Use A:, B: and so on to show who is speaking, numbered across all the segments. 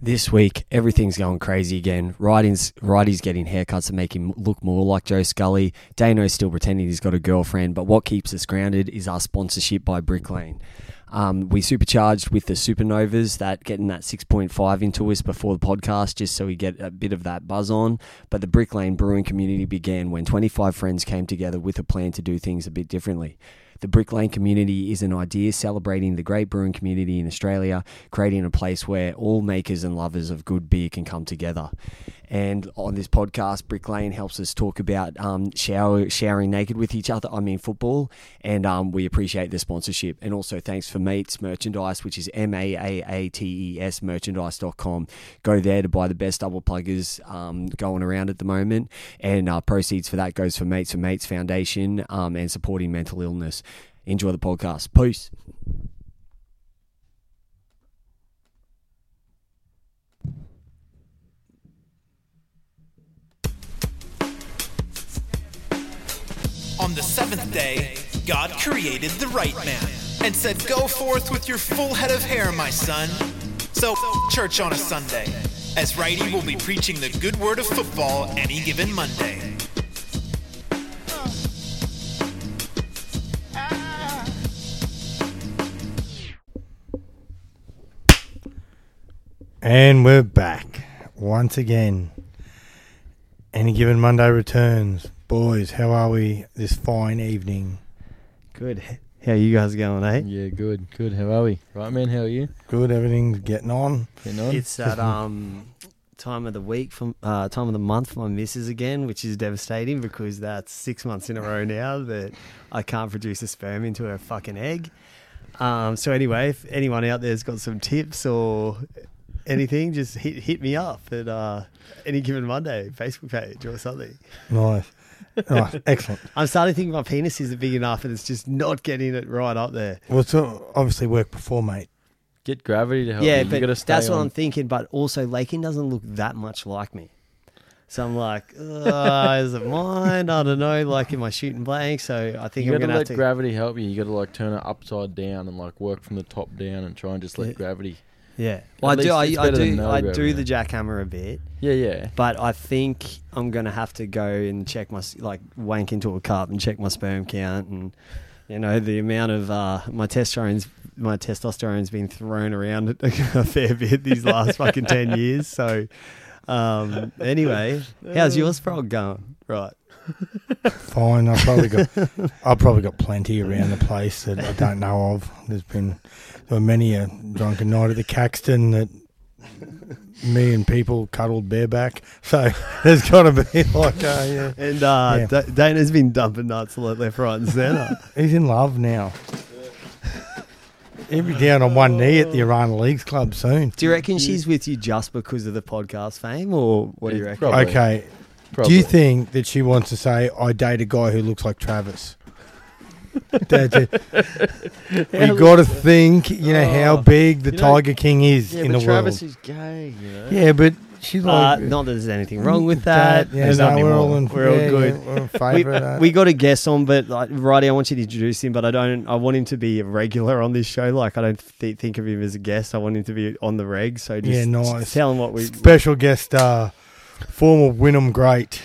A: This week, everything's going crazy again. Righty's, Righty's getting haircuts that make him look more like Joe Scully. Dano's still pretending he's got a girlfriend, but what keeps us grounded is our sponsorship by Brick Lane. Um, we supercharged with the supernovas that getting that 6.5 into us before the podcast just so we get a bit of that buzz on. But the Brick Lane brewing community began when 25 friends came together with a plan to do things a bit differently. The Brick Lane community is an idea celebrating the great brewing community in Australia, creating a place where all makers and lovers of good beer can come together. And on this podcast, Brick Lane helps us talk about um, shower, showering naked with each other. I mean, football. And um, we appreciate the sponsorship. And also, thanks for Mates Merchandise, which is M A A A T E S merchandise.com. Go there to buy the best double pluggers um, going around at the moment. And uh, proceeds for that goes for Mates for Mates Foundation um, and supporting mental illness. Enjoy the podcast. Peace.
B: On the seventh day, God created the right man and said, Go forth with your full head of hair, my son. So, church on a Sunday, as Righty will be preaching the good word of football any given Monday.
C: And we're back once again. Any given Monday returns. Boys, how are we this fine evening?
A: Good. How you guys going, eh?
D: Yeah, good, good. How are we? Right, man. How are you?
C: Good, everything's getting on.
D: Getting on?
A: It's that um time of the week from uh, time of the month for my missus again, which is devastating because that's six months in a row now that I can't produce a sperm into a fucking egg. Um, so anyway, if anyone out there's got some tips or anything, just hit hit me up at uh, any given Monday Facebook page or something.
C: Nice. nice. Excellent.
A: I'm starting to think my penis isn't big enough and it's just not getting it right up there.
C: Well, so obviously work before, mate.
D: Get gravity to help.
A: Yeah,
D: you. you
A: but
D: gotta stay
A: that's what
D: on.
A: I'm thinking. But also, Lakin doesn't look that much like me. So I'm like, uh, is it mine? I don't know. Like, am I shooting blank? So I think
D: You
A: I'm
D: gotta
A: gonna have
D: let
A: to.
D: gravity help you. You gotta like turn it upside down and like work from the top down and try and just let
A: Yeah.
D: gravity.
A: yeah, well, I
D: least
A: do. I,
D: it's
A: I
D: better
A: do.
D: than no
A: I do
D: gravity.
A: the jackhammer a bit,
D: Yeah, yeah.
A: but I think I'm gonna have to go and check my s- like wank into a cup and check my sperm count and. You know the amount of uh, my testosterone's my testosterone's been thrown around a fair bit these last fucking ten years. So, um, anyway, how's your
C: Uh,
A: frog going? Right.
C: Fine. I've probably got I've probably got plenty around the place that I don't know of. There's been there were many a drunken night at the Caxton that me and people cuddled bareback. So there's gotta be like uh, yeah.
A: And uh,
C: Yeah.
A: Da- Dana's been dumping nuts a lot left, right, and centre.
C: He's in love now. He'll be down on one knee at the Iran Leagues Club soon.
A: do you reckon she's with you just because of the podcast fame, or what do you
D: Yeah,
A: reckon?
D: probably.
C: Okay. Do
D: Probably.
C: you think that she wants to say, I date a guy who looks like Travis? That's it. you got to think, you know, how
D: Oh.
C: big the
D: You know-
C: Tiger King is
D: Yeah,
C: in
D: but
C: the
D: Travis
C: world.
D: is gay. You know.
C: Yeah, but she's
A: Uh,
C: like.
A: not that there's anything wrong with that.
C: Yeah,
A: There's
C: no,
A: nothing
C: we're
A: wrong.
C: all in,
A: We're all
C: yeah,
A: good.
C: yeah, we're in
A: We,
C: favour of that.
A: we got a guest on, but like, righty, I want you to introduce him. But I don't. I want him to be a regular on this show. Like I don't th- think of him as a guest. I want him to be on the reg. So just,
C: Yeah, nice.
A: just tell him what we.
C: Special guest star, former Wynnum great,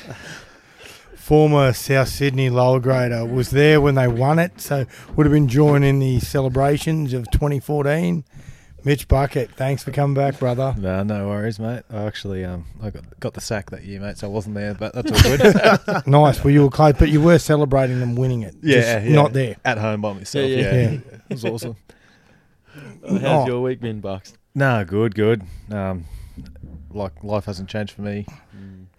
C: former South Sydney lower grader, was there when they won it, so would have been joining the celebrations of 2014. Mitch Bucket, thanks for coming back, brother.
E: No, no worries, mate. I actually um, I got got the sack that year, mate, so I wasn't there, but that's all good.
C: nice. Well, you were close, but you were celebrating them winning it.
E: yeah,
C: Just
E: yeah.
C: not there.
E: at home by myself.
D: Yeah,
E: Yeah,
D: yeah.
C: Yeah.
E: it was awesome.
D: How's
C: Oh.
D: your week been, Bucks?
E: no, good, good. Um, like life hasn't changed for me.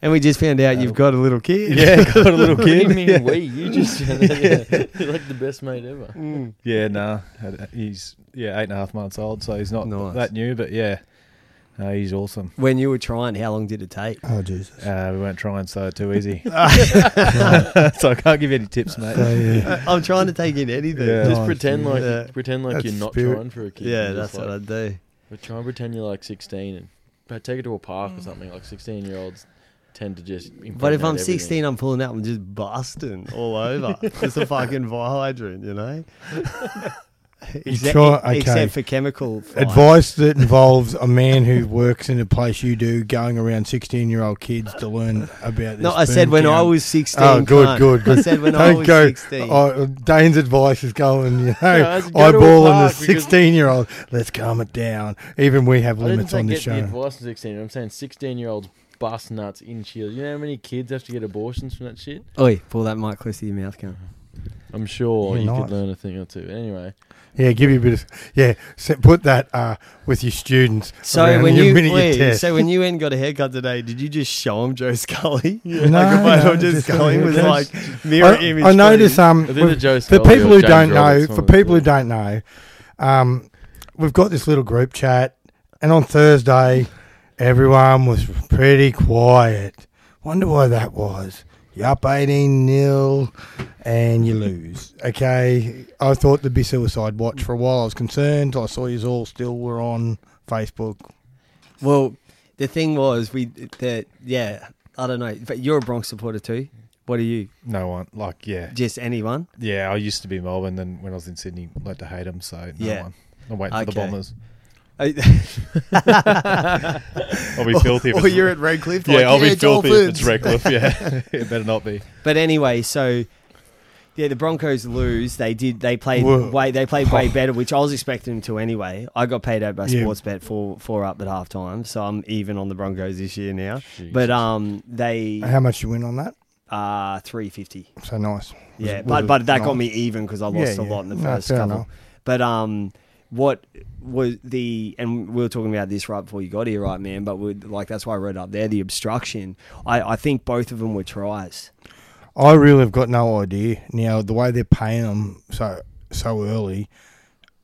A: And we just found out you've got a little kid.
E: Yeah, got a little
D: What do you
E: kid.
D: mean we? You just you're like the best mate ever.
E: Yeah, no, had- he's yeah eight and a half months old, so he's not
A: Nice.
E: that new, but yeah, no, he's awesome.
A: When you were trying, how long did it take?
C: Oh, Jesus.
E: Uh, we weren't trying so too easy, so I can't give you any tips, mate.
C: So, yeah.
A: I'm trying to take in anything.
E: Yeah.
D: Just
C: Nice,
D: pretend
C: yeah.
D: like
A: Yeah.
D: pretend like
C: That's
D: you're not
C: spirit.
D: trying for a kid.
A: Yeah,
D: You're
A: that's
D: just
A: what
D: like,
A: I'd do.
D: But try and pretend you're like 16 and but take it to a park or something. Like 16 year olds tend to just.
A: But if
D: impregnate
A: I'm
D: everything.
A: 16, I'm pulling out and just busting all over. It's a fucking fire hydrant, you know? Except,
C: sure? Okay.
A: except for chemical. fire.
C: Advice that involves a man who works in a place you do going around 16 year old kids to learn about this.
A: No, I said
C: burn
A: when I
C: count.
A: was 16.
C: Oh, good,
A: cunt.
C: good, good.
A: I said when I
C: Don't
A: was
C: go.
A: 16.
C: Oh, Dane's advice is going, you know,
D: I said go to a
C: eyeballing the
D: park because-
C: 16 year old. Let's calm it down. Even we have
D: I didn't
C: limits
D: say
C: on
D: get
C: this
D: the
C: show.
D: advice from 16. I'm saying 16 year olds bust nuts in Chile. You know how many kids have to get abortions from that shit?
A: Oi, pull that mic close to your mouth, cunt.
D: I'm sure
C: Yeah,
D: you
C: nice.
D: could learn a thing or two. Anyway,
C: Yeah, give you a bit of. Yeah, so put that uh, with your students.
A: So
C: around
A: when
C: your
A: you
C: minute
A: wait,
C: test.
A: so when you went and got a haircut today, did you just show him Joe Scully?
C: No,
A: like what
C: no,
A: I'm just,
C: just got a
A: going was
C: haircut.
A: like mirror
C: I,
A: image.
C: I notice um,
D: I think
C: we've-
D: the Joe
C: for
D: Scully
C: people
D: or
C: who
D: James
C: don't know,
D: Roberts
C: for
D: one was
C: people who
D: good.
C: don't know, um, we've got this little group chat, and on Thursday, everyone was pretty quiet. Wonder why that was. You're up 18 nil, and you lose. Okay, I thought there'd be suicide watch for a while. I was concerned. I saw you all still were on Facebook.
A: Well, the thing was, we that yeah, I don't know. But you're a Bronx supporter too. What are you?
E: No one, like, yeah,
A: Just anyone?
E: yeah. I used to be Melbourne, then when I was in Sydney, learned to hate them. So no
A: Yeah.
E: one. I'm waiting for the
A: Okay.
E: bombers.
A: I-
E: I'll be filthy. if
A: or
E: it's-
A: you're at Redcliffe?
E: yeah,
A: like,
E: I'll be
A: it's all
E: filthy if it's
A: foods."
E: Redcliffe. Yeah, it better not be.
A: But anyway, so yeah, the Broncos lose. They did. They played
C: Whoa. Oh.
A: way. They played way better, which I was expecting them to anyway. I got paid out by
C: Yeah.
A: Sportsbet four four up at halftime, so I'm even on the Broncos this year now.
D: Jesus.
A: But um, they
C: How much you win on that?
A: are three fifty.
C: So nice. Was
A: Yeah,
C: it- was
A: but
C: it
A: but that got
C: nice?
A: me even because I
C: Yeah,
A: lost a
C: yeah.
A: lot in the
C: No,
A: first
C: fair
A: couple.
C: enough.
A: But um, what was the and we were talking about this right before you got here, right, man? But we like that's why I read up there the obstruction. I I think both of them were tries.
C: I really have got no idea now. The way they're paying them so so early,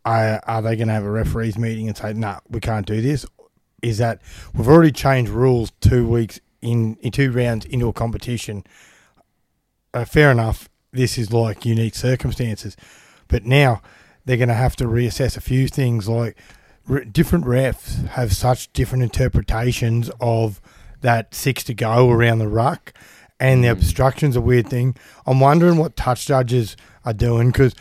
C: I, are they going to have a referees meeting and say, "No, nah, we can't do this"? Is that we've already changed rules two weeks in, in two rounds into a competition? Uh, fair enough. This is like unique circumstances, but now they're going to have to reassess a few things. Like re- different refs have such different interpretations of that six to go around the ruck, and the obstruction's a weird thing. I'm wondering what touch judges are doing because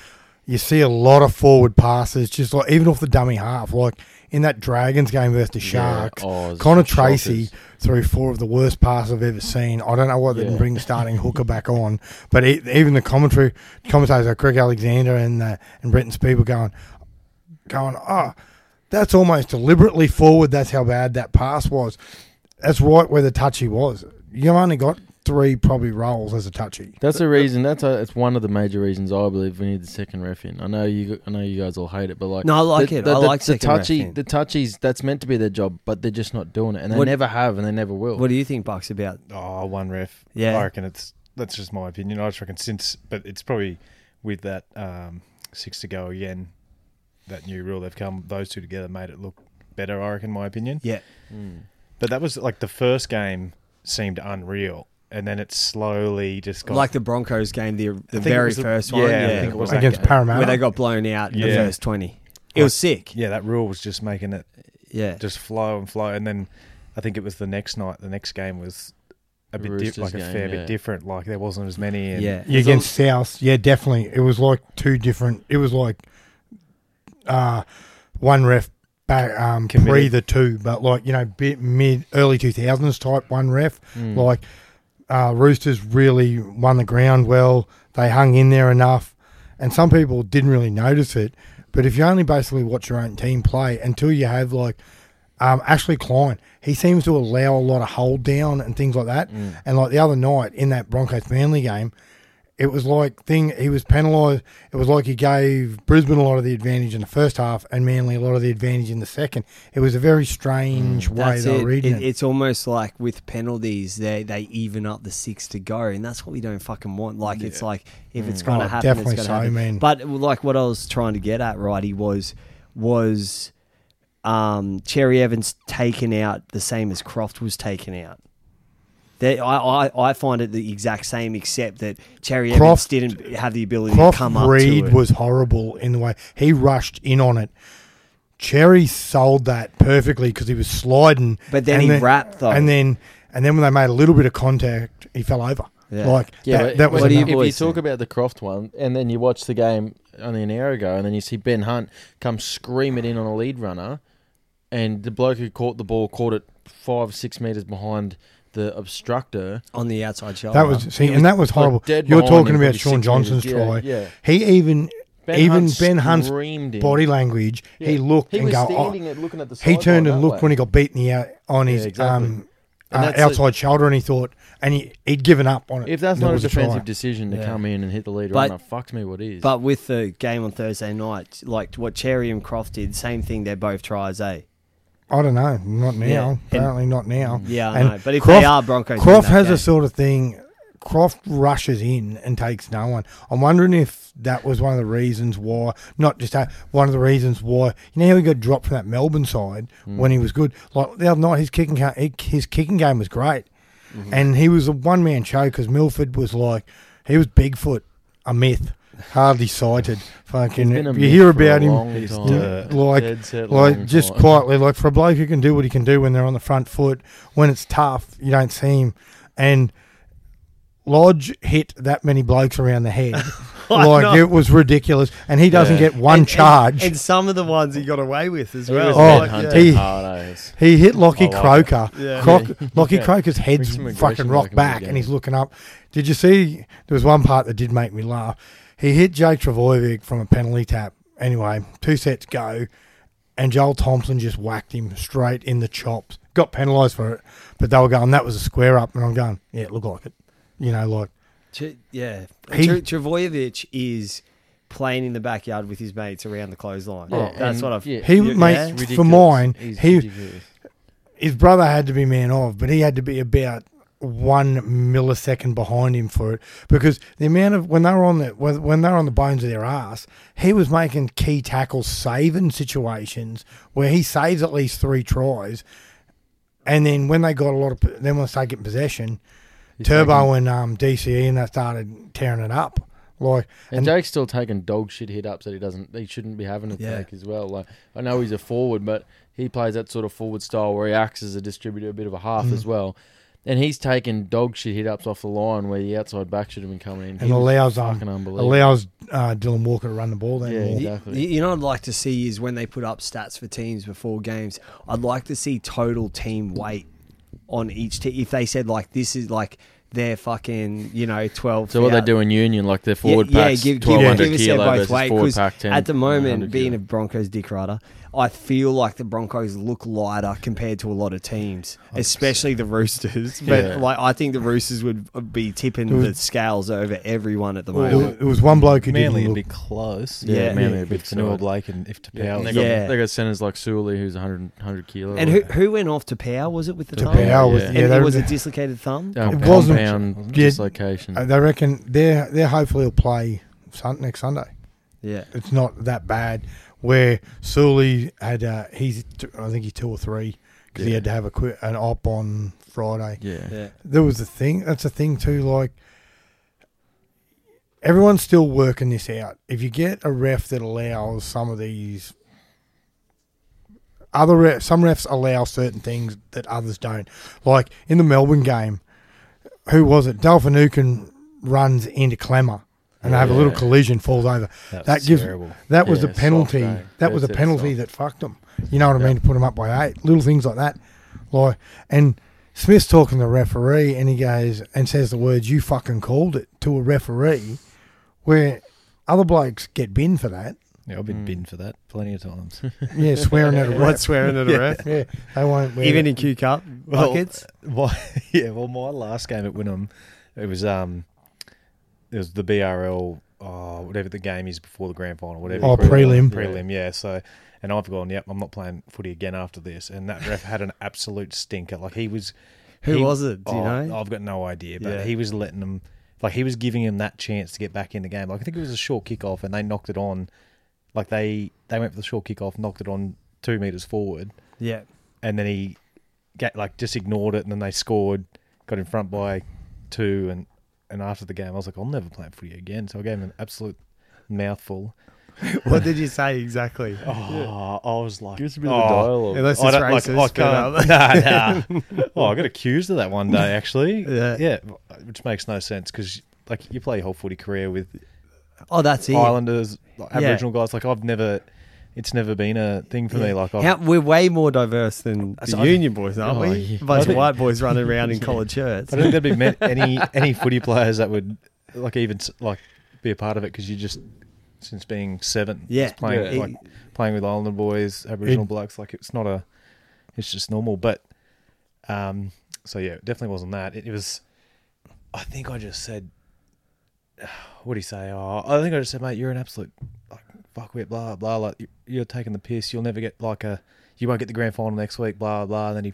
C: you see a lot of forward passes, just like even off the dummy half, like in that Dragons game versus the Sharks.
D: Oh, it was
C: Connor
D: shockers.
C: Tracy threw four of the worst passes I've ever seen. I don't know why they didn't
D: Yeah.
C: bring the starting hooker back on, but e even the commentary commentators like Greg Alexander and uh, and Brenton Speed were going, going, oh, that's almost deliberately forward. That's how bad that pass was. That's right where the touchy was. You only got three probably rolls as a touchy.
D: That's a reason. That's a, it's one of the major reasons I believe we need the second ref in. I know you. I know you guys all hate it, but like,
A: No, I like it. I like
D: the
A: second ref
D: touchy.
A: in.
D: The touchies. That's meant to be their job, but they're just not doing it, and they
A: What-
D: never have, and they never will.
A: What do you think, Bucks, about
E: Oh, one ref.
A: Yeah.
E: I reckon it's that's just my opinion. I just reckon since, but it's probably with that um, six to go again, that new rule they've come. Those two together made it look better. I reckon, my opinion.
A: yeah?
E: But that was like the first game seemed unreal, and then it slowly just got
A: Like the Broncos game, the the
E: think it
A: very
E: was the-
A: first
E: yeah,
A: one,
E: I
A: yeah,
E: think it was
C: Against
E: that game.
C: Parramatta.
A: where they got blown out in the
E: Yeah.
A: first twenty. It was sick.
E: yeah, that rule was just making it
A: Yeah,
E: just flow and flow, and then I think it was the next night. The next game was a bit
D: Roosters
E: di- like a
D: game,
E: fair
D: yeah.
E: bit different. Like there wasn't as many. And
A: yeah.
C: Yeah, against South. Yeah, definitely. It was like two different. It was like uh, one ref back um, pre
E: Committed.
C: the two, but like you know, bit mid early two thousands type one ref. Like uh, Roosters really won the ground well. They hung in there enough, and some people didn't really notice it. But if you only basically watch your own team play until you have like um, Ashley Klein, he seems to allow a lot of hold down and things like that.
A: Mm.
C: And like the other night in that Broncos Manly game, it was like thing he was penalised. It was like he gave Brisbane a lot of the advantage in the first half and Manly a lot of the advantage in the second. It was a very strange way
A: Mm, That's
C: they
A: it.
C: were reading
A: It-
C: it.
A: It's almost like with penalties, they they even up the six to go, and that's what we don't fucking want. Like it's like if it's going to
C: Oh,
A: happen,
C: definitely
A: it's going to
C: so,
A: happen.
C: man.
A: But like what I was trying to get at, righty, was was um, Cherry Evans taken out the same as Croft was taken out. They, I, I, I find it the exact same, except that Cherry
C: Croft-
A: Evans didn't have the ability
C: Croft
A: to come up
C: Reed
A: to it.
C: was horrible in the way he rushed in on it. Cherry sold that perfectly because he was sliding,
A: But then
C: and
A: he wrapped, though.
C: and then and then when they made a little bit of contact, he fell over.
A: Yeah.
C: Like
D: Yeah,
C: that,
D: but
C: that
A: what
C: was
D: when-
A: do you
C: enough.
D: if you
A: boys
D: talk
A: think?
D: about the Croft one, and then you watch the game only an hour ago, and then you see Ben Hunt come screaming in on a lead runner, and the bloke who caught the ball caught it five, six meters behind the obstructor.
A: on the outside shoulder.
C: that
D: Um,
C: was see, and that was horrible.
D: dead
C: You're
D: behind
C: talking
D: him,
C: about
D: probably
C: Sean
D: six
C: Johnson's
D: metres.
C: try.
D: Yeah, yeah.
C: He even
D: Ben
C: even
D: Hunt
C: Ben Hunt's
D: screamed him.
C: body language. He
D: Yeah.
C: looked
D: He
C: and
D: was
C: go.
D: standing
C: oh,
D: at- looking at the
C: he
D: sideline
C: turned and
D: that
C: looked
D: way.
C: when he got beaten the out on his
D: exactly.
C: um, uh,
D: And that's the-
C: outside shoulder, and he thought, and he, he'd given up on it.
D: If that's
C: There
D: not a
C: was try.
D: defensive decision to come in and hit the lead
A: But-
D: runner, fucks me what is.
A: But with the game on Thursday night, like what Cherry and Croft did, same thing. They're both tries, eh?
C: I don't know. Not now.
A: Yeah, and-
C: Apparently not now.
A: Yeah, I know, but if
C: Croft-
A: they are Broncos, win
C: Croft
A: that
C: has
A: game.
C: a sort of thing. Croft rushes in and takes no one. I'm wondering if that was one of the reasons why, not just that, one of the reasons why. You know how he got dropped from that Melbourne side
A: Mm.
C: when he was good. Like the other night, his kicking ca- he- his kicking game was great,
A: Mm-hmm.
C: and he was a one man show because Milford was like he was Bigfoot, a myth, hardly sighted. Fucking,
D: He's been a
C: you
D: myth
C: hear
D: for a
C: about him.
D: long
E: He's
D: time.
E: dirt.
C: like,
D: Dead set
C: like
D: long
C: just
D: time.
C: quietly, like for a bloke who can do what he can do when they're on the front foot, when it's tough, you don't see him. And Lodge hit that many blokes around the head,
A: I
C: like
A: know.
C: it was ridiculous. And he doesn't
D: Yeah.
C: get one
A: And- and-
C: charge.
A: And, some of the ones he got away with as
D: He was
A: well.
C: Oh,
D: Ben Hunt
C: he-
D: hard as.
C: he hit Lockie
E: I like
C: Croker.
A: Yeah.
C: Croc, Lockie
D: Yeah.
C: Croker's head's
D: Bring some
C: fucking
D: aggression
C: rock
D: back into the
C: back,
D: game.
C: and he's looking up. Did you see? There was one part that did make me laugh. He hit Jake Travojevic from a penalty tap. Anyway, two sets go, and Joel Thompson just whacked him straight in the chops. Got penalised for it, but they were going. That was a square up, and I'm going. Yeah, it looked like it. You know, like
A: Tre- yeah.
C: He-
A: Tre- Travojevic is playing in the backyard with his mates around the clothesline.
C: Oh,
D: Yeah,
A: That's
D: and-
A: what I've.
D: yeah,
C: He
D: it's
C: makes- for
D: ridiculous.
C: mine,
D: He's
C: he-
D: ridiculous.
C: his brother had to be man of, but he had to be about one millisecond behind him for it because the amount of when they were on the when when they were on the bones of their ass, he was making key tackles, saving situations where he saves at least three tries, and then when they got a lot of then when they started getting possession, Turbo and um, DCE and they started tearing it up like
D: And, Jake's still taking dog shit hit ups that he doesn't, he shouldn't be having to
A: Yeah.
D: take as well. Like I know he's a forward, but he plays that sort of forward style where he acts as a distributor, a bit of a half
A: Mm.
D: as well. And he's taking dog shit hit ups off the line where the outside back should have been coming in. He
C: and
D: was
C: allows um,
D: fucking unbelievable.
C: allows uh, Dylan Walker to run the ball then
D: Yeah,
C: more.
A: You-
D: Exactly.
A: You, you know, what I'd like to see is when they put up stats for teams before games. I'd like to see total team weight on each team. If they said like this is like their fucking, you know, twelve.
D: so what they
A: out-
D: do in union, like their forward
A: yeah,
D: packs,
A: yeah, give, give,
D: 1200
A: give us
D: kilo
A: their both
D: versus
A: weight
D: forward
A: 'cause
D: pack 10,
A: at the moment,
D: 100
A: being
D: kilo.
A: a Broncos dick rider, I feel like the Broncos look lighter compared to a lot of teams, especially the Roosters. But
D: Yeah.
A: like, I think the Roosters would be tipping the scales over everyone at the
C: It was,
A: moment.
C: it was one bloke who
E: Manly
C: didn't
E: would
C: look
E: be close.
A: Yeah, Yeah.
D: Manly would be
E: If Fanua
D: tight.
E: Blake and if to
D: Yeah, and
E: Powell.
D: they,
A: Yeah.
D: got, they got centers like Suli, who's 100, 100 kilo.
A: And who who went off to Power? Was it with the thumb?
C: Tapau was-
D: Yeah.
A: And
C: yeah,
A: it
C: they-
A: was a dislocated thumb.
D: Um,
C: It wasn't-
D: compound
C: Yeah.
D: dislocation.
C: Uh, they reckon they're they're hopefully will play sun, next Sunday.
A: Yeah.
C: It's not that bad. Where Sully had uh, he's t- I think he's two or three because he
D: Yeah.
C: had to have a quit an op on Friday.
D: yeah.
A: Yeah.
C: There was a thing. That's a thing too. Like everyone's still working this out. If you get a ref that allows some of these. Other ref, some refs allow certain things that others don't. Like in the Melbourne game, who was it? Delphinukin runs into Clemmer and they have a little
D: Yeah.
C: collision, falls over.
E: That,
C: That
E: was
C: gives
E: terrible.
C: that was
D: Yeah,
C: a
D: soft,
C: penalty.
D: eh?
C: That was a
D: That's it,
C: penalty
D: soft.
C: that fucked them. You know what I
D: Yeah.
C: mean? To put them up by eight, little things like that. Like and Smith's talking to the referee, and he goes and says the words "you fucking called it" to a referee, where other blokes get binned for that.
E: Yeah, I've been binned for that plenty of times.
C: Yeah, swearing at a ref.
A: swearing at a ref?
C: Yeah, they won't. Wear
A: Even
C: it.
A: in Q Cup
E: Well,
A: buckets.
E: my, yeah, well, my last game at Wynnum, it was um, it was the BRL, uh, whatever the game is before the grand final, whatever.
C: Oh, prelim.
E: prelim, yeah. So, and I've gone, yep, I'm not playing footy again after this. And that ref had an absolute stinker. Like he was,
A: Who
E: he-
A: was it? Do you
E: oh,
A: know?
E: I've got no idea, but
A: Yeah.
E: he was letting them, like he was giving him that chance to get back in the game. Like I think it was a short kickoff, and they knocked it on. Like they they went for the short kickoff, knocked it on two meters forward
A: yeah.
E: and then he get like just ignored it, and then they scored, got in front by two, and and after the game, I was like, I'll never play footy again. So I gave him an absolute mouthful,
A: What did you say exactly?
E: Oh, I was like,
D: Gives a bit of a
E: oh,
D: dialogue.
A: Unless it's
E: I don't, like,
A: racist.
E: I
A: but, um,
E: can't. Nah, nah. oh, I got accused of that one day, actually.
A: Yeah.
E: which makes no sense because like you play your whole footy career with
A: oh, that's it.
E: Islanders, like,
A: Yeah.
E: Aboriginal guys. Like I've never, it's never been a thing for me. Like I've,
A: How- we're way more diverse than the
E: So I-
A: union boys, aren't
E: Oh,
A: we?
E: yeah.
A: A bunch
E: I
A: of
E: think-
A: white boys running around in collared shirts.
E: I don't think there'd be met any any footy players that would like even s- like be a part of it because you just since being seven,
A: Yeah.
E: just playing
A: Yeah.
E: like playing with Islander boys, Aboriginal
C: It-
E: blokes. Like it's not a, it's just normal. But um, so yeah, it definitely wasn't that. It, it was. I think I just said, what do you say? Oh, I think I just said, mate, you're an absolute like fuckwit, blah blah. Like you- you're taking the piss. You'll never get like a, you won't get the grand final next week, blah blah. And then he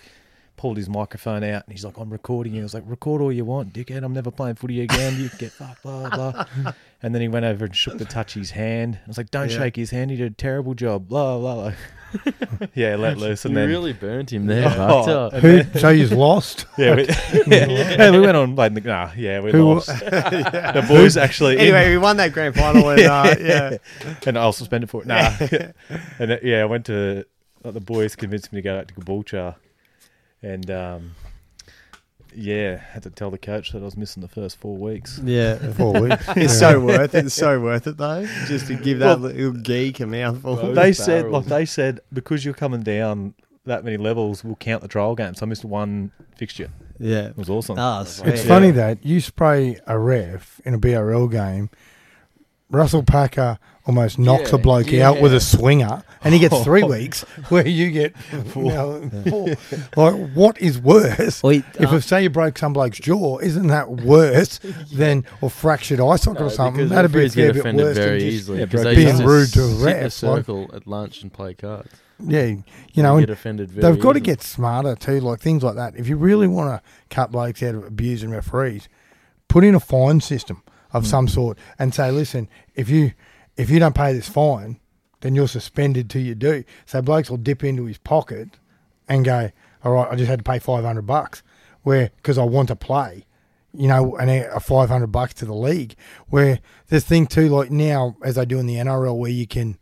E: pulled his microphone out and he's like, I'm recording you. I was like, record all you want, dickhead. I'm never playing footy again. You can get fucked, blah blah. and then he went over and shook the touchy's hand. I was like, don't
A: Yeah.
E: shake his hand. He did a terrible job, blah blah. blah. yeah, let loose and
D: you
E: then.
D: really burnt him there, uh,
E: Oh,
D: Butter.
E: and
C: Who?
E: then-
C: So he's lost.
E: yeah, we, yeah, we went on like the- nah, yeah, we
C: Who-
E: lost. The boys actually in-
A: Anyway, we won that grand final, and uh, yeah,
E: and I'll suspend it for it. Nah. and then, yeah, I went to like, the boys convinced me to go out to Caboolture, and um, yeah, had to tell the coach that I was missing the first four weeks.
A: yeah.
C: Four weeks.
A: It's so worth it. It's so worth it though, just to give that little geek a mouthful.
E: They said,
D: barrels.
E: like they said, because you're coming down that many levels, we'll count the trial game. So I missed one fixture.
A: yeah.
E: It was awesome.
A: Ah,
C: It's
A: sweet.
C: funny that you spray a ref in a BRL game. Russell Packer almost knocks
D: Yeah,
C: a bloke out with
D: yeah. Oh.
C: a swinger, and he gets three weeks, where you get four. four. Like, what is worse?
F: Well, he-
C: if,
F: uh,
C: say you broke some bloke's jaw, isn't that worse than or fractured eye socket or
D: No,
C: something?
D: because
C: Um, That'd be a
D: referees
C: fair
D: get
C: bit
D: offended
C: worse.
D: very
C: than just,
D: easily
E: yeah,
D: because
E: bro,
D: they
E: being
D: used to
C: rude to
D: sit in
C: refs,
D: a
C: like-
D: circle at lunch and play cards.
C: Yeah, you know, and
D: They get offended. Very
C: They've got to
D: easily.
C: get smarter too, like things like that. If you really want to cut blokes out of abusing referees, put in a fine system of some sort and say, listen, if you if you don't pay this fine, then you're suspended till you do. So blokes will dip into his pocket and go, all right, I just had to pay five hundred bucks, where because I want to play, you know, and a a five hundred bucks to the league. Where this thing too, like now as they do in the NRL, where you can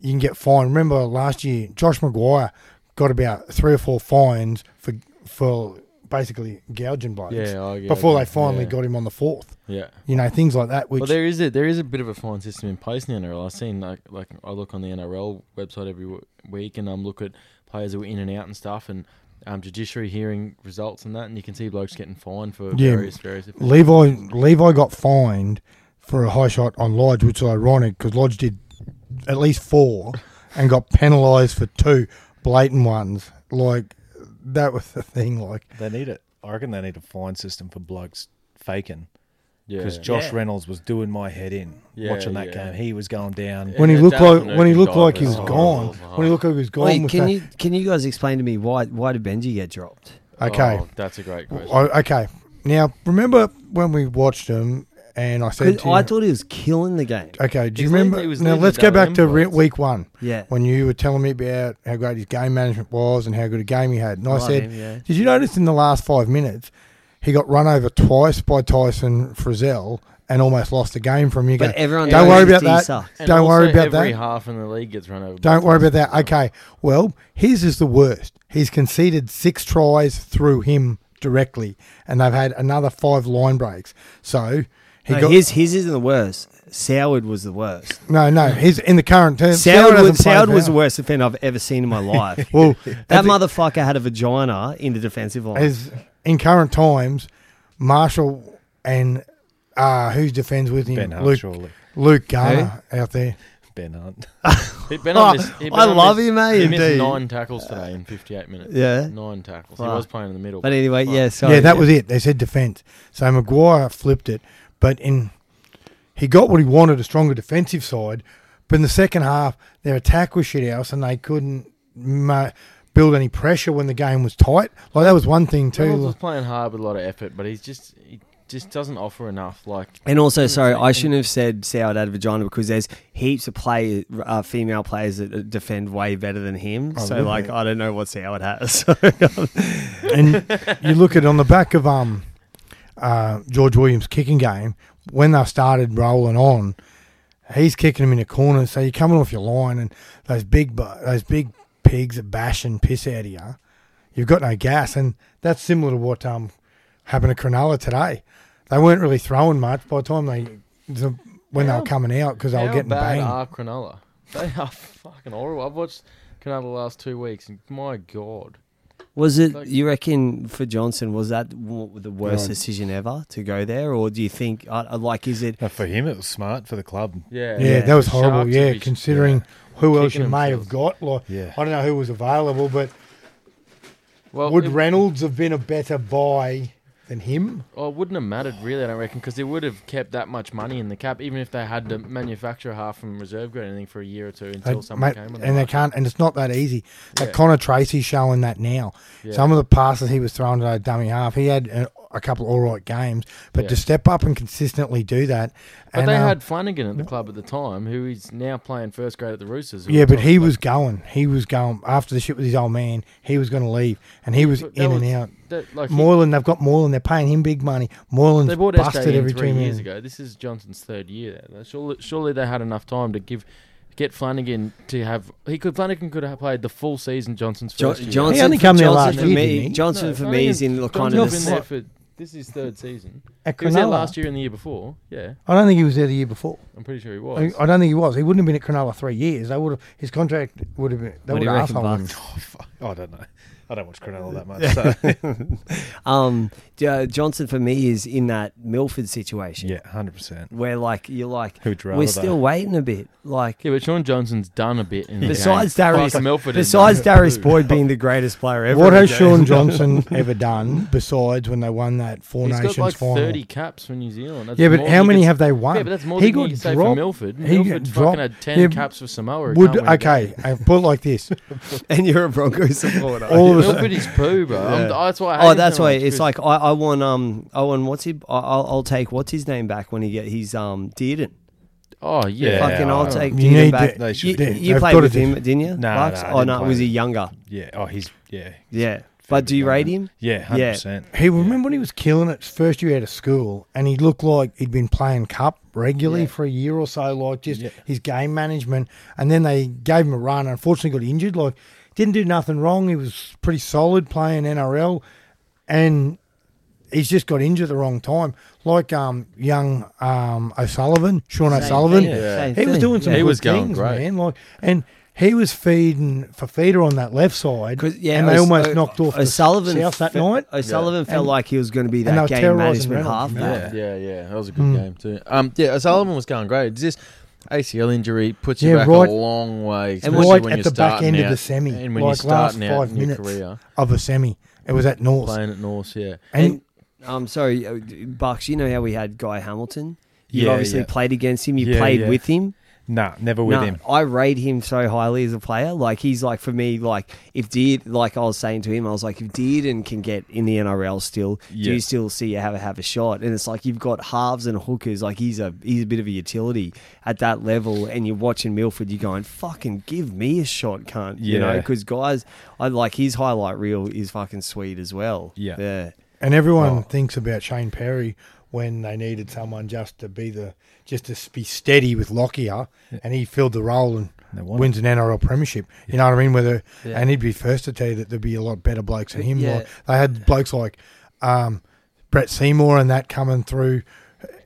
C: you can get fined. Remember last year, Josh McGuire got about three or four fines for for basically gouging blokes
D: Yeah, oh, yeah,
C: before
D: yeah,
C: they finally
D: yeah.
C: got him on the fourth.
D: yeah.
C: You know, things like that. Which
D: Well, there is a there is a bit of a fine system in place in the NRL. I've seen like like I look on the NRL website every w- week and um look at players who are in and out and stuff and um judiciary hearing results and that and you can see blokes getting fined for
C: Yeah.
D: various various.
C: Levi Levi got fined for a high shot on Lodge, which is ironic because Lodge did at least four and got penalised for two blatant ones. Like that was the thing. Like
E: They need it. I reckon they need a fine system for blokes faking
D: Yeah,
E: because Josh
C: Yeah.
E: Reynolds was doing my head in
D: Yeah,
E: watching that
D: yeah.
E: game. He was going down.
D: Yeah.
C: when he
D: that
C: looked
D: Darwin
C: like when he
D: Oaken
C: looked
D: dive
C: like he
D: is
C: was
D: horrible.
C: gone. When he looked like he was gone.
F: Wait,
C: with
F: can
C: that-
F: you can you guys explain to me why why did Benji get dropped?
C: okay.
D: Oh, that's a great question.
C: I- okay. Now remember when we watched him and I said
F: 'Cause
C: to you,
F: I thought he was killing the game.
C: okay, do you
D: He's lead-
C: remember?
D: he was
C: Now
D: leading
C: let's
D: the
C: go back
D: WM
C: to re-
D: votes.
C: week one.
F: Yeah,
C: when you were telling me about how great his game management was and how good a game he had. And I,
F: love
C: said,
F: him, yeah.
C: Did you notice in the last five minutes, he got run over twice by Tyson Frizzell and almost lost the game from you? Go,
F: but everyone
C: Don't
F: knows
C: worry about
F: he
C: that.
F: sucks.
D: And
C: don't worry
D: also
C: about
D: every
C: that.
D: half in the league gets run over. by
C: Don't worry about
D: Titans
C: that.
D: as well.
C: Okay. Well, his is the worst. He's conceded six tries through him directly, and they've had another five line breaks. So he
F: No,
C: got.
F: his his isn't the worst. Soward was the worst.
C: no, no. He's in the current term.
F: Soward
C: hasn't
F: was,
C: played
F: Soward was
C: now.
F: the worst defender I've ever seen in my life.
C: Well,
F: that motherfucker had a vagina in the defensive line.
C: as in current times, Marshall and uh, who defends with him?
E: Ben Hunt,
C: Luke
E: surely.
C: Luke Garner out there.
E: Ben Hunt.
D: He'd been on this,
F: Oh,
D: he'd been
F: I
D: on
F: love
D: this-
F: him, eh,
D: He missed
F: indeed.
D: nine tackles today in 58 minutes.
F: Yeah.
D: nine tackles. He
F: Fuck.
D: was playing in the middle.
F: but anyway,
D: Fuck.
F: yeah, sorry.
C: yeah, that was it. They said defense. So Maguire flipped it, but in he got what he wanted a stronger defensive side. But in the second half, their attack was shit house, and they couldn't ma- build any pressure when the game was tight. Like that was one thing
D: Reynolds was
C: too.
D: playing hard with a lot of effort, but he's just he just doesn't offer enough. Like
F: And also, sorry, I shouldn't have said Soward had a vagina because there's heaps of play, uh, female players that uh, defend way better than him. so,
C: Oh, really?
F: like, I don't know what Soward has. So,
C: and you look at it on the back of um, uh, George Williams' kicking game when they started rolling on, he's kicking him in a corner, so you're coming off your line, and those big bu- those big pigs are bashing piss out of you. You've got no gas, and that's similar to what um, happened to Cronulla today. They weren't really throwing much by the time they the, when they
D: How-
C: were coming out because they were
D: How
C: getting
D: bad
C: banged.
D: are Cronulla? They are fucking horrible. I've watched Cronulla the last two weeks, and my god,
A: Was it
D: Like-
A: you reckon for Johnson? Was that w- the worst
C: Right.
A: decision ever to go there, or do you think
F: uh,
A: I- I- like is it?
E: No, for him, it was smart for the club.
D: yeah,
C: yeah, that was
D: The
C: horrible.
D: Sharks
C: Yeah,
D: would be-
C: considering who else you
D: Kicking
C: may
D: themselves.
C: have got. Like,
E: Yeah.
C: I don't know who was available, but
D: well,
C: would
D: it-
C: Reynolds have been a better buy than him?
D: Oh, it wouldn't have mattered really, I don't reckon, because they would have kept that much money in the cap, even if they had to manufacture half from reserve grade or anything for a year or two until
C: They-
D: someone
C: mate,
D: came. On the
C: and they
D: market.
C: can't, and it's not that easy. Like
D: Yeah.
C: Connor Tracy's showing that now.
D: Yeah.
C: Some of the passes he was throwing to that dummy half, he had a, a couple all right games, but
D: Yeah.
C: to step up and consistently do that,
D: But
C: and,
D: they
C: um,
D: had Flanagan at the club at the time, who is now playing first grade at the Roosters. who
C: yeah,
D: were
C: but
D: top-
C: he
D: like,
C: was going, he was going after the shit with his old man. He was going to leave, and he was
D: that
C: in
D: was-
C: and out.
D: that- like, he-
C: Moylan, they've got Moylan. They're paying him big money. Moylan's
D: they bought
C: busted
D: SJ
C: every
D: in three
C: two
D: years
C: minutes.
D: ago. This is Johnson's third year there. Like, Surely, surely they had enough time to give get Flanagan to have. He could Flanagan could have played the full season. Johnson's
A: Jo-
D: first year.
A: Johnson,
C: only
A: for,
C: come there
A: Johnson
C: last
A: for
C: year,
A: me,
C: didn't he?
A: Johnson
D: No,
A: for me is in the kind of
D: Johnson's
A: the
D: been
A: sl-
D: there for this is third season.
C: At
D: He was there
C: Cronulla.
D: last year and the year before. Yeah,
C: I don't think he was there the year before.
D: I'm pretty sure he
C: I,
D: was.
C: I don't think he was. He wouldn't have been at Cronulla three years. They would have. His contract would have been. They
A: What
C: would
A: do you
C: have
A: reckon,
C: asked him.
A: Buck?
E: Oh, fuck. I don't know. I don't watch Cronulla that much. So.
A: Um, J- uh, Johnson for me is in that Milford situation
E: yeah, hundred percent.
A: where like you're like
E: Who'd rather?
A: we're still waiting a bit. Like
D: yeah, but Sean Johnson's done a bit. In the
A: besides
D: game.
A: Darius,
D: Parker Milford uh, is
A: besides
D: done.
A: Darius Boyd being the greatest player ever.
C: What
A: in
C: has
A: the
C: Sean Johnson ever done besides when they won that Four
D: He's
C: Nations
D: got like
C: final?
D: 30 caps for New Zealand. That's
C: yeah, but
D: more
C: how
D: than
C: many
D: you could-
C: have they won?
D: Yeah, but that's more
C: he
D: than you
C: got
D: can say for
C: dropped-
D: Milford.
C: he got
D: Milford fucking
C: dropped-
D: had 10
C: yeah,
D: caps for Samoa.
C: Would
D: can't win a
C: okay,
D: game.
C: I put it like this.
A: game. and you're a Broncos supporter.
C: All of a
D: Milford
C: sudden,
D: is poo, bro. I'm- that's why I hate
A: Oh,
D: him
A: that's
D: so
A: why
D: much,
A: it's
D: 'cause
A: like I, I want um I want what's he I- I'll, I'll take what's his name back when he get his um Dearden.
D: Oh, yeah.
E: Yeah.
A: Fucking I'll take
C: You
A: Dearden
C: need
A: back.
C: to-
E: They
A: you
E: should-
A: you
C: They've
A: played
C: got to
A: with
C: do-
A: him, didn't you?
E: No,
A: Bucks?
E: no, I
A: oh
E: didn't
A: no,
E: play
A: was he
E: with him.
A: younger?
E: Yeah. Oh, he's yeah.
A: Yeah, but do you rate him?
E: Yeah, hundred percent.
C: he remember when he was killing it first year out of school, and he looked like he'd been playing cup regularly for a year or so, like just
E: Yeah.
C: his game management. And then they gave him a run. Unfortunately, got injured. Like didn't do nothing wrong. He was pretty solid playing NRL, and he's just got injured at the wrong time. Like um, young um, O'Sullivan, Sean O'Sullivan,
A: thing, Yeah. same
C: he was
A: thing.
C: doing some
D: He
C: good
D: was going
C: things,
D: great.
C: man. Like and. He was feeding for feeder on that left side,
A: 'Cause, yeah,
C: and they
A: O'S-
C: almost
A: O-
C: knocked off the
A: O'Sullivan
C: South that
A: fe-
C: night.
A: O'Sullivan felt
C: And-
A: like he was going to be
C: they
A: that
C: were
A: game
C: terrorising
A: management half.
C: Reynolds,
A: back.
C: remember?
D: Yeah, yeah, yeah. That was a good
C: Hmm.
D: game, too. Um, yeah, O'Sullivan was going great. It's just ACL injury puts you
C: Yeah,
D: back
C: right-
D: a long way.
A: And
D: especially
C: right
D: when
C: at
D: you're
C: the back
D: starting
C: end of
D: out-
C: the semi,
D: And when
C: like
D: you're starting
C: last
D: out
C: five
D: in your
C: minutes.
D: career,
C: of a semi. It was at North.
D: playing at North, yeah.
C: and
A: Um, sorry, uh, Bucks. You know how we had Guy Hamilton. You
E: Yeah,
A: obviously
E: yeah.
A: played against him. You
E: Yeah,
A: played
E: yeah.
A: with him.
E: Nah, never with
A: No,
E: him.
A: I rate him so highly as a player. Like he's like for me, like if Deard, like I was saying to him, I was like, if Dearden can get in the NRL still, do
E: Yeah.
A: you still see you have a have a shot? And it's like you've got halves and hookers. Like he's a he's a bit of a utility at that level. And you're watching Milford, you're going, fucking give me a shot, cunt. You know,
E: Yeah.
A: because guys, I like his highlight reel is fucking sweet as well.
E: Yeah.
A: yeah.
C: and everyone
E: Oh.
C: thinks about Shane Perry when they needed someone just to be the just to be steady with Lockyer, and he filled the role and
E: They won
C: wins an NRL premiership. You know what I mean? Whether
A: Yeah.
C: and he'd be first to tell you that there'd be a lot better blokes than him.
A: Yeah.
C: Like, they had blokes like um, Brett Seymour and that coming through.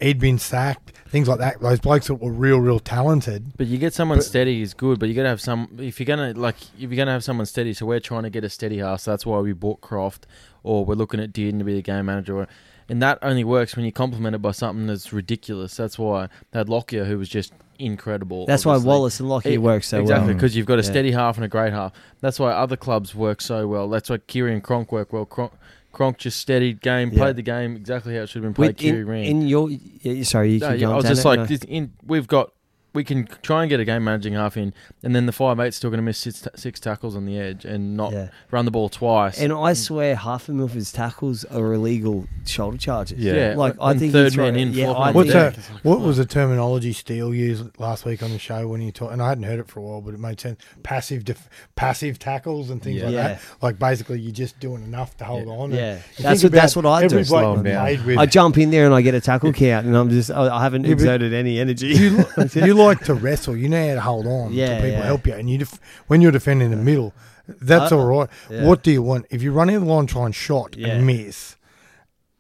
C: He'd been sacked, things like that. Those blokes that were real, real talented.
D: But you get someone steady is good, but you gotta have some. If you're gonna like, if you're gonna have someone steady, so we're trying to get a steady half. So that's why we bought Croft, or we're looking at Dearden to be the game manager. Or, and that only works when you're complemented by something that's ridiculous. That's why they had Lockyer, who was just incredible.
A: That's
D: obviously.
A: why Wallace and Lockyer
D: Yeah,
A: work so
D: exactly
A: well.
D: because you've got a
A: Yeah.
D: steady half and a great half. That's why other clubs work so well. That's why Kiri and Cronk work well. Cronk, Cronk just steadied game,
A: Yeah.
D: played the game exactly how it should have been played.
A: With,
D: Kiri
A: in,
D: ran.
A: in your, yeah, sorry, you
D: No,
A: can go
D: yeah, I
A: on,
D: was
A: Dan,
D: just like,
A: no.
D: this in, we've got, we can try and get a game managing half in, and then the five eight's still going to miss six, ta- six tackles on the edge and not
A: Yeah.
D: run the ball twice.
A: And
C: Mm.
A: I swear, half of Milford's tackles are illegal shoulder charges.
E: Yeah.
A: like I
D: and
A: think
D: third
A: he's right.
D: man in.
A: Yeah,
D: flopping
A: I
D: on
A: think-
C: What's
D: the
A: Yeah.
D: deck.
C: that? What was the terminology Steele used last week on the show when you talked? And I hadn't heard it for a while, but it made sense. Passive, def- passive tackles and things like
A: Yeah.
C: that. Like basically, you're just doing enough to hold on. and
A: Yeah.
C: you
A: That's
C: think
A: what- that's
C: about
A: what I do.
C: every bloke
E: Slow 'em
C: you
E: down.
C: played with.
A: I jump in there and I get a tackle count, and I'm just I, I haven't
C: Yeah, but-
A: exerted any energy.
C: you, li- you like to wrestle. You know how to hold on
G: Yeah,
C: till people
G: yeah.
C: help you, and you def- when you're defending the middle, that's
G: Uh,
C: all right.
G: yeah.
C: What do you want? If you run in the line, try and shot
G: Yeah.
C: and miss,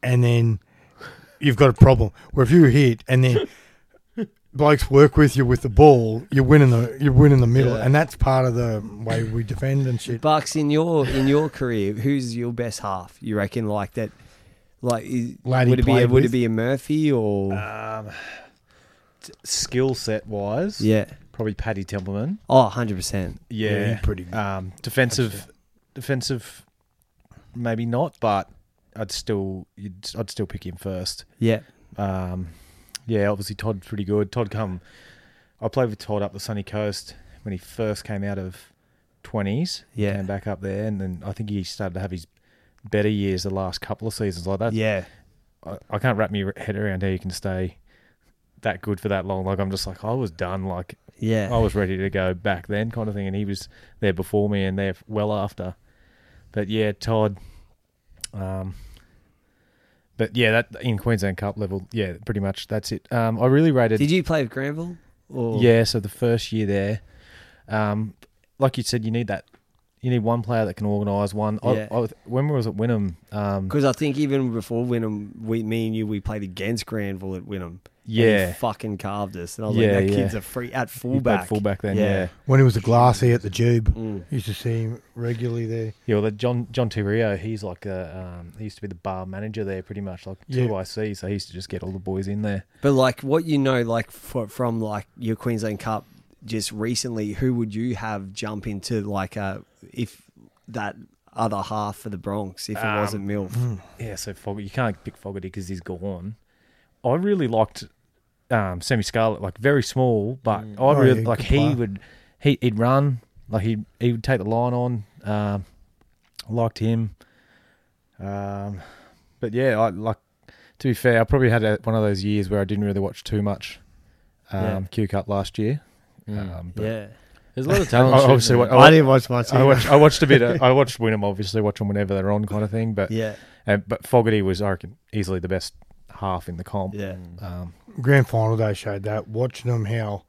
C: and then you've got a problem. Where if you hit and then blokes work with you with the ball, you win in the you win in the middle,
G: Yeah.
C: and that's part of the way we defend and shit.
A: Bucks in your in your career, who's your best half? You reckon like that? Like is-
C: Lad he
A: would it be a,
C: played
A: would it
C: with? Uh,
A: be a Murphy or
E: Skill set wise,
A: yeah?
E: probably Paddy Templeman.
A: Oh, 100 percent.
E: Yeah,
C: he's pretty good.
E: Um, defensive, defensive, maybe not, but I'd still, you'd, I'd still pick him first.
A: Yeah,
E: Um, yeah, obviously Todd's pretty good. Todd come, I played with Todd up the sunny coast when he first came out of twenties.
A: Yeah.
E: came back up there, and then I think he started to have his better years the last couple of seasons. Like that,
A: yeah,
E: I, I can't wrap my head around how you can stay that good for that long. Like I'm just like I was done. Like
A: yeah.
C: Oh,
E: I was ready to go back then, kind of thing. And he was there before me and there well after. But yeah, Todd. Um, but yeah, that in Queensland Cup level, yeah, pretty much that's it. Um, I really rated.
A: Did you play with Granville? Or
E: Yeah, so the first year there, um, like you said, you need that. You need one player that can organise one.
A: Yeah.
E: I, I, when we was at Wynnum, um,
A: Because I think even before Wynnum, we, me and you, we played against Granville at Wynnum. and
E: Yeah.
A: he fucking carved us. And I was
E: Yeah,
A: like, that
E: yeah.
A: kid's a free at
E: you
A: fullback.
E: played fullback then. Yeah, yeah.
C: When he was a glassy at the Jube,
A: Mm.
C: used to see him regularly there.
E: well, the John John Terrio, he's like a, um, he used to be the bar manager there, pretty much like
C: Yeah.
E: two IC. So he used to just get all the boys in there.
A: But like, what you know, like for, from like your Queensland Cup just recently, who would you have jump into like uh if that other half for the Bronx if it wasn't Milf?
E: Yeah, so Fogarty, you can't pick Fogarty because he's gone. I really liked um, Semi Scarlett, like very small, but I
C: Oh,
E: really
C: yeah,
E: like
C: good
E: he
C: player.
E: would he, he'd run like he he would take the line on. Um, I liked him, um, but yeah, I like to be fair. I probably had a, one of those years where I didn't really watch too much um,
A: Yeah.
E: Q Cup last year.
C: Uh,
D: Mm.
E: Um, but
A: Yeah,
D: There's a lot of
E: I,
D: talent.
E: I
D: shooting
E: obviously,
D: there.
E: wa-
H: I
E: I,
H: didn't watch much.
E: I watched, I watched a bit. Of, I watched Wynnum, obviously, watch them whenever they're on, kind of thing. But
A: yeah,
E: uh, but Fogarty was, I reckon, easily the best half in the comp.
A: yeah,
E: Um,
C: grand final day showed that watching them how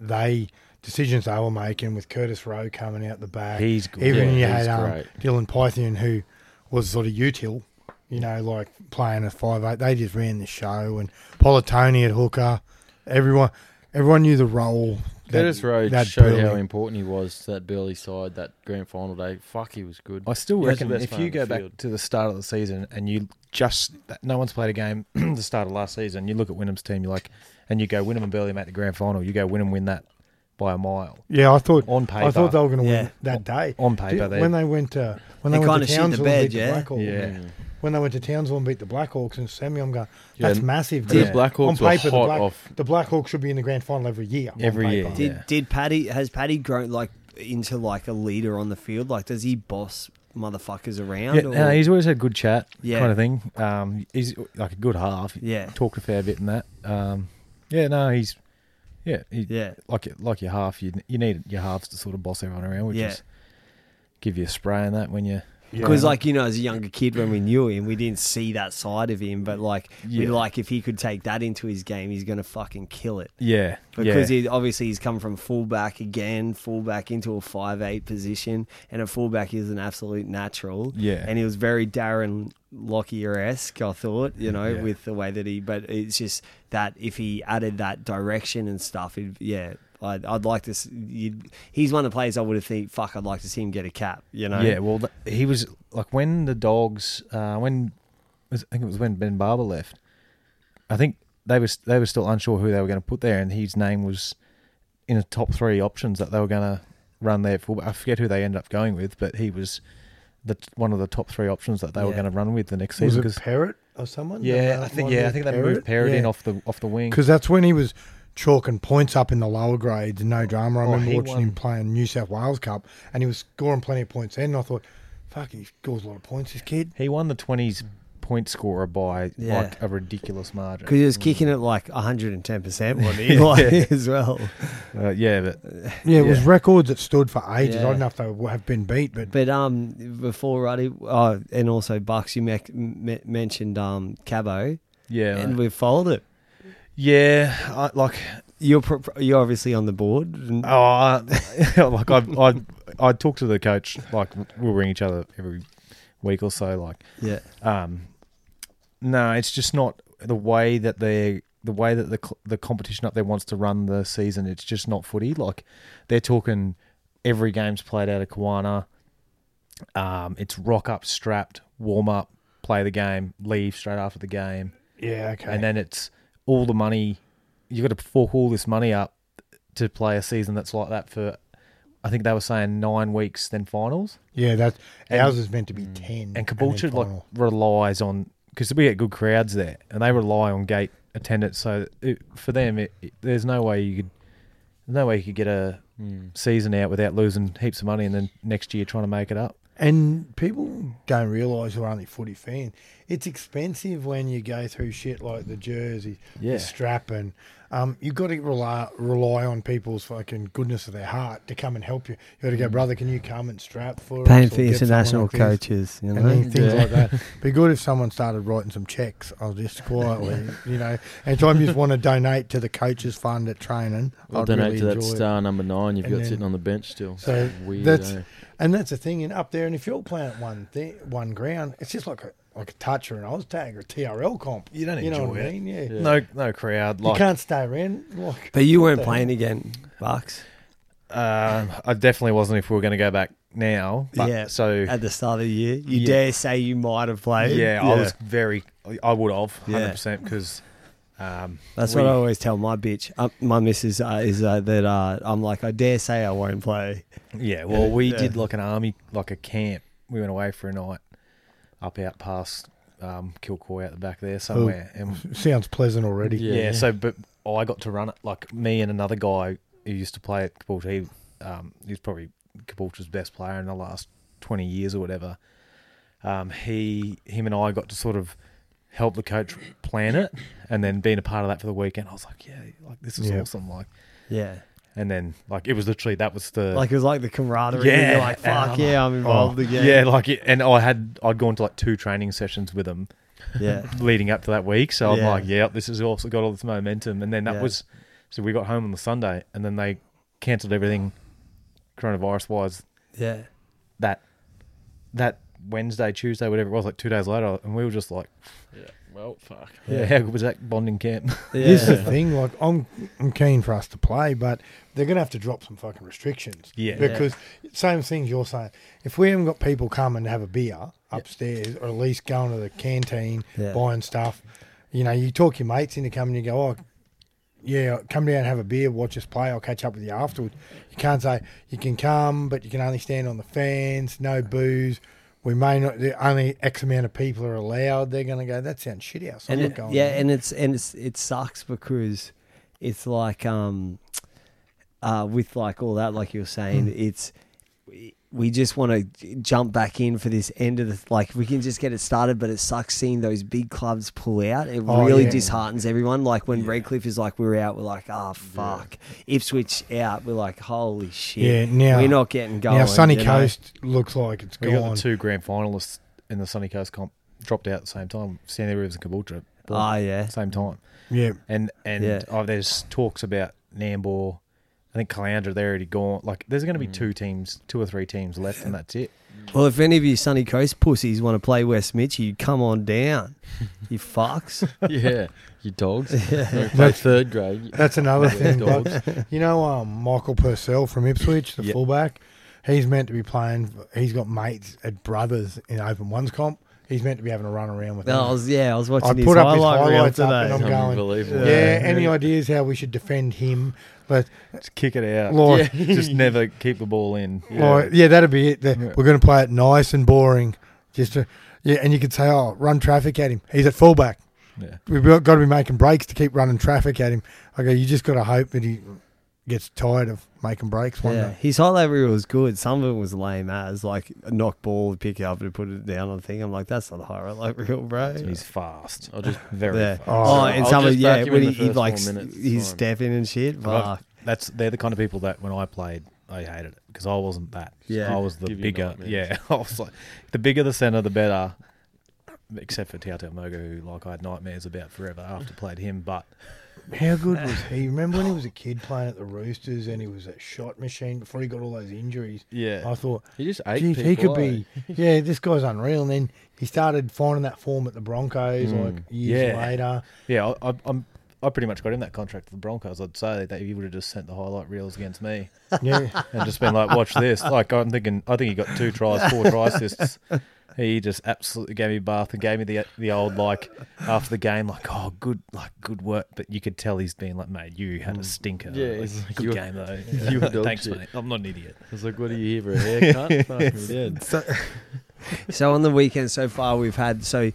C: they decisions they were making with Curtis Rowe coming out the back.
E: He's good.
C: even
E: Yeah,
C: you had
E: he's
C: um,
E: great.
C: Dylan Python who was sort of util, you know, like playing a five eight. They just ran the show and Politone at hooker. Everyone, everyone knew the role. that-
D: Curtis Rowe
C: that
D: showed how
C: Burley-
D: important he was to that Burley side that grand final day. Fuck, he was good.
E: I still
D: He was the
E: reckon
D: best
E: if
D: player
E: you
D: on the
E: go back
D: field.
E: to the start of the season and you just that- no one's played a game the start of last season, you look at Wynnum's team, you like, and you go Wynnum and Burley make the grand final. You go Wynnum win that by a mile
C: Yeah, I thought
E: on paper.
C: I thought they were going to
A: Yeah.
C: win that day.
E: on paper. They,
C: when they went to when they,
A: They kinda
C: went to
A: shit the
C: Townsville
A: bed,
C: and beat
A: yeah?
C: the Blackhawks,
E: yeah,
C: when they went to Townsville and beat the Blackhawks and Sammy, I'm going,
D: Yeah,
C: that's massive.
D: The
C: because
D: Blackhawks
C: on
D: were
C: paper, the,
D: hot
C: Black,
D: off-
C: the Blackhawks should be in the grand final every year. on
E: Every year,
C: paper.
A: Did
E: Yeah.
A: did Paddy has Paddy grown like into like a leader on the field? Like, does he boss motherfuckers around?
E: yeah.
A: or-
E: no, he's always had good chat,
A: Yeah.
E: kind of thing. Um, he's like a good half.
A: Yeah.
E: talked a fair bit in that. Um, yeah, no, he's yeah, he,
A: yeah,
E: like like your half, you you need your halves to sort of boss everyone around, which
A: Yeah.
E: is give you a spray in that when you.
A: Because, like, you know, as a younger kid, when we knew him, we didn't see that side of him. But, like, we
E: Yeah.
A: like if he could take that into his game, he's going to fucking kill it.
E: Yeah,
A: Because
E: yeah.
A: he, obviously he's come from fullback again, fullback into a five eight position, and a fullback is an absolute natural.
E: Yeah.
A: and he was very Darren Lockyer esque, I thought, you know,
E: Yeah.
A: with the way that he. But it's just that if he added that direction and stuff, it, yeah, I'd, I'd like to. s- You'd, he's one of the players I would have think, fuck, I'd like to see him get a cap, you know.
E: Yeah, well, th- he was like when the dogs, uh, when I think it was when Ben Barber left. I think they was they were still unsure who they were going to put there, and his name was in the top three options that they were going to run there for. I forget who they ended up going with, but he was the one of the top three options that they were
A: Yeah.
E: going to run with the next
C: Was
E: season.
C: it
E: 'cause-
C: Parrot or someone? Uh,
E: yeah, I think yeah, I think they moved Parrot in off the off the wing.
C: because that's when he was chalking points up in the lower grades. No drama. I
E: Oh,
C: remember
E: he
C: watching
E: won.
C: him playing New South Wales Cup, and he was scoring plenty of points. Then and I thought, fuck, he scores a lot of points. This kid.
E: He won the twenties point scorer by
A: Yeah.
E: like a ridiculous margin.
A: Because he was kicking it like 110%, wasn't he? Like, as well.
E: Uh, yeah, but
C: Yeah, it was
E: Yeah.
C: records that stood for ages. I
A: Yeah.
C: don't know if they would have been beat, but,
A: But um, before Ruddy, uh, and also Bucks, you mec- me- mentioned um Cabo,
E: yeah,
A: and we followed it.
E: yeah. I, like
A: you're pro- pro- you're obviously on the board. and-
E: Oh, I, like I, I, I talk to the coach. Like we'll ring each other every week or so. Like,
A: yeah,
E: um, no, it's just not the way that they, the way that the cl- the competition up there wants to run the season. It's just not footy. Like, they're talking every game's played out of Kiwana. Um, it's rock up, strapped, warm up, play the game, leave straight after the game
C: Yeah, okay.
E: and then it's all the money you've got to fork all this money up to play a season that's like that for I think they were saying nine weeks, then finals.
C: yeah, that
E: and- mm,
C: ours is meant to be ten. Mm,
E: And
C: then
E: Caboolture like
C: final.
E: relies on because we get good crowds there, and they rely on gate attendance. So it, for them, it, it- there's no way you could, no way you could get a
C: Hmm.
E: season out without losing heaps of money, and then next year trying to make it up.
C: And people don't realise who are only footy fan. It's expensive when you go through shit like the jersey,
D: Yeah.
C: the strap, and um, you've got to rely rely on people's fucking goodness of their heart to come and help you. You got to
E: Mm.
C: go, brother, can you come and strap for us
A: paying
C: or
A: for
C: get someone
A: international
C: like this?"
A: coaches. You
C: And
A: know,
C: then things
D: Yeah.
C: like that. Be good if someone started writing some checks. I'll just quietly, you know. Anytime you just want to donate to the coaches fund at training,
D: I'll
C: I'd
D: donate
C: really
D: to that
C: enjoy it.
D: star number nine you've
C: And
D: got
C: then-
D: sitting on the bench still.
C: So
D: Weird,
C: that's-
D: eh?
C: And that's the thing, and up there, and if you're playing at one thing, one ground, it's just like a like a touch or an Oztag or a TRL comp.
E: You don't
C: you know
E: enjoy
C: what I
E: it.
C: mean? Yeah.
D: Yeah.
E: No, no crowd.
C: You
E: Like
C: can't stay around. Like,
A: but you weren't
C: What the
A: playing again, Bucks,
E: um, I definitely wasn't if we were going to go back now. But,
A: Yeah.
E: So
A: at the start of the year. You
E: Yeah.
A: dare say you might have played.
E: Yeah, I was very. I would have
A: Yeah.
E: hundred percent because. Um,
A: That's
E: we-
A: what I always tell my bitch, uh, my missus, uh, is uh, that uh, I'm like, I dare say I won't play.
E: Yeah, well, we
A: Yeah.
E: did like an army, like a camp. We went away for a night up out past um, Kilcoy out the back there somewhere, and
C: sounds pleasant already.
E: yeah,
D: Yeah, yeah.
E: So, but I got to run it. Like me and another guy who used to play at Caboolture. He, um, he was probably Caboolture's best player in the last twenty years or whatever. Um, he, him, and I got to sort of help the coach plan it, and then being a part of that for the weekend, I was like, yeah, like this is
C: Yeah.
E: awesome. Like,
A: Yeah.
E: and then like it was literally that was the
A: Like it was like the camaraderie.
E: Yeah.
A: You're like,
E: And
A: fuck
E: I'm
A: yeah, I'm involved
E: yeah.
A: again.
E: like it, and I had I'd gone to like two training sessions with him
A: Yeah.
E: leading up to that week, so I'm
A: Yeah.
E: like, yeah, this has also got all this momentum, and then that
A: Yeah.
E: was so we got home on the Sunday, and then they cancelled everything coronavirus wise
A: Yeah.
E: that that Wednesday, Tuesday, whatever it was, like two days later, and we were just like,
D: Yeah. Well, fuck.
E: yeah, how good was that bonding camp?
C: This is
A: Yeah.
C: the thing. Like, I'm I'm keen for us to play, but they're gonna have to drop some fucking restrictions.
E: Yeah. Yeah.
C: Because same things you're saying. If we haven't got people come and have a beer upstairs, or at least going to the canteen,
A: Yeah.
C: buying stuff, you know, you talk your mates into coming. You go, oh, yeah, come down and have a beer, watch us play. I'll catch up with you afterwards. You can't say you can come, but you can only stand on the fans. No booze. We may not. the Only X amount of people are allowed. They're going to go. That sounds shitty house. I'm
A: and
C: not
A: it,
C: going.
A: yeah,
C: there."
A: and it's and it's it sucks because it's like um, uh, with like all that, like you were saying, it's we- we just want to jump back in for this end of the like we can just get it started, but it sucks seeing those big clubs pull out. It
C: Oh,
A: really
C: yeah.
A: disheartens everyone. Like when Redcliffe is like, we're out, we're like, ah, fuck. Ipswich out, we're like, holy shit.
C: Yeah, now-
A: we're not getting going.
C: now Sunny
A: you know?
C: Coast looks like it's
E: we got
C: gone.
E: the two grand finalists in the Sunny Coast comp dropped out at the same time, Sandy Rivers and Caboolture,
A: Ah, yeah.
E: same time.
C: Yeah,
E: and and
A: Yeah.
E: oh, there's talks about Nambour. I think Caloundra they're already gone. Like there's going to
D: Mm.
E: be two teams, two or three teams left, and that's it.
A: Well, if any of you Sunny Coast pussies want to play West Mitchie, come on down. You fucks.
D: yeah. You dogs. You play third grade.
C: that's another thing.
D: dogs.
C: but you know, um, Michael Purcell from Ipswich, the
E: Yep.
C: fullback. He's meant to be playing. He's got mates at Brothers in Open Ones comp. He's meant to be having a run around with.
A: No,
C: them.
A: I was, yeah, I was watching
C: I
A: his,
C: put up his
A: highlight reel
C: highlights up and I'm
A: today.
C: going, yeah,
D: Unbelievable.
C: Any ideas how we should defend him? But
E: Just kick it out.
C: Like-
E: just never keep the ball in.
C: Yeah, like, yeah that'd be it. The-
E: Yeah.
C: We're going to play it nice and boring. Just to, yeah, and you could say, oh, run traffic at him. He's at fullback.
E: Yeah.
C: we've got to be making breaks to keep running traffic at him. I go, you just got to hope that he gets tired of making breaks one
A: Yeah,
C: day.
A: his highlight reel was good. Some of it was lame as, like a knock ball, pick it up and put it down on the thing. I'm like, that's not a highlight reel, bro.
E: He's fast.
D: I'll just.
E: Very
A: There.
E: fast.
A: Oh,
C: Oh,
A: and
D: I'll
A: some of
D: just
A: yeah,
D: back you
A: when
D: in
A: he,
D: the
A: he
D: first four
A: likes
D: minutes, it's
A: he's
D: fine.
A: stepping and shit.
E: But
A: Fuck.
E: That's they're the kind of people that when I played, I hated it because I wasn't that.
A: Yeah.
E: I was the
D: Give you
E: bigger.
D: nightmares.
E: Yeah, I was like the bigger the center, the better. Except for Tao Tao Mogo, who like I had nightmares about forever after played him, but
C: How good was he? Remember when he was a kid playing at the Roosters and he was a shot machine before he got all those injuries?
D: Yeah.
C: I thought,
D: He just ate
C: geez, he
D: people,
C: could be,
A: eh?"
C: yeah, this guy's unreal. And then he started finding that form at the Broncos
A: Mm.
C: like years
E: Yeah.
C: later.
E: Yeah, I, I, I'm. I pretty much got him that contract for the Broncos. I'd say that he would have just sent the highlight reels against me
C: Yeah,
E: and just been like, "Watch this!" Like I'm thinking, I think he got two tries, four try assists. He just absolutely gave me a bath and gave me the the old like after the game, like, "Oh, good, like good work." But you could tell he's been like, "Mate, you had a stinker."
D: Mm. Yeah,
E: Like,
D: he's like,
E: good
D: "You-
E: game though.
D: you were dog
E: Thanks,
D: shit."
E: mate. I'm not an idiot.
D: I was like, what are you here for a haircut? Fucking dead.
A: So on the weekend so far we've had so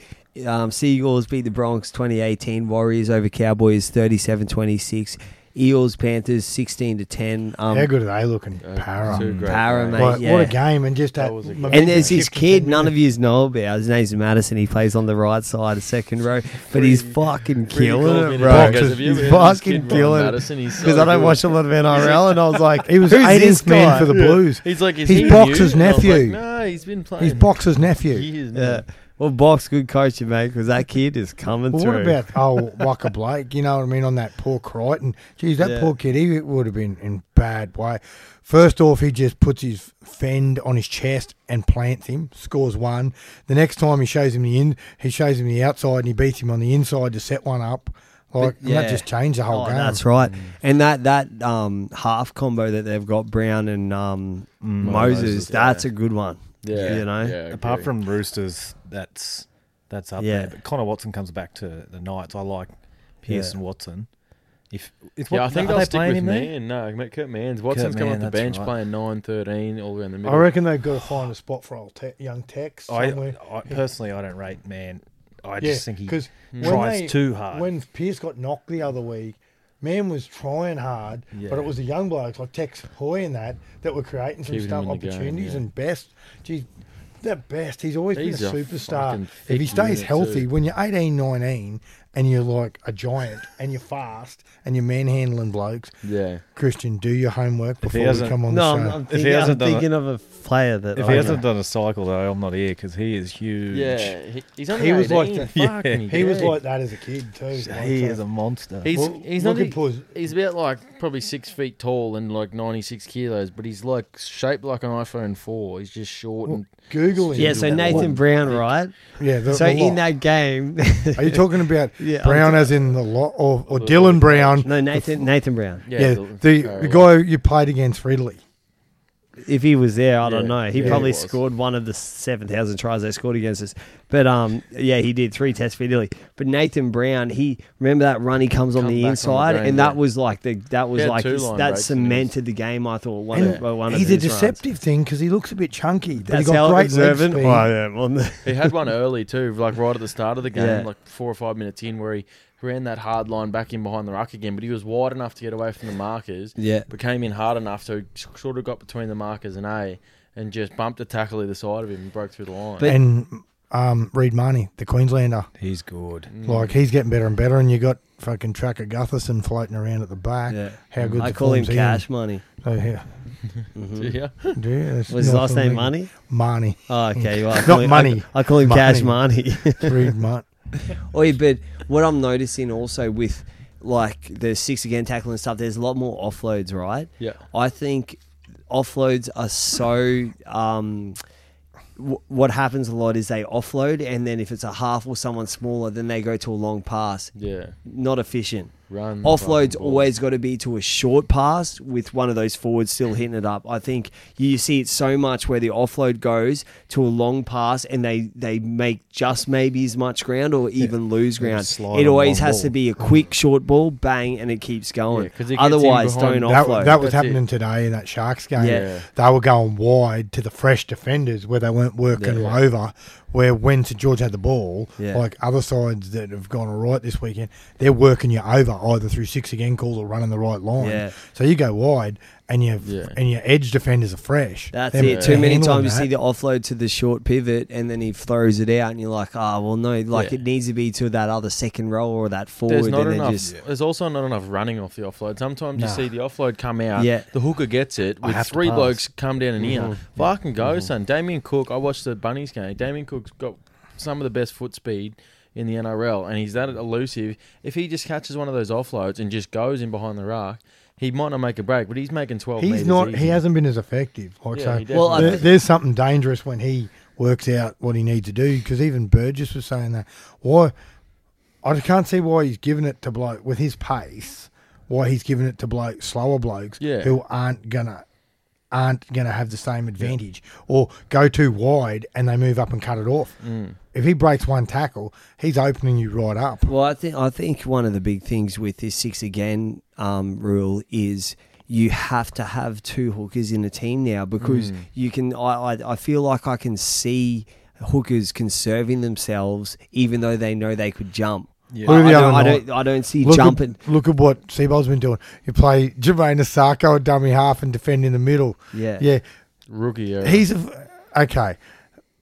A: um, Seagulls beat the Bronx 2018, Warriors over Cowboys 37-26, Eels Panthers 16 to 10. Um,
C: how good are they looking?
D: Uh,
C: Para.
D: two great
A: Para,
D: games.
A: mate.
C: Like,
A: yeah.
C: What a game! And just that.
D: was a good-
C: momentum
A: and there's this
C: shifting
A: kid
C: thing,
A: none of
C: yeah.
A: yous know about. His name's Madison. He plays on the right side, of second row, but he's fucking
D: Really
A: killing
D: cool
A: it,
D: video
A: bro.
D: because
C: Boxers.
D: if you ever
A: He's
D: heard of this
A: fucking
D: kid, Ryan
A: killing it.
D: Madison, he's so
A: Because I don't
D: good.
A: watch a lot of NRL, and I was like,
C: He was
A: Who's this
C: eighth
A: guy?
C: man for the Blues.
D: He's like, is
C: He's
D: he
C: Boxer's
D: new? And I was
C: nephew.
D: Like, no, he's been playing.
C: He's Boxer's nephew.
D: He is now.
A: yeah. Well, box good coaching, mate, because that kid is coming
C: Well,
A: through.
C: what about oh Waka Blake? You know what I mean on that poor Crichton. Geez, that
A: Yeah.
C: poor kid. He would have been in bad way. First off, he just puts his fend on his chest and plants him. Scores one. The next time he shows him the in, he shows him the outside and he beats him on the inside to set one up. Like
A: But,
C: and
A: yeah.
C: that just changed the
A: Oh,
C: whole game.
A: that's right. And that that um, half combo that they've got Brown and um, Moses,
E: Moses,
A: that's a good one.
D: Mm. Yeah.
A: you know.
D: Yeah, I
E: Apart
D: agree.
E: from Roosters, that's that's up
A: Yeah.
E: there. But Connor Watson comes back to the Knights. I like Pierce and Watson. If it's
D: yeah, I
E: what-
D: think
E: are
D: they'll
E: they
D: stick
E: playing
D: with
E: him there?
D: Mann. No, mate, Kurt Mann's. Watson's coming off
E: Mann,
D: the
E: that's
D: bench
E: right.
D: playing 9, 13, all around the middle.
C: I reckon they've got to find a spot for old te- young Tex
E: I,
C: somewhere.
E: I personally, I don't rate man. I
C: yeah,
E: just think he
C: because
E: tries too hard.
C: When Pierce got knocked the other week, man was trying hard, but
D: Yeah.
C: it was the young blokes like Tex Hoy and that that were creating some
D: Keeping
C: stuff,
D: him in the game,
C: opportunities
D: yeah.
C: and best. Geez, that best. He's always
D: He's
C: been
D: a
C: a superstar.
D: fucking
C: If he
D: thick unit
C: stays
D: too.
C: healthy, when you're 18, 19, and you're like a giant and you're fast and you're manhandling blokes,
D: Yeah.
C: Christian, do your homework before we
E: doesn't-
C: come on
A: No,
C: the
A: I'm,
C: show.
A: I'm
E: he
A: thinking, I'm
E: hasn't done it-
A: thinking of a player that
E: if
A: I
E: he
A: know.
E: hasn't done a cycle though, I'm not here because he is huge.
D: Yeah. He, he's only
C: He was like
D: 18.
C: that-
D: Fucking
C: he was
D: good.
C: like that as a kid too. Like,
E: he
C: so-
E: is a monster.
D: He's,
C: Well,
D: he's
C: look
D: not.
C: at
D: e-
C: Paul's-
D: He's about like probably six feet tall and like ninety six kilos, but he's like shaped like an iPhone four. He's just short and
C: Google him.
A: Yeah, so
C: That
A: Nathan
C: one.
A: Brown, right?
C: Yeah, the,
A: So
C: the
A: in
C: lot.
A: that game,
C: Are you talking about
A: Yeah, I'm
C: Brown as in the lot or, or Dylan Brown?
A: no Nathan Nathan Brown.
C: yeah, the, the guy you played against for Italy.
A: If he was there, I don't
D: Yeah,
A: know. He
D: yeah, he
A: probably
D: was.
A: scored one of the seven thousand tries they scored against us. But um, yeah, he did three tests for Italy. But Nathan Brown, he remember that run he comes on
D: Come
A: the
D: back on the
A: inside,
D: ground,
A: and that
D: yeah.
A: was like the that was
D: He had
A: like
D: two
A: his-
D: line
A: that
D: breaks and he was-
A: cemented the game. I thought one
C: And
A: of well, one of
C: he's a
A: his runs.
C: deceptive thing because he looks a bit chunky, but
A: That's
C: he
A: how
C: got great
A: observant
C: leg speed.
A: I am on the
D: He had one early too, like right at the start of the game,
A: Yeah.
D: like four or five minutes in, where he ran that hard line back in behind the ruck again. But he was wide enough to get away from the markers.
A: Yeah.
D: but came in hard enough to sort of got between the markers and A, and just bumped a tackle either side of him and broke through the line.
A: But-
C: And um, Reed Marnie, the Queenslander,
E: He's
D: Mm.
A: Mm.
E: good.
C: like he's getting better and better, and you got fucking Tracker Gutherson floating around at the back.
A: Yeah.
C: How good
A: I
C: the
A: call him
C: form's in.
A: Cash Money.
C: So, yeah,
D: yeah,
C: yeah, that's
A: Was his
C: not
A: last name Money?
C: something. Marnie.
A: Oh, okay. Well, I
C: Not
A: call him- I-
C: money.
A: I call him
C: Money.
A: Cash Money.
C: Reed Marnie.
A: Oi, but what I'm noticing also with like the six again tackling stuff, there's a lot more offloads, right?
D: Yeah.
A: I think offloads are so. Um, w- what happens a lot is they offload, and then if it's a half or someone smaller, then they go to a long pass.
D: yeah,
A: Not efficient.
D: run
A: Offloads
D: Mm, fucking ball.
A: always got to be to a short pass with one of those forwards still hitting it up. I think you see it so much where the offload goes to a long pass and they, they make just maybe as much ground or even lose ground.
E: just slide
A: It
E: on
A: always
E: one
A: has
E: ball.
A: to be a quick short ball, bang, and it keeps going.
D: Yeah, 'cause it gets in
A: Otherwise, don't
D: behind-
C: That,
A: offload.
C: that was
D: That's it.
C: happening today in that Sharks game.
A: Yeah.
C: They were going wide to the fresh defenders where they weren't working
A: Yeah.
C: over. Where when St George had the ball,
A: Yeah.
C: like other sides that have gone all right this weekend, they're working you over either through six again calls or running the right line.
A: Yeah.
C: So you go wide and you
D: Yeah.
C: and your edge defenders are fresh.
A: That's
C: Them-
A: it.
C: to
A: Too many
C: handle
A: times you
C: that.
A: see the offload to the short pivot, and then he throws it out, and you're like, "Ah, well, no, like
D: Yeah.
A: it needs to be to that other second row or that forward."
D: There's not
A: and then
D: enough.
A: Just,
D: There's also not enough running off the offload. Sometimes you
C: Nah.
D: see the offload come out.
A: Yeah.
D: The hooker gets it with
E: have to
D: three
E: pass.
D: blokes come down and
A: Mm-hmm.
D: in. Fucking go, son. Damien Cook. I watched the Bunnies game. Damien Cook's got some of the best foot speed in the NRL, and he's that elusive. If he just catches one of those offloads and just goes in behind the rack, he might not make a break, but he's making twelve.
C: He's
D: metres
C: not.
D: easy.
C: He hasn't been as effective. Like
D: Yeah, he
C: so,
D: Well, I
C: there-
D: think-
C: there's something dangerous when he works out what he needs to do. Because even Burgess was saying that. Why? I just can't see why he's giving it to bloke with his pace. Why he's giving it to bloke slower blokes
D: Yeah.
C: who aren't gonna aren't gonna have the same advantage or go too wide and they move up and cut it off.
D: Mm.
C: If he breaks one tackle, he's opening you right up.
A: Well, I think I think one of the big things with this six again um, rule is you have to have two hookers in a team now
D: Mm.
A: because you can. I, I I feel like I can see hookers conserving themselves even though they know they could jump.
C: Look at
A: I,
C: the
A: don't,
C: other
A: I
C: night.
A: don't. I don't see
C: Look
A: jumping.
C: At, look at what Seabold's been doing. You play Jermaine Asako, a dummy half, and defend in the middle.
A: Yeah.
C: Yeah.
D: rookie error.
C: He's a, okay.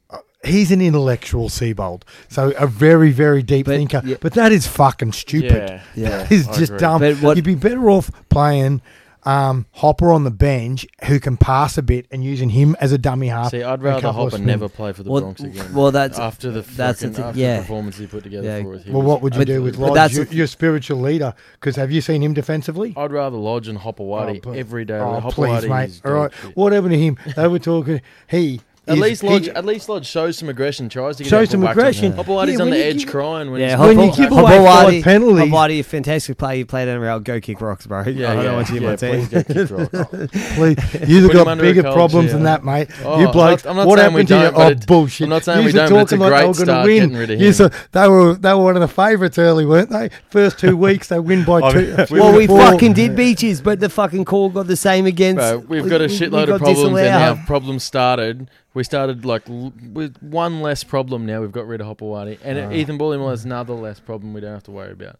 C: Uh, He's an intellectual Seabold. So a very, very deep
A: But-
C: thinker.
A: yeah.
C: But that is fucking stupid.
D: yeah,
A: Yeah.
C: That is
D: I
C: just
D: agree.
C: dumb.
A: But what-
C: You'd be better off playing um, Hopper on the bench who can pass a bit and using him as a dummy half.
D: See, I'd
C: and a
D: rather
C: couple of
D: Hopper
C: spins.
D: never play for the
A: Well,
D: Bronx again.
A: well, that's-
D: after the
A: that's the
D: frickin-
A: thing,
D: after
A: yeah.
D: the performance he put together
A: Yeah.
D: for us. he
C: Well,
D: was
C: what would you
A: But-
C: do with
A: but
C: Lodge?
A: that's
C: You,
A: the-
C: your spiritual leader. Because have you seen him defensively?
D: I'd rather Lodge and Hopperwadi
C: Oh,
D: every day.
C: Oh,
D: Hopperwadi
C: please, mate.
D: is
C: All right.
D: dog shit.
C: What happened to him? They were talking. He
D: At
C: is-
D: least Lodge,
C: he-
D: at least Lodge shows some aggression. Tries to get
C: Shows
D: that
C: some
D: ball back to him.
C: aggression.
D: Hopewadi's
C: Yeah,
D: on
C: when
D: the
C: you
D: edge
C: give-
D: crying when
A: Yeah,
D: he's
C: When
A: Hopper-
C: you give
A: Hopper
C: away five
A: Wadi-
C: penalties-
A: Hopperwadi, a fantastic player. You played NRL. Go kick rocks, bro. I don't want you in my team.
D: please go kick rocks.
C: Please, you've
D: Put him
C: got
D: under
C: bigger
D: a coach,
C: problems
D: yeah.
C: than that, mate.
D: Oh,
C: you
D: I'm
C: blokes,
D: not- I'm not
C: what
D: saying we
C: happened to you?
D: don't, but
C: Oh,
D: it-
C: bullshit.
D: I'm not saying we
C: Yous were
D: don't, but it's a
C: talking like they
D: great
C: were gonna
D: start
C: win.
D: getting rid of
C: Yous
D: him.
C: were- they were they were one of the favourites early, weren't they? First two weeks, they win by two.
A: well, we
C: four.
A: fucking did beaches, but the fucking call got the same against.
D: Bro, we've got a
A: we- we
D: shitload
A: got
D: of problems,
A: disallowed.
D: and our problems started. We started like l- with one less problem. Now we've got rid of Hopewadi, and
C: Ah.
D: Ethan Bullimore is another less problem we don't have to worry about.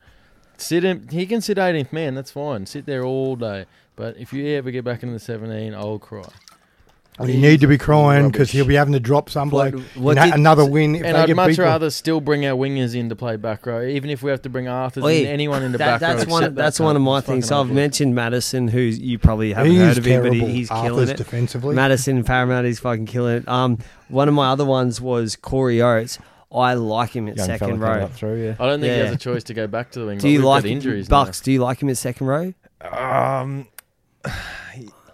D: Sit him. He can sit 18th man. That's fine. Sit there all day. But if you ever get back into the 17, I'll cry.
C: You need to be crying because
D: Rubbish.
C: he'll be having to drop some
A: What-
C: bloke.
A: what
C: Na-
A: did-
C: another win. If
D: and
C: they
D: I'd
C: get
D: much
C: beat by-
D: rather still bring our wingers in to play back row, even if we have to bring Arthur
A: Oi,
D: and anyone in the
A: That,
D: back row.
A: that's
D: except
A: one.
D: that
A: That's one of
D: cunt.
A: my
D: It's
A: things. So
D: fucking
A: I've
D: awful.
A: mentioned Madison, who you probably haven't
C: He
A: heard
C: is
A: of him, but he,
C: terrible.
A: he's
C: Arthur's
A: killing it.
C: defensively.
A: Madison Paramount is fucking killing it. Um, one of my other ones was Corey Oates. I like him at
E: Young fella
A: second
E: coming
A: row.
E: up through, yeah.
D: I don't think he
A: Yeah.
D: has a choice to go back to the wing.
A: Do
D: but
A: you
D: we've
A: like
D: got injuries? now.
A: Bucks? Do you like him at second row?
E: Um,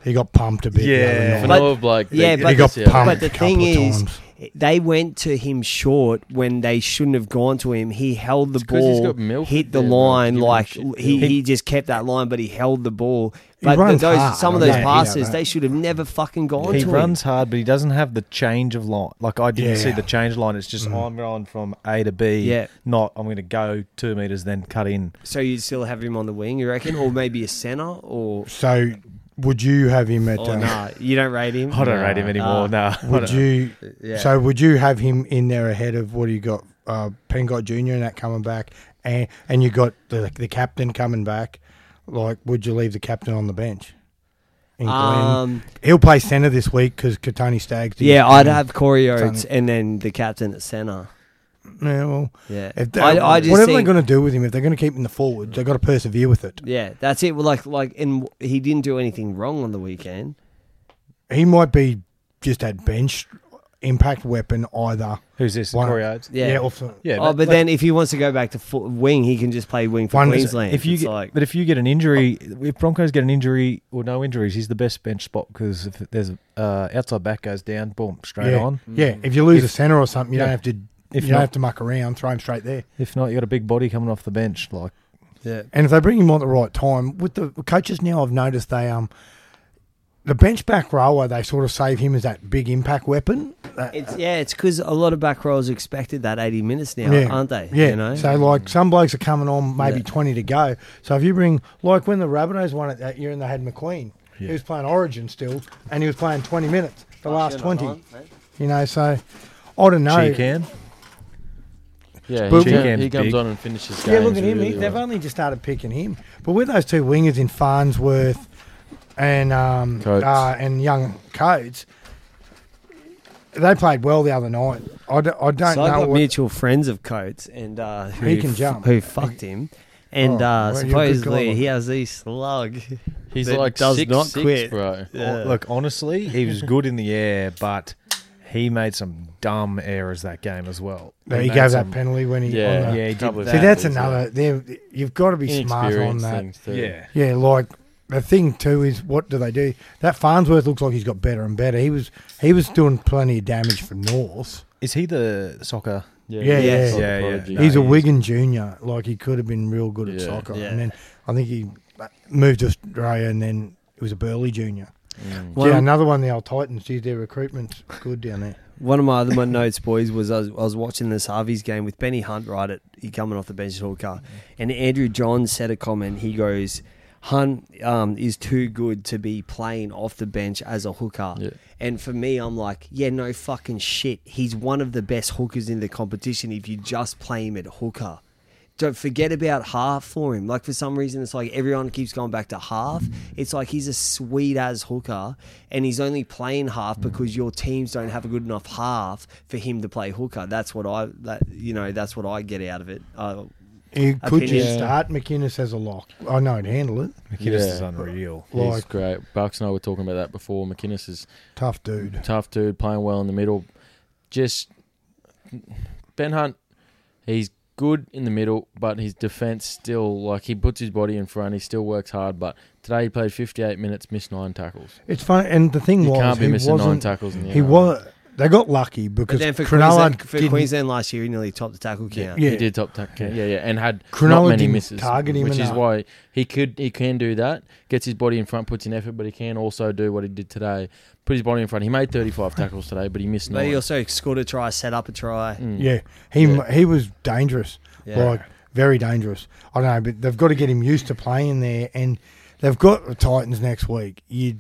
C: he got pumped a bit. the other
E: Yeah.
C: night.
D: For
A: But-
D: Noah Blake, they-
A: yeah,
D: they
A: but-
C: he
D: just-
C: got
D: yeah.
C: pumped.
A: But the
C: a couple
A: thing
C: of
A: is,
C: times.
A: they went to him short when they shouldn't have gone to him. He held the
D: 'cause he's
A: ball,
D: got Milford
A: hit the
D: there, bro.
A: line
D: Give him
A: like
D: shit,
A: he,
D: Bill.
A: he just kept that line, but he held the ball. But
C: runs
A: those
C: hard.
A: some of
C: I
A: those
C: know, you know
A: passes,
C: that.
A: they should have never fucking gone
E: he
A: to
E: runs hard, but he doesn't have the change of line. Like I didn't
C: Yeah.
E: see the change line. It's
C: Mm-hmm.
E: just I'm going from A to B.
A: Yeah.
E: Not I'm going to go two meters, then cut in.
A: him. So you still have him on the wing, you reckon, or maybe a center, or
C: so would you have him
D: Oh,
C: at?
A: or
C: um,
A: nah, you don't rate him.
E: I don't rate him anymore. no. I
C: Would
E: don't-
C: you?
A: Yeah.
C: So would you have him in there ahead of what do you got? Uh, Pengott Junior and that coming back, and and you got the the captain coming back. Like, would you leave the captain on the bench? And Glenn-
A: Um,
C: he'll play centre this week because Katoni Staggs. didn't-
A: yeah, I'd have Corey Oates
C: Son.
A: and then the captain at center.
C: Yeah, well,
A: Yeah,
C: if they,
A: I, I just
C: whatever
A: think,
C: they're going to do with him, if they're going to keep him in the forwards, they've got to persevere with it.
A: Yeah, that's it. Well, Like, like, and he didn't do anything wrong on the weekend.
C: He might be just that bench impact weapon either.
E: Who's this?
C: Why not?
E: Corey Oates?
A: Yeah.
C: yeah off the-
E: Yeah.
A: oh, but then if he wants to go back to full wing, he can just play wing for
C: One-
A: Queensland.
E: if you
A: It's
E: get,
A: like,
E: but if you get an injury, if Broncos get an injury or no injuries, he's the best bench spot because if there's uh, outside back goes down, boom, straight
C: yeah,
E: on.
C: yeah. If you lose a centre or something, you
E: Yeah.
C: don't have to.
E: If
C: you don't
E: not-
C: have to muck around, throw him straight there.
E: If not, you got a big body coming off the bench. Like
A: yeah,
C: And if they bring him on at the right time, with the coaches now, I've noticed they um, the bench back rower they sort of save him as that big impact weapon. That-
A: it's yeah, it's because a lot of back rows expected that eighty minutes now, aren't they?
C: Yeah.
A: you know.
C: So like some blokes are coming on maybe
A: Yeah.
C: twenty to go. So if you bring like when the Rabbitohs won it that year and they had McQueen, he was playing Origin still, and he was playing twenty minutes, the last twenty. you know, so I don't know.
E: she can.
D: Yeah,
C: But-
D: he,
E: Cheekham's
D: he comes
E: big.
D: on and finishes games.
C: Yeah, look at him.
D: really
C: he, they've
D: well.
C: only just started picking him. But with those two wingers in Farnsworth and um,
D: Coates.
C: uh, and young Coates, they played well the other night. I, d- I don't
A: So I
C: know
A: got
C: what.
A: mutual friends of Coates, and uh, who
C: He can
A: f-
C: jump.
A: Who fucked him? And
C: Oh,
A: uh,
C: well, you're a good
A: supposedly
C: goalie.
A: he has a slug.
D: He's
A: that
D: like
A: does
D: six,
A: not
D: six,
A: quit.
D: bro.
E: Look, honestly, he was good in the air, but He made some dumb errors that game as well.
C: But he
E: made
C: gave
E: some-
C: that penalty when he.
D: Yeah,
C: on the-
E: Yeah, he did
D: Couple of
E: that.
C: See, that's
D: penalties,
C: another. There, you've got to be smart on
D: Inexperienced
C: that.
D: things too.
E: Yeah.
C: Yeah, like the thing too is what do they do? That Farnsworth looks like he's got better and better. He was he was doing plenty of damage for North.
E: Is he the soccer?
D: Yeah,
C: Yeah, yeah.
D: sort of
E: Yeah, yeah.
D: prodigy.
E: No,
C: he's a
E: he is.
C: Wigan junior. Like he could have been real good at
D: Yeah.
C: soccer.
A: Yeah.
C: And then I think he moved to Australia and then it was a Burley junior.
D: Mm.
C: yeah,
A: One-
C: another one of the old Titans. Geez, their recruitment's good down there.
A: One of my other my notes, boys, was I, was I was watching this Harvey's game with Benny Hunt right at he coming off the bench at Hooker, and Andrew John said a comment. He goes, "Hunt um, is too good to be playing off the bench as a hooker."
D: Yeah.
A: And for me, I'm like, yeah, no fucking shit. He's one of the best hookers in the competition. If you just play him at hooker, don't forget about half for him. Like for some reason, it's like everyone keeps going back to half. It's like he's a sweet as hooker, and he's only playing half because your teams don't have a good enough half for him to play hooker. That's what I that you know that's what I get out of it. Uh,
C: He could just
A: Opinion.
C: start McInnes as a lock. I know he'd handle it.
E: McInnes is
D: Yeah.
E: unreal.
D: He's
C: Like
D: great. Bucks and I were talking about that before. McInnes is
C: tough dude.
D: tough dude, playing well in the middle. Just Ben Hunt, he's good in the middle, but his defense still like he puts his body in front. He still works hard, but today he played 58 minutes, missed nine tackles.
C: It's fun, and the thing
D: You
C: was,
D: can't be
C: he
D: missing nine
C: wasn't.
D: tackles in the
C: he
D: NRL.
C: was. They got lucky because
A: but then for
C: Cronulla
A: Queensland, for
C: didn't-
A: Queensland last year, he nearly topped the tackle count.
C: Yeah.
D: He did top tackle, yeah, yeah, and had
C: Cronulla
D: not many
C: didn't
D: misses,
C: target him
D: which is
C: enough.
D: why he could he can do that. Gets his body in front, puts in effort, but he can also do what he did today. Put his body in front. He made 35 tackles today, but he missed
A: But
D: nine.
A: he also scored a try, set up a try.
D: Mm.
C: Yeah, he
D: Yeah.
C: he was dangerous,
A: Yeah.
C: like very dangerous. I don't know, but they've got to get him used to playing there, and they've got the Titans next week. You,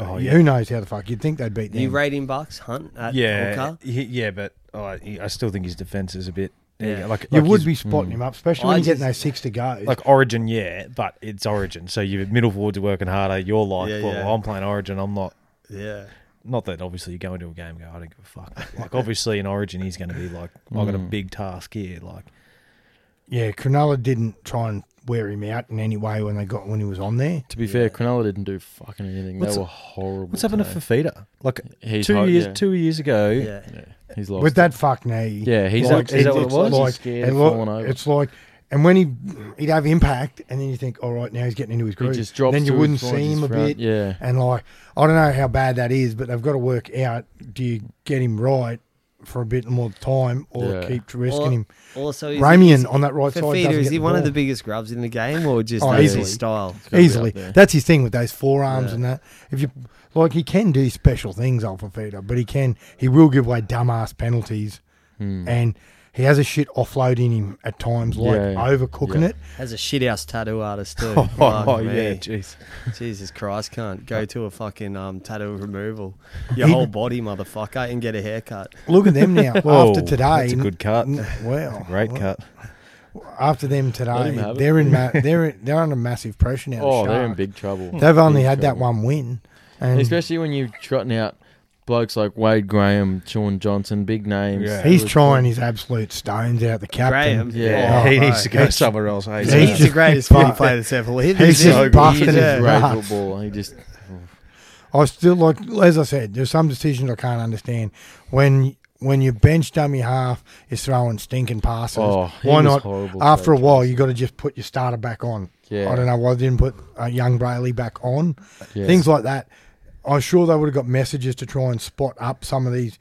E: Oh,
C: you-
E: yeah.
C: who knows how the fuck you'd think they'd beat them?
A: You rate him bucks, Hunt at
E: Yeah,
A: hooker.
E: he- yeah, but oh, he- I still think his defense is a bit.
A: Yeah.
E: Yeah, like
C: You
E: like
C: would
E: his-
C: be
D: mm.
C: spotting him up,
A: I
C: especially when you're
A: just-
C: getting those six to go.
E: like Origin, yeah, but it's Origin. So your middle forwards are working harder. You're like,
A: Yeah,
E: well,
A: yeah.
E: I'm playing Origin. I'm not.
A: Yeah.
E: Not that obviously you go into a game and go, I don't give a fuck. Like obviously in Origin, he's going to be like, I got a
D: Mm.
E: big task here. Like
C: yeah, Cronulla didn't try and wear him out in any way when they got when he was on there.
D: To be fair, Cronulla didn't do fucking anything.
E: What's-
D: they were horrible.
E: what's happened to
D: today.
E: Fafita? Like
D: He's
E: two
D: ho-
E: years,
D: yeah.
E: two years ago,
A: Yeah.
D: Yeah, he's lost.
C: With that fuck knee,
D: yeah, he's
E: Like,
D: up, is that what it
C: it's
D: was?
C: Like,
D: he's scared
C: it
D: of
C: lo-
D: falling over.
C: It's like, and when he he'd have impact, and then you think, all right, now he's getting into his
D: he
C: groove.
D: just drops.
C: then you
D: to his
C: wouldn't
D: front,
C: see
D: his
C: him a
D: front.
C: bit.
D: Yeah,
C: And like, I don't know how bad that is, but they've got to work out: do you get him right for a bit more time, or
D: Yeah.
C: keep risking
A: Or-
C: him?
A: Also, is he-
C: Ramian on that right side
A: Fafita,
C: doesn't
A: is
C: get
A: he
C: the
A: one of
C: ball.
A: the biggest grubs in the game, or just
C: Oh,
A: that's
C: easily.
A: his style?
D: It's gotta be up
C: easily.
D: there.
C: That's his thing with those forearms
A: Yeah.
C: and that. If you like, he can do special things, Alpha Feeder, but he can he will give away dumbass penalties,
D: Hmm.
C: and he has a shit offload in him at times, like
D: Yeah.
C: overcooking
D: Yeah.
C: it.
A: Has a shithouse tattoo artist too.
E: Oh,
A: Fuck
E: yeah,
A: me.
E: jeez.
A: Jesus Christ, can't go to a fucking um, tattoo removal.
C: Yeah.
A: Your whole body, motherfucker, and get a haircut.
C: Look at them now.
E: Whoa,
C: after today,
E: that's a good cut.
C: Wow,
E: Great
C: Well,
E: cut.
C: After them
D: Let
C: today,
D: him have it.
C: they're in ma- they're in, they're under massive pressure now. the
D: Oh, they're in
C: Sharks.
D: big trouble.
C: They've only
D: Big
C: had that
D: trouble.
C: one win, and
D: Especially when you're trotting out blokes like Wade Graham, Sean Johnson, big names.
E: Yeah.
C: he's
D: It was-
C: trying his absolute stones out. The captain,
A: Graham,
D: Yeah.
A: Oh,
E: he
A: no.
E: needs to go
C: He's-
E: somewhere else. Hey,
C: he's
E: so-
A: He's the greatest fucking
C: fucked.
A: player that's ever lived.
C: He's
A: isn't
C: just
A: he?
C: busting
D: He's
C: his
D: a great
C: nuts.
D: footballer. He just
C: I still like as I said, there's some decisions I can't understand. When when your bench dummy half is throwing stinking passes,
D: oh, he
C: why
D: was
C: not?
D: Horrible
C: After a
D: today.
C: while, you got to just put your starter back on.
D: yeah,
C: I don't know why they didn't put uh, young Brayley back on.
D: yeah.
C: things like that. I'm sure they would have got messages to try and spot up some of these.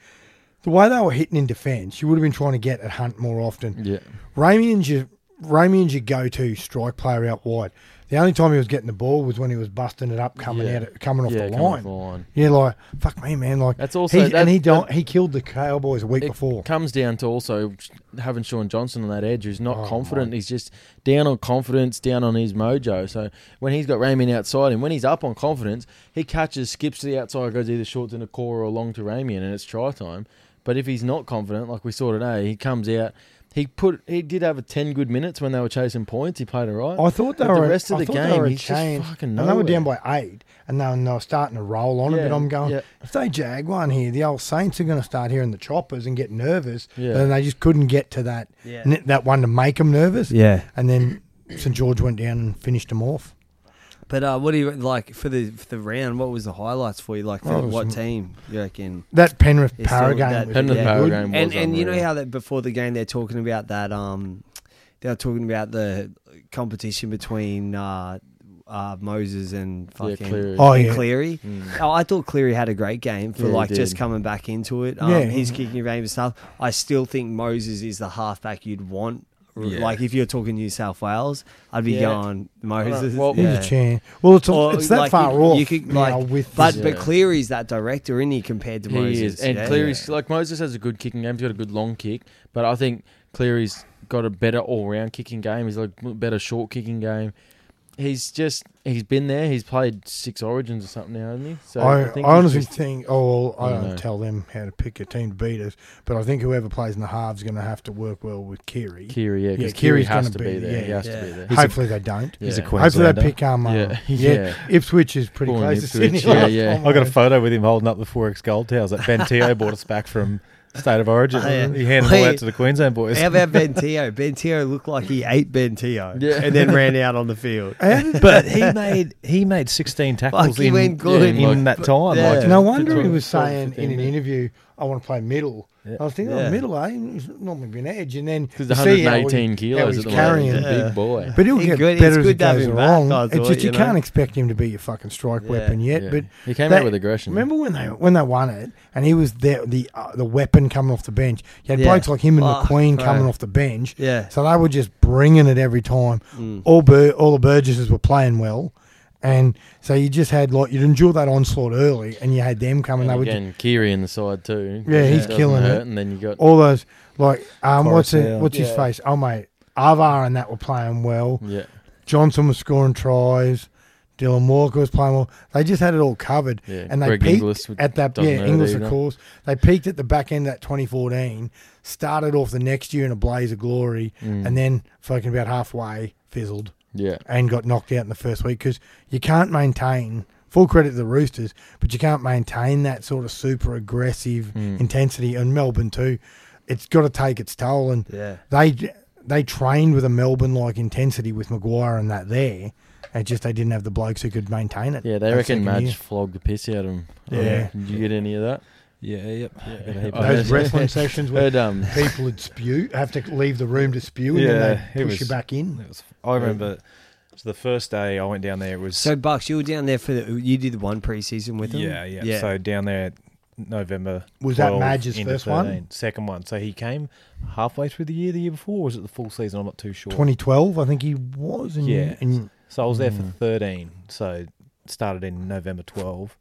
C: The way they were hitting in defence, you would have been trying to get at Hunt more often.
D: yeah,
C: Ramian's your Ramian's your go-to strike player out wide. The only time he was getting the ball was when he was busting it up, coming
D: Yeah.
C: out, coming off
D: yeah,
C: the
D: coming off
C: line.
D: the line.
C: Yeah, like fuck me, man. Like
D: That's also
C: he,
D: that,
C: and he
D: that
C: don't he killed the Cowboys a week
D: it
C: before.
D: comes down to also having Sean Johnson on that edge, who's not
C: Oh,
D: confident.
C: my.
D: He's just down on confidence, down on his mojo. So when he's got Raymond outside him, when he's up on confidence, he catches, skips to the outside, goes either short to Nakora or long to Raymond, and it's try time. But if he's not confident, like we saw today, he comes out. He put he did have a ten good minutes when they were chasing points. He played all right.
C: I thought they
D: But the
C: were
D: rest of
C: I
D: the
C: thought
D: game,
C: they were a
D: he's just
C: change,
D: fucking
C: and they were
D: nowhere.
C: down by eight, and they, were- they were starting to roll on it.
D: Yeah,
C: But I'm going,
D: yeah.
C: if they jag one here, the old Saints are going to start hearing the choppers and get nervous.
D: Yeah.
C: But then they just couldn't get to that
A: Yeah.
C: n- that one to make them nervous.
A: Yeah.
C: And then St George went down and finished them off.
A: But uh, what do you like for the for the round? What was the highlights for you? Like for
C: Oh, it was
A: what
C: m-
A: team you reckon?
C: That Penrith
A: It's
C: Power
A: still
C: game.
A: that-
C: was
D: Penrith
A: Yeah.
D: Power
C: good.
D: game was
A: and and you know
D: unreal.
A: how that before the game they're talking about that um they're talking about the competition between uh, uh, Moses and
D: Yeah,
A: fucking
D: Cleary.
C: Oh,
A: and
C: yeah.
A: Cleary.
D: Mm.
A: Oh, I thought Cleary had a great game for
D: Yeah, he
A: like just
D: did.
A: coming back into it. Um,
C: Yeah.
A: his kicking game and stuff. I still think Moses is the halfback you'd want. R-
D: Yeah.
A: Like if you're talking New South Wales, I'd be
D: Yeah.
A: going Moses.
D: Well,
C: He's
A: yeah.
C: a chance. Well, it's,
A: Or,
C: it's that
A: like,
C: far
A: you-
C: off.
A: you could,
C: now
A: like,
C: with
A: But
C: this-
A: but
D: Yeah.
A: Cleary's that director, isn't he? Compared to
D: He
A: Moses,
D: is, and
A: yeah?
D: Cleary's like Moses has a good kicking game. He's got a good long kick, but I think Cleary's got a better all-round kicking game. He's like a better short kicking game. He's just he's been there. He's played six Origins or something now, hasn't he? So
C: I, I,
D: think he's
C: honestly
D: just-
C: think, oh, well, I
D: I
C: don't
D: dunno.
C: tell them how to pick a team to beat us, but I think whoever plays in the halves going to have to work well with Kiri.
D: Kiri, yeah,
C: Yeah,
D: because Kiri
C: Kiri's
D: has
C: gonna
D: to
C: be
D: be,
C: there,
D: there. He
C: yeah.
D: has to
A: Yeah.
D: be there.
A: He's
C: Hopefully they don't.
E: He's a
D: Yeah.
C: Hopefully
E: Queenslander.
C: they pick um, uh,
D: Yeah.
C: yeah.
D: Yeah.
C: Ipswich is pretty
D: Born in
C: close to Sydney.
D: Ipswich, yeah,
C: last
D: yeah.
C: time
E: I got a
C: went.
E: photo with him holding up the Four X Gold Towers that Ben Teo bought us back from State of Origin.
A: Oh, yeah.
E: He handed it all
A: Wait.
E: out to the Queensland boys.
A: How about Bentio? Bentio looked like he ate Bentio
D: Yeah.
A: and then ran out on the field.
E: but he made he made sixteen tackles
A: Fuck, he
E: in,
A: went good.
E: in
D: Yeah, like-
E: that time.
A: Yeah.
E: Like,
C: No
D: Yeah.
C: wonder he
D: 15,
C: was saying
D: 15
C: in an
D: minutes.
C: interview, I want to play middle.
E: Yeah.
C: I was thinking,
A: Yeah.
C: oh, middle, eh? It's normally been edge. And then
D: Because the
C: you see how he-
D: 118
C: how
D: kilos
C: he's
D: at the
C: carrying.
D: moment, he's a
A: Yeah.
D: big boy.
C: But he'll
A: He's
C: get
A: good- it's
C: better as
A: good
C: it
A: to have
C: goes
A: him back,
C: along.
A: I
C: it's
A: thought,
C: just you,
A: you know.
C: can't expect him to be your fucking strike
A: Yeah.
C: weapon yet.
D: Yeah.
C: But
D: he came
C: that-
D: out with aggression.
C: Remember when they when they won it, and he was the the uh, the weapon coming off the bench. You had
A: Yeah.
C: blokes like him and
A: Fuck,
C: McQueen
A: bro.
C: coming off the bench,
A: Yeah. Mm.
C: so they were just bringing it every time. All Bur- all the Burgesses were playing well, and so you just had like you'd endure that onslaught early, and you had them coming.
D: And
C: they would
D: again, Kiri in the side too.
C: Yeah, he's
D: Doesn't
C: killing
D: hurt,
C: it.
D: And then you got
C: all those like um what's it,
E: Coruscant.
C: what's his
D: Yeah.
C: face? Oh mate, Avar and that were playing
A: Mm.
C: well.
D: yeah,
C: Johnson was scoring tries. Dylan Walker was playing well. They just had it all covered.
D: Yeah,
C: And they
D: Greg
C: peaked
D: Inglis would-
C: at that,
D: doesn't
C: yeah,
D: hurt
C: Inglis, of
D: either.
C: course. They peaked at the back end of that 2014, started off the next year in a blaze of glory,
D: Mm.
C: and then fucking about halfway fizzled
D: yeah.
C: and got knocked out in the first week because you can't maintain, full credit to the Roosters, but you can't maintain that sort of super aggressive
D: Mm.
C: intensity. And Melbourne, too, it's got to take its toll. And
A: Yeah.
C: they they trained with a Melbourne like intensity with Maguire and that there. And just they didn't have the blokes who could maintain it.
D: Yeah, they
C: that
D: reckon
C: second
D: Madge
C: year.
D: flogged the piss out of him.
C: Yeah.
D: Did you get any of that?
E: yeah, yep.
D: I
E: Yeah,
D: heard-
C: Those wrestling sessions where
D: Heard, um,
C: people would spew, have to leave the room to spew, and
E: Yeah,
C: then they
E: it
C: push
E: was-
C: you back in.
E: It was, I remember Um, so the first day I went down there. It was
A: So Bucks, you were down there for the, you did one preseason with him.
E: yeah, yeah, So down there, November
C: Was that
E: 12
C: Madge's
E: into
C: first one?
E: 13, Second one. So he came halfway through the year, the year before, or was it the full season? I'm not too sure.
C: 2012, I think he was. And,
E: Yeah.
C: and
E: So I was there for
A: Hmm.
E: 13. So started in November 12.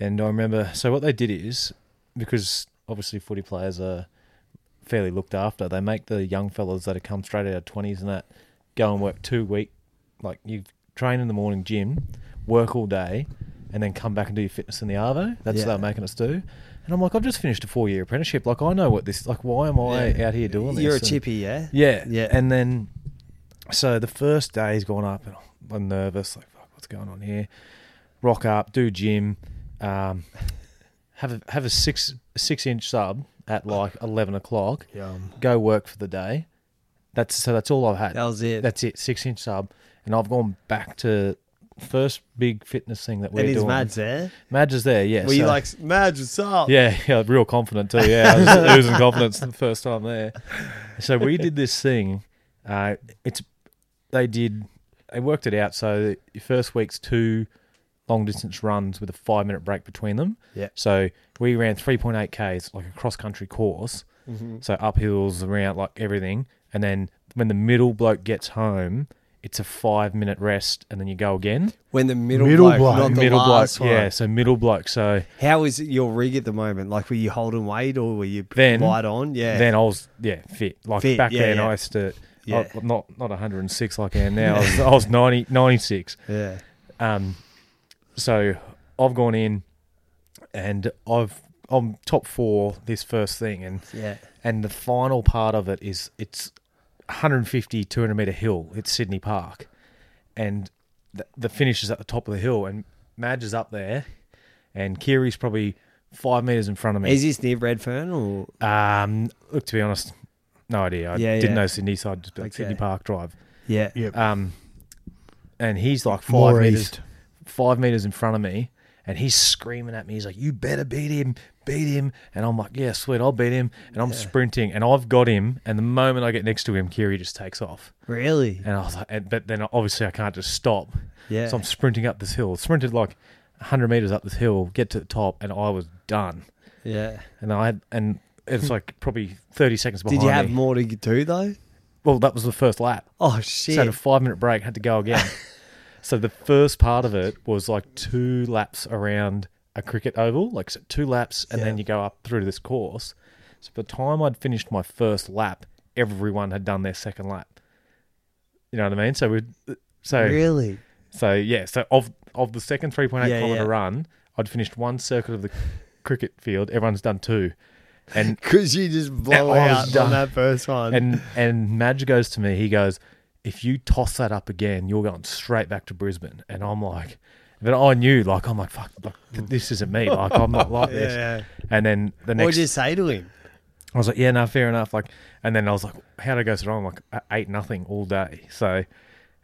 E: And I remember, so what they did is, because obviously footy players are fairly looked after, they make the young fellas that have come straight out of 20s and that go and work two week, like you train in the morning gym, work all day, and then come back and do your fitness in the arvo. That's
A: Yeah.
E: what they're making us do. And I'm like, I've just finished a four year apprenticeship. Like I know what this. Like why am I out here doing this?
A: You're a
E: And-
A: chippy, yeah.
E: yeah.
A: Yeah.
E: And then, so the first day's gone up, and I'm nervous, like, fuck, what's going on here? Rock up, do gym, um, have a, have a six six inch sub at like eleven o'clock. Go work for the day. That's so. That's all I've had.
A: That was it.
E: That's it. Six inch sub, and I've gone back to first big fitness thing that we're
A: and his
E: doing.
A: Mads there.
E: Madge is there. Yeah.
A: Were you
E: so-
A: like Mads? What's up?
E: yeah, yeah, real confident too. Yeah, I was losing confidence the first time there. So we did this thing. Uh, it's they did they worked it out. So your first week's two long distance runs with a five minute break between them.
A: Yeah.
E: So we ran three point eight k's like a cross country course.
A: Mm-hmm.
E: So uphills around like everything, and then when the middle bloke gets home. It's a five minute rest and then you go again.
A: When the middle,
C: Middle
A: bloke,
C: bloke.
A: not the
E: middle
A: last
E: bloke.
A: one.
E: Yeah, so middle bloke. So
A: How is your rig at the moment? Like, were you holding weight or were you
E: Then-
A: light on? Yeah.
E: then I was yeah fit like
A: Fit,
E: back
A: yeah,
E: then
A: yeah.
E: I used to
A: Yeah.
E: I, not not 106 like I am now I was, I was 90 96
A: yeah.
E: um so I've gone in and I've I'm top four this first thing and
A: Yeah.
E: and the final part of it is it's 150 200 meter hill it's Sydney Park and the, the finish is at the top of the hill and Madge is up there and Kiri's probably five meters in front of me
A: Is this near Redfern or
E: um, look, to be honest, no idea. I
A: Yeah,
E: didn't
A: yeah.
E: know Sydney, so I just be like Sydney
A: Okay.
E: Park Drive.
A: yeah?
C: Yep.
E: Um, and he's like five
C: More
E: meters,
C: east.
E: five meters in front of me, and he's screaming at me. He's like, "You better beat him, beat him!" And I'm like, "Yeah, sweet, I'll beat him." And I'm sprinting, and I've got him. And the moment I get next to him, Kiri just takes off.
A: Really?
E: And I was like, and, but then obviously I can't just stop.
A: Yeah.
E: So I'm sprinting up this hill. Sprinted like 100 meters up this hill, get to the top, and I was done.
A: Yeah.
E: And I had, and it was like probably 30 seconds behind
A: Did you have
E: me.
A: more to do though?
E: Well, that was the first lap.
A: Oh
E: So I had a
A: shit!
E: five minute break, had to go again. so the first part of it was like two laps around a cricket oval, like so two laps, and then you go up through this course. So by the time I'd finished my first lap, everyone had done their second lap. You know what I mean? So we, so
A: Really?
E: so yeah, so of of the second three point eight
A: Yeah,
E: kilometer
A: yeah.
E: run, I'd finished one circuit of the cricket field. Everyone's done two, and
A: Because you just blow
E: I was
A: out
E: done.
A: on that first one.
E: and and Madge goes to me. He goes, "If you toss that up again, you're going straight back to Brisbane." And I'm like, "Then I knew, like, I'm like, fuck, like, th- this isn't me. Like, I'm not like this."
A: yeah.
E: And then the
A: What'd
E: next,
A: you say to him?
E: I was like, "Yeah, no, fair enough." Like, and then I was like, "How would I go so wrong?" Like, I ate nothing all day. So,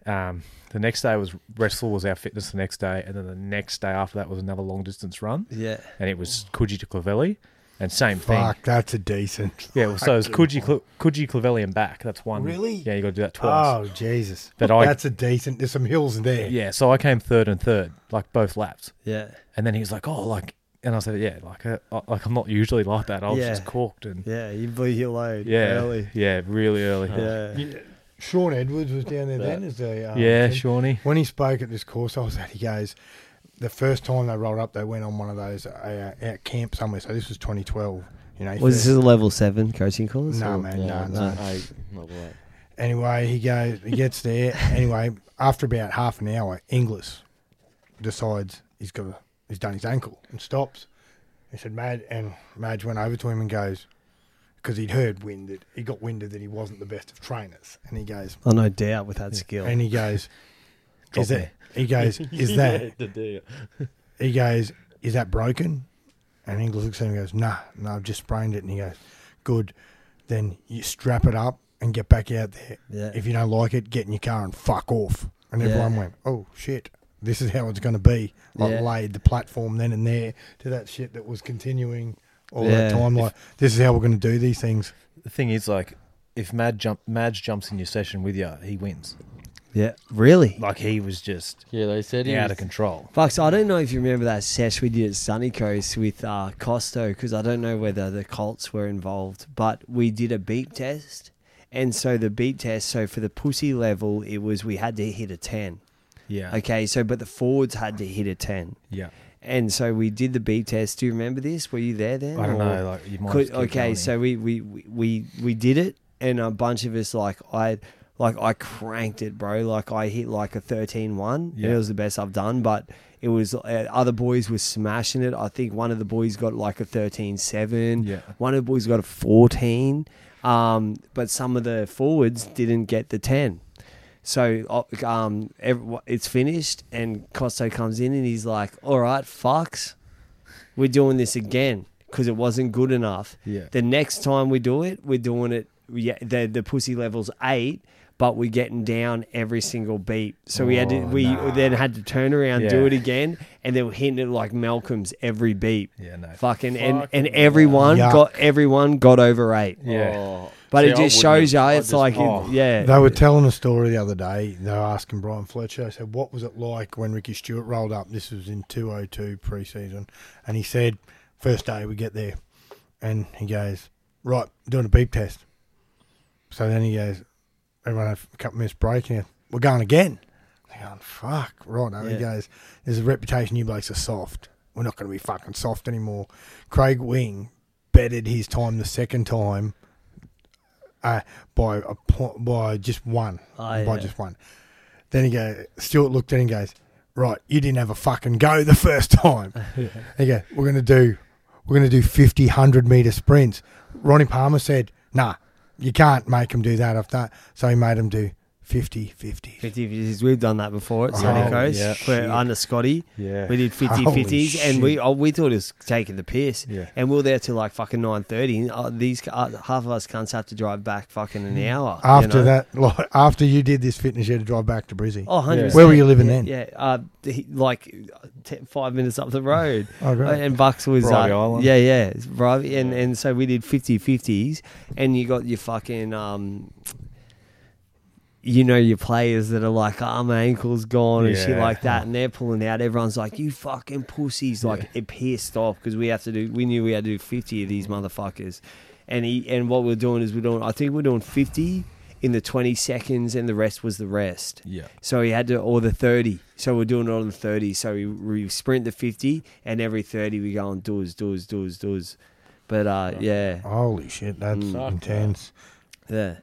E: um, the next day was wrestle was our fitness the next day, and then the next day after that was another long distance run,
A: Yeah.
E: and it was Coogee to Clavelli, and same thing.
C: Fuck, that's a decent.
E: Yeah, well, so it was Coogee, Cl- Coogee Clavelli and back. That's one.
C: Really?
E: Yeah, you got to do that twice.
C: Oh Jesus!
E: But I-
C: that's a decent. There's some hills there.
E: Yeah, so I came third and third, like both laps.
A: Yeah.
E: And then he was like, "Oh, like," and I said, "Yeah, like, uh, I- like I'm not usually like that. I was
A: Yeah.
E: just corked and
A: Yeah. You blew your load.
E: yeah, Oh.
A: Early.
E: yeah, really early.
A: Yeah.
C: You- Sean Edwards was down there then as a um,
E: yeah,
C: thing.
E: Shawnee.
C: When he spoke at this course I was at, he goes, the first time they rolled up, they went on one of those uh, out camp somewhere. So this was 2012. You know,
A: Was
C: first-
A: this a level seven coaching course?
C: No,
A: or-
C: man, no,
D: Yeah, no,
C: no.
D: I, not like-
C: Anyway, he goes, he gets there. anyway, after about half an hour, Inglis decides he's got, a, he's done his ankle and stops. He said, Madge, and Madge went over to him and goes, because he'd heard wind that he got winded that he wasn't the best of trainers, and he goes,
A: Oh no doubt with that skill.
C: and he goes,
E: Drop
C: is that? He goes, is that? he goes, Is that broken? And Inglis looks at him and goes, Nah, no, I've just sprained it. And he goes, Good. Then you strap it up and get back out there.
A: Yeah.
C: If you don't like it, get in your car and fuck off. And
A: Yeah.
C: everyone went, Oh shit, this is how it's going to be. Like
A: Yeah.
C: laid the platform then and there to that shit that was continuing all that
A: Yeah.
C: time. Like, this is how we're going to do these things.
E: The thing is, like, if Mad jump, Madge jumps in your session with you, he wins.
A: yeah. Really?
E: Like he was just
D: yeah, they said he
E: out of
D: was-
E: control.
A: Bucks, I don't know if you remember that sesh we did at Sunny Coast with uh, Costo, because I don't know whether the Colts were involved, but we did a beep test. And so the beep test, so for the pussy level, it was we had to hit a 10.
E: Yeah.
A: Okay, so but the forwards had to hit a 10.
E: Yeah.
A: And so we did the beep test. Do you remember this? Were you there then?
E: I don't
A: or-
E: know. Like you might.
A: Could-
E: have to keep
A: okay,
E: going
A: so we, we we we we did it, and a bunch of us like I like I cranked it, bro. Like I hit like a 13-1. and
E: Yeah.
A: It was the best I've done, but it was uh, other boys were smashing it. I think one of the boys got like a 13-7.
E: Yeah.
A: One of the boys got a fourteen, um, but some of the forwards didn't get the ten. So uh, um, every, it's finished, and Costo comes in and he's like, "All right, fucks, we're doing this again because it wasn't good enough.
E: Yeah.
A: The next time we do it, we're doing it. Yeah, the the pussy levels eight, but we're getting down every single beat. So we had to,
E: Oh,
A: we
E: nah.
A: then had to turn around, do
E: Yeah.
A: it again, and they were hitting it like Malcolm's every beat.
E: Yeah, no.
A: Fucking and and
E: Fucking
A: everyone
C: yuck.
A: got everyone got over eight.
E: Yeah.
D: Oh.
A: But
D: See,
A: it
D: I
A: just
D: wouldn't
A: shows you,
D: have- I
A: it's
D: just-
A: like, it-
D: oh.
A: yeah,
C: They were telling a story the other day. They were asking Brian Fletcher, I said, What was it like when Ricky Stewart rolled up? This was in 202 pre season. And he said, First day we get there. And he goes, Right, doing a beep test. So then he goes, Everyone have a couple minutes break. And he goes, we're going again. They're going, Fuck, right. He
A: Yeah.
C: goes, There's a reputation you blokes are soft. We're not going to be fucking soft anymore. Craig Wing bettered his time the second time uh, by a po- by just one,
A: Oh,
C: by
A: yeah.
C: just one. Then he goes. Stuart looked at him and goes, "Right, you didn't have a fucking go the first time." He goes, "We're gonna do, we're gonna do 50, 100 meter sprints." Ronnie Palmer said, "Nah, you can't make him do that after." that." So he made him do 50 50.
A: 50 50s. We've done that before at Sunny
C: Oh,
A: Coast.
E: yeah.
A: We're
C: Shit.
A: under Scotty.
E: Yeah.
A: We did 50
C: Holy
A: 50s and we oh, we thought it was taking the piss.
E: Yeah.
A: And we we're there till like fucking 9.30. Uh, these, c- uh, half of us cunts have to drive back fucking an hour. you
C: Mm. After
A: know?
C: that, like, after you did this fitness, you had to drive back to Brizzy.
A: Oh, 100%.
C: Where were you living
A: yeah,
C: then?
A: Yeah, uh, he, like uh, te- five minutes up the road.
C: Oh,
A: Uh,
C: right.
A: And Bucks was.
E: Bribey
A: uh,
E: Island.
A: Yeah, yeah. it's Bribey. And, and so we did 50 50s, and you got your fucking. Um, you know your players that are like, "Ah, my ankle's gone" and shit
E: Yeah.
A: like that, and they're pulling out. Everyone's like, "You fucking pussies!" Like it pissed off because we have to do. We knew we had to do fifty of these motherfuckers, and he and what we're doing is we're doing. I think we're doing fifty in the twenty seconds, and the rest was the rest.
E: Yeah.
A: So he had to, or the 30. So we're doing it on the 30. So we, we sprint the 50, and every 30 we go on doors, doors, doors, doors. But uh, yeah, Mm.
C: Holy shit, that's
D: Fuck
C: intense.
A: yeah.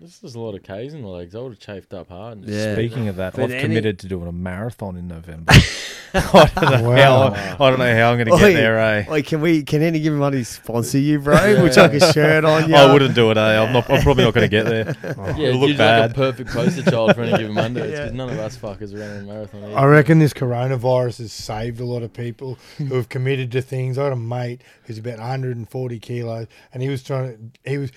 D: This is a lot of K's in the legs. I would have chafed up hard. And
A: Yeah.
E: Speaking of that,
A: But
E: I've
A: any-
E: committed to doing a marathon in November. I, don't know
C: Wow.
E: how, I don't know how I'm going to
A: Oi.
E: get there, eh?
A: Like, can we? Can any anybody sponsor you, bro? We'll chuck a shirt on you.
E: I wouldn't do it, eh? I'm, not, I'm probably not going to get there.
D: yeah,
E: It'll look
D: you'd like
E: bad.
D: a perfect poster child for any given Monday. It's 'cause none of us fuckers are running a marathon. Either.
C: I reckon this coronavirus has saved a lot of people who have committed to things. I had a mate who's about 140 kilos, and he was trying to he was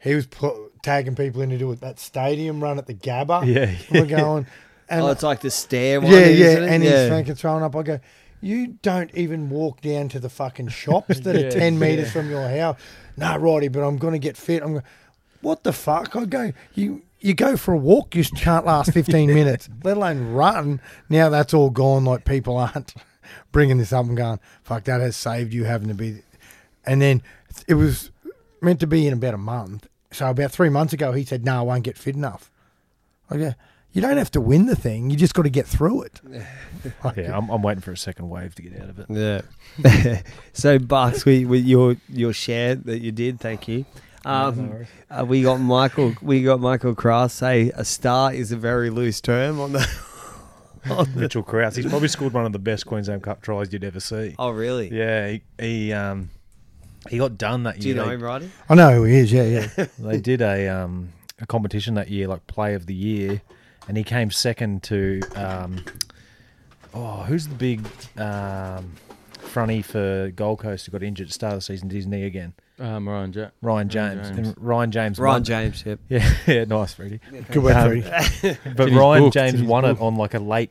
C: he was pl- tagging people in to do it that stadium run at the Gabba.
E: Yeah.
C: we're going. And
A: Oh, it's like the stair one.
C: yeah,
A: isn't
C: yeah,
A: it?
C: and
A: yeah.
C: he's fucking throwing up. I go, you don't even walk down to the fucking shops that
D: Yeah,
C: are ten meters from your house. Nah, righty, but I'm gonna get fit. I'm going, what the fuck? I go, you you go for a walk, you can't last fifteen minutes, let alone run. Now that's all gone. Like people aren't bringing this up and going, fuck, that has saved you having to be. And then it was meant to be in about a month. So about three months ago, he said, no, I won't get fit enough. I go, you don't have to win the thing. You just got to get through it.
E: Yeah, I'm, I'm waiting for a second wave to get out of it.
A: Yeah. so, Bucks, we, we your your share that you did, thank you. Um, uh, we got Michael. We got Michael Kraus say a star is a very loose term on the.
E: Mitchell Krause, he's probably scored one of the best Queensland Cup tries you'd ever see.
A: Oh, really?
E: Yeah, he he, um, he got done that
A: Do you
E: year.
A: know
E: They-
A: him, Roddy?
C: I know who he is. Yeah, yeah.
E: they did a um, a competition that year, like play of the year, and he came second to um, oh, who's the big um, fronty for Gold Coast who got injured at the start of the season, did his knee again.
D: Uh, Mariah Jack.
E: Ryan James.
D: James.
E: And Ryan James. won-
A: Ryan James. Yep.
E: Yeah, yeah, nice, Freddie.
C: Good way
E: Um,
C: through.
E: But
D: He's
E: Ryan
D: booked.
E: James
D: He's
E: won it on like a late,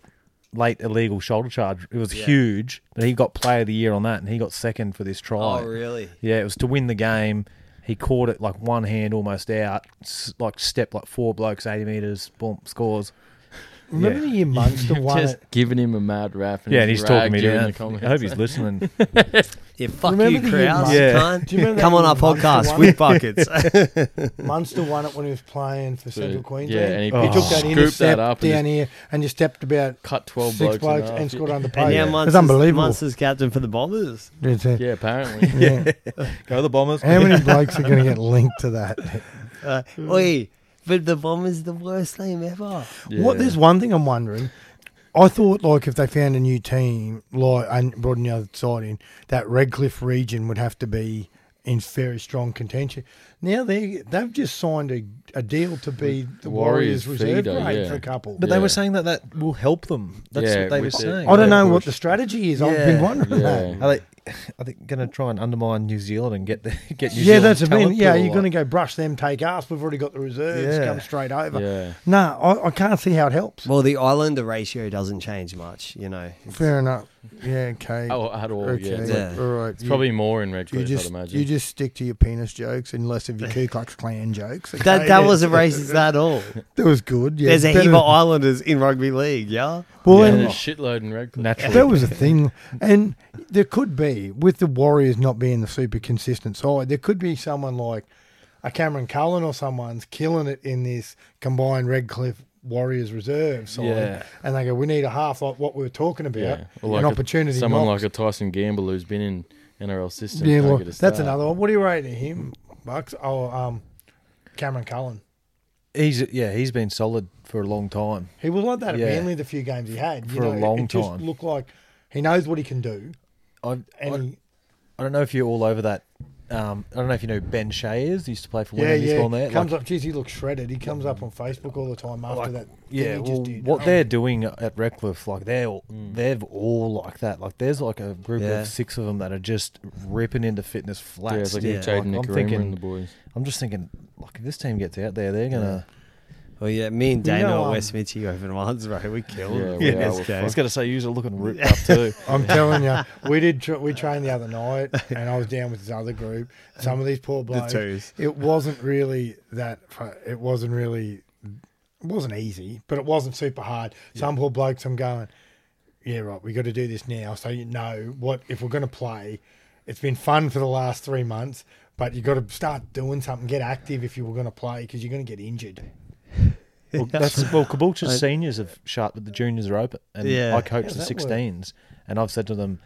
E: late illegal shoulder charge. It was huge, but he got player of the year on that, and he got second for this try.
A: Oh, really?
E: Yeah, it was to win the game. He caught it like one hand almost out, s- like step like four blokes, 80 metres, boom, scores.
C: Remember the year Munster won
D: Just
C: it?
D: giving him a mad rap. And
E: yeah, and he's talking me
D: ragged you in
E: down.
D: the comments.
E: I hope he's listening.
A: Yeah. Fuck
C: Remember
A: you,
C: the year
A: Kraus.
C: Munster-
E: Yeah.
A: cunt.
C: Do you remember
A: Come
C: that
A: on our
C: year Munster
A: podcast
C: won Oh,
A: with
C: it?
A: buckets.
C: Munster won it when he was playing for
D: So,
C: Central
D: Yeah,
C: Queensland.
D: and he,
E: Oh.
C: he took that
D: scooped
C: intercept
D: that up
C: down
D: and just
C: here and you stepped about
D: cut 12
C: six
D: blokes, in
C: blokes
D: half.
C: and scored under
A: and
C: par.
A: now
C: Yeah.
A: Munster's,
C: It's unbelievable.
A: Munster's captain for the Bombers.
C: It's a-
D: Yeah, apparently.
C: yeah.
E: Go the Bombers.
C: How many blokes are going to get linked to that?
A: Uh,
C: Hmm.
A: oi, but the Bombers the worst name ever.
C: What?
D: Yeah.
C: There's one thing I'm wondering. I thought like if they found a new team, like and brought another side in, that Redcliffe region would have to be in very strong contention. Now they they've just signed a, a deal to be the Warriors,
D: Warriors
C: reserve
D: feeder,
C: grade
D: yeah.
C: for a couple.
E: But they
D: Yeah.
E: were saying that that will help them. That's
D: Yeah,
E: what they were
D: with the-
E: saying.
C: I don't know
D: Yeah,
C: what
D: push.
C: the strategy is. I've been
E: Yeah.
C: wondering that.
D: yeah.
E: Are they, are they going to try and undermine New Zealand and get the, get New
C: yeah,
E: Zealand?
C: that's a mean.
E: talent
C: Yeah,
E: pool,
C: you're going to
E: like-
C: go brush them, take us. We've already got the reserves.
E: Yeah.
C: Come straight over.
D: Yeah.
C: No, I, I can't see how it helps.
A: Well, the Islander ratio doesn't change much, you know.
C: Fair enough. Yeah. Okay.
D: Oh, at all,
C: okay.
D: yeah. It's,
A: Yeah.
C: All right.
D: it's probably more in Red
C: You
D: Cliff, I'd
C: just
D: imagine.
C: you just stick to your penis jokes and less of your Ku Klux Klan jokes. okay?
A: That that wasn't racist at all.
C: that was good. Yeah,
A: There's a
C: Better-
A: heap of Islanders in rugby league, yeah.
C: well,
D: yeah,
C: and
D: there's a shitload in Red Cliff.
E: Naturally.
C: that was a thing, and there could be with the Warriors not being the super consistent side, there could be someone like a Cameron Cullen or someone's killing it in this combined Redcliffe Warriors reserve side,
E: Yeah.
C: and they go, we need a half like what we were talking about,
D: Yeah. Or
C: an
D: like a-
C: opportunity.
D: Someone
C: knocks.
D: like a Tyson Gamble who's been in NRL system.
C: yeah,
D: can't
C: well,
D: get
C: that's
D: a start.
C: another one. What are you rating him, Bucks? Oh, um, Cameron Cullen.
E: He's yeah, he's been solid for a long time.
C: He was like that at
E: Yeah.
C: Manly the few games he had. You
E: For a
C: know, it-
E: long
C: it just
E: time.
C: looked like he knows what he can do.
E: I I,
C: And he,
E: I don't know if you're all over that Um, I don't know if you know who Ben Shea is. He used to play for
C: Yeah,
E: Wigan. He's
C: yeah.
E: gone there.
C: Comes
E: Like,
C: up, geez, he looks shredded. He comes up on Facebook all the time after
E: like,
C: that. thing
E: yeah,
C: he
E: well,
C: just did. Oh, um, Mm.
E: what they're doing at Redcliffe, like they're all, they've all like that. Like there's like a group
A: Yeah.
E: of six of them that are just ripping into fitness flats.
D: Yeah, it's like
A: Yeah.
D: yeah, Jaden
E: Like, I'm
D: Nicarima
E: thinking-
D: and the boys.
E: I'm just thinking, like if this team gets out there, they're gonna.
A: Well, yeah, me and
C: You
A: Dana
C: know,
A: at
C: um,
A: West Mitchie open ones, bro. We killed
D: Yeah,
A: them.
D: we
A: in
D: are,
A: this
D: we're
E: I
A: game.
E: was gonna say you're looking ripped up too.
C: I'm telling you, we did. Tra- we trained the other night, and I was down with this other group. Some of these poor blokes.
A: twos.
C: It wasn't really that. fu- It wasn't really. It wasn't easy, but it wasn't super hard. Some poor blokes. I'm going. Yeah, right. We got to do this now. So you know what? If we're going to play, it's been fun for the last three months, but you got to start doing something. Get active if you were going to play, because you're going to get injured.
E: Well, that's well, Caboolture's seniors have shut, but the juniors are open, and
A: Yeah.
E: I coach the
C: How's that work?
E: 16s, and I've said to them,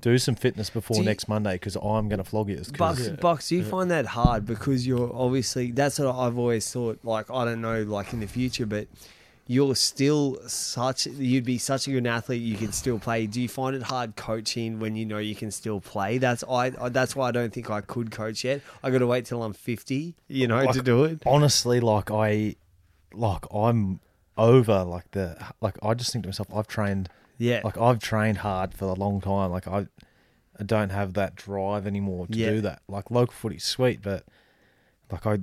E: do some fitness before
A: Do you-
E: next Monday because I'm going to flog you. 'cause-
A: Bucks, Bucks, do you find that hard because you're obviously that's what I've always thought. Like I don't know, like in the future, but you're still such you'd be such a good athlete. You can still play. Do you find it hard coaching when you know you can still play? That's I. I- That's why I don't think I could coach yet. I got to wait till I'm fifty, you know, to
E: Like,
A: do it.
E: Honestly, like I, like I'm over like the like I just think to myself, I've trained,
A: Yeah.
E: like I've trained hard for a long time. Like I, I don't have that drive anymore to
A: Yeah.
E: do that. Like local footy's sweet, but like I,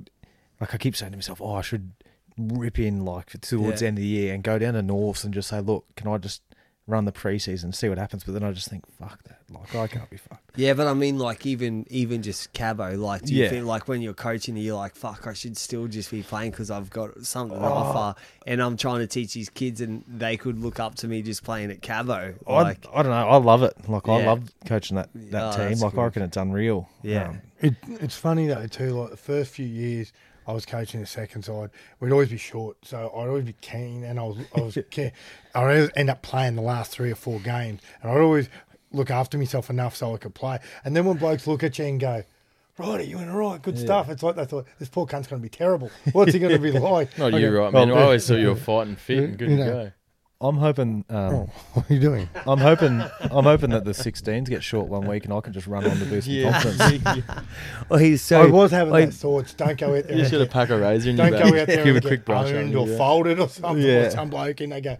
E: like I keep saying to myself, oh, I should rip in like towards
A: Yeah.
E: the end of the year and go down to Norths and just say, look, can I just run the preseason and see what happens? But then I just think, fuck that. Like I can't be fucked.
A: Yeah, but I mean, like even even just Cabo, like do you
E: Yeah.
A: feel like when you're coaching, you're like, fuck, I should still just be playing because I've got something to offer, and I'm trying to teach these kids, and they could look up to me just playing at Cabo. Like,
E: I, I don't know. I love it. Like I
A: Yeah.
E: love coaching that that
A: Oh,
E: team.
A: that's
E: Like
A: good.
E: I reckon it's unreal. Um,
A: Yeah.
C: It, it's funny though too. Like the first few years, I was coaching the second side. We'd always be short, so I'd always be keen, and I was I was care. I'd always end up playing the last three or four games, and I'd always look after myself enough so I could play. And then when blokes look at you and go. Right, are you in all right? Good stuff. It's like they thought this poor cunt's going to be terrible. What's he going to be like?
D: Not
C: Okay.
D: you, right, man. I always thought you were fighting fit and good
C: You
D: to
C: know.
D: go.
E: I'm hoping. Um,
A: Oh.
C: What are you doing?
E: I'm hoping. I'm hoping that the 16s get short one week and I can just run on to boost some confidence.
A: oh, he's so
C: I was having
A: like,
C: that thought. Don't go out there.
D: You
C: and
D: should have pack a razor in
C: Don't
D: your
C: go out
D: bag.
C: there
D: Give
C: and
D: a quick
C: get
D: brush on
C: owned or
D: you.
C: folded or something.
E: Yeah.
C: Or some bloke and they go,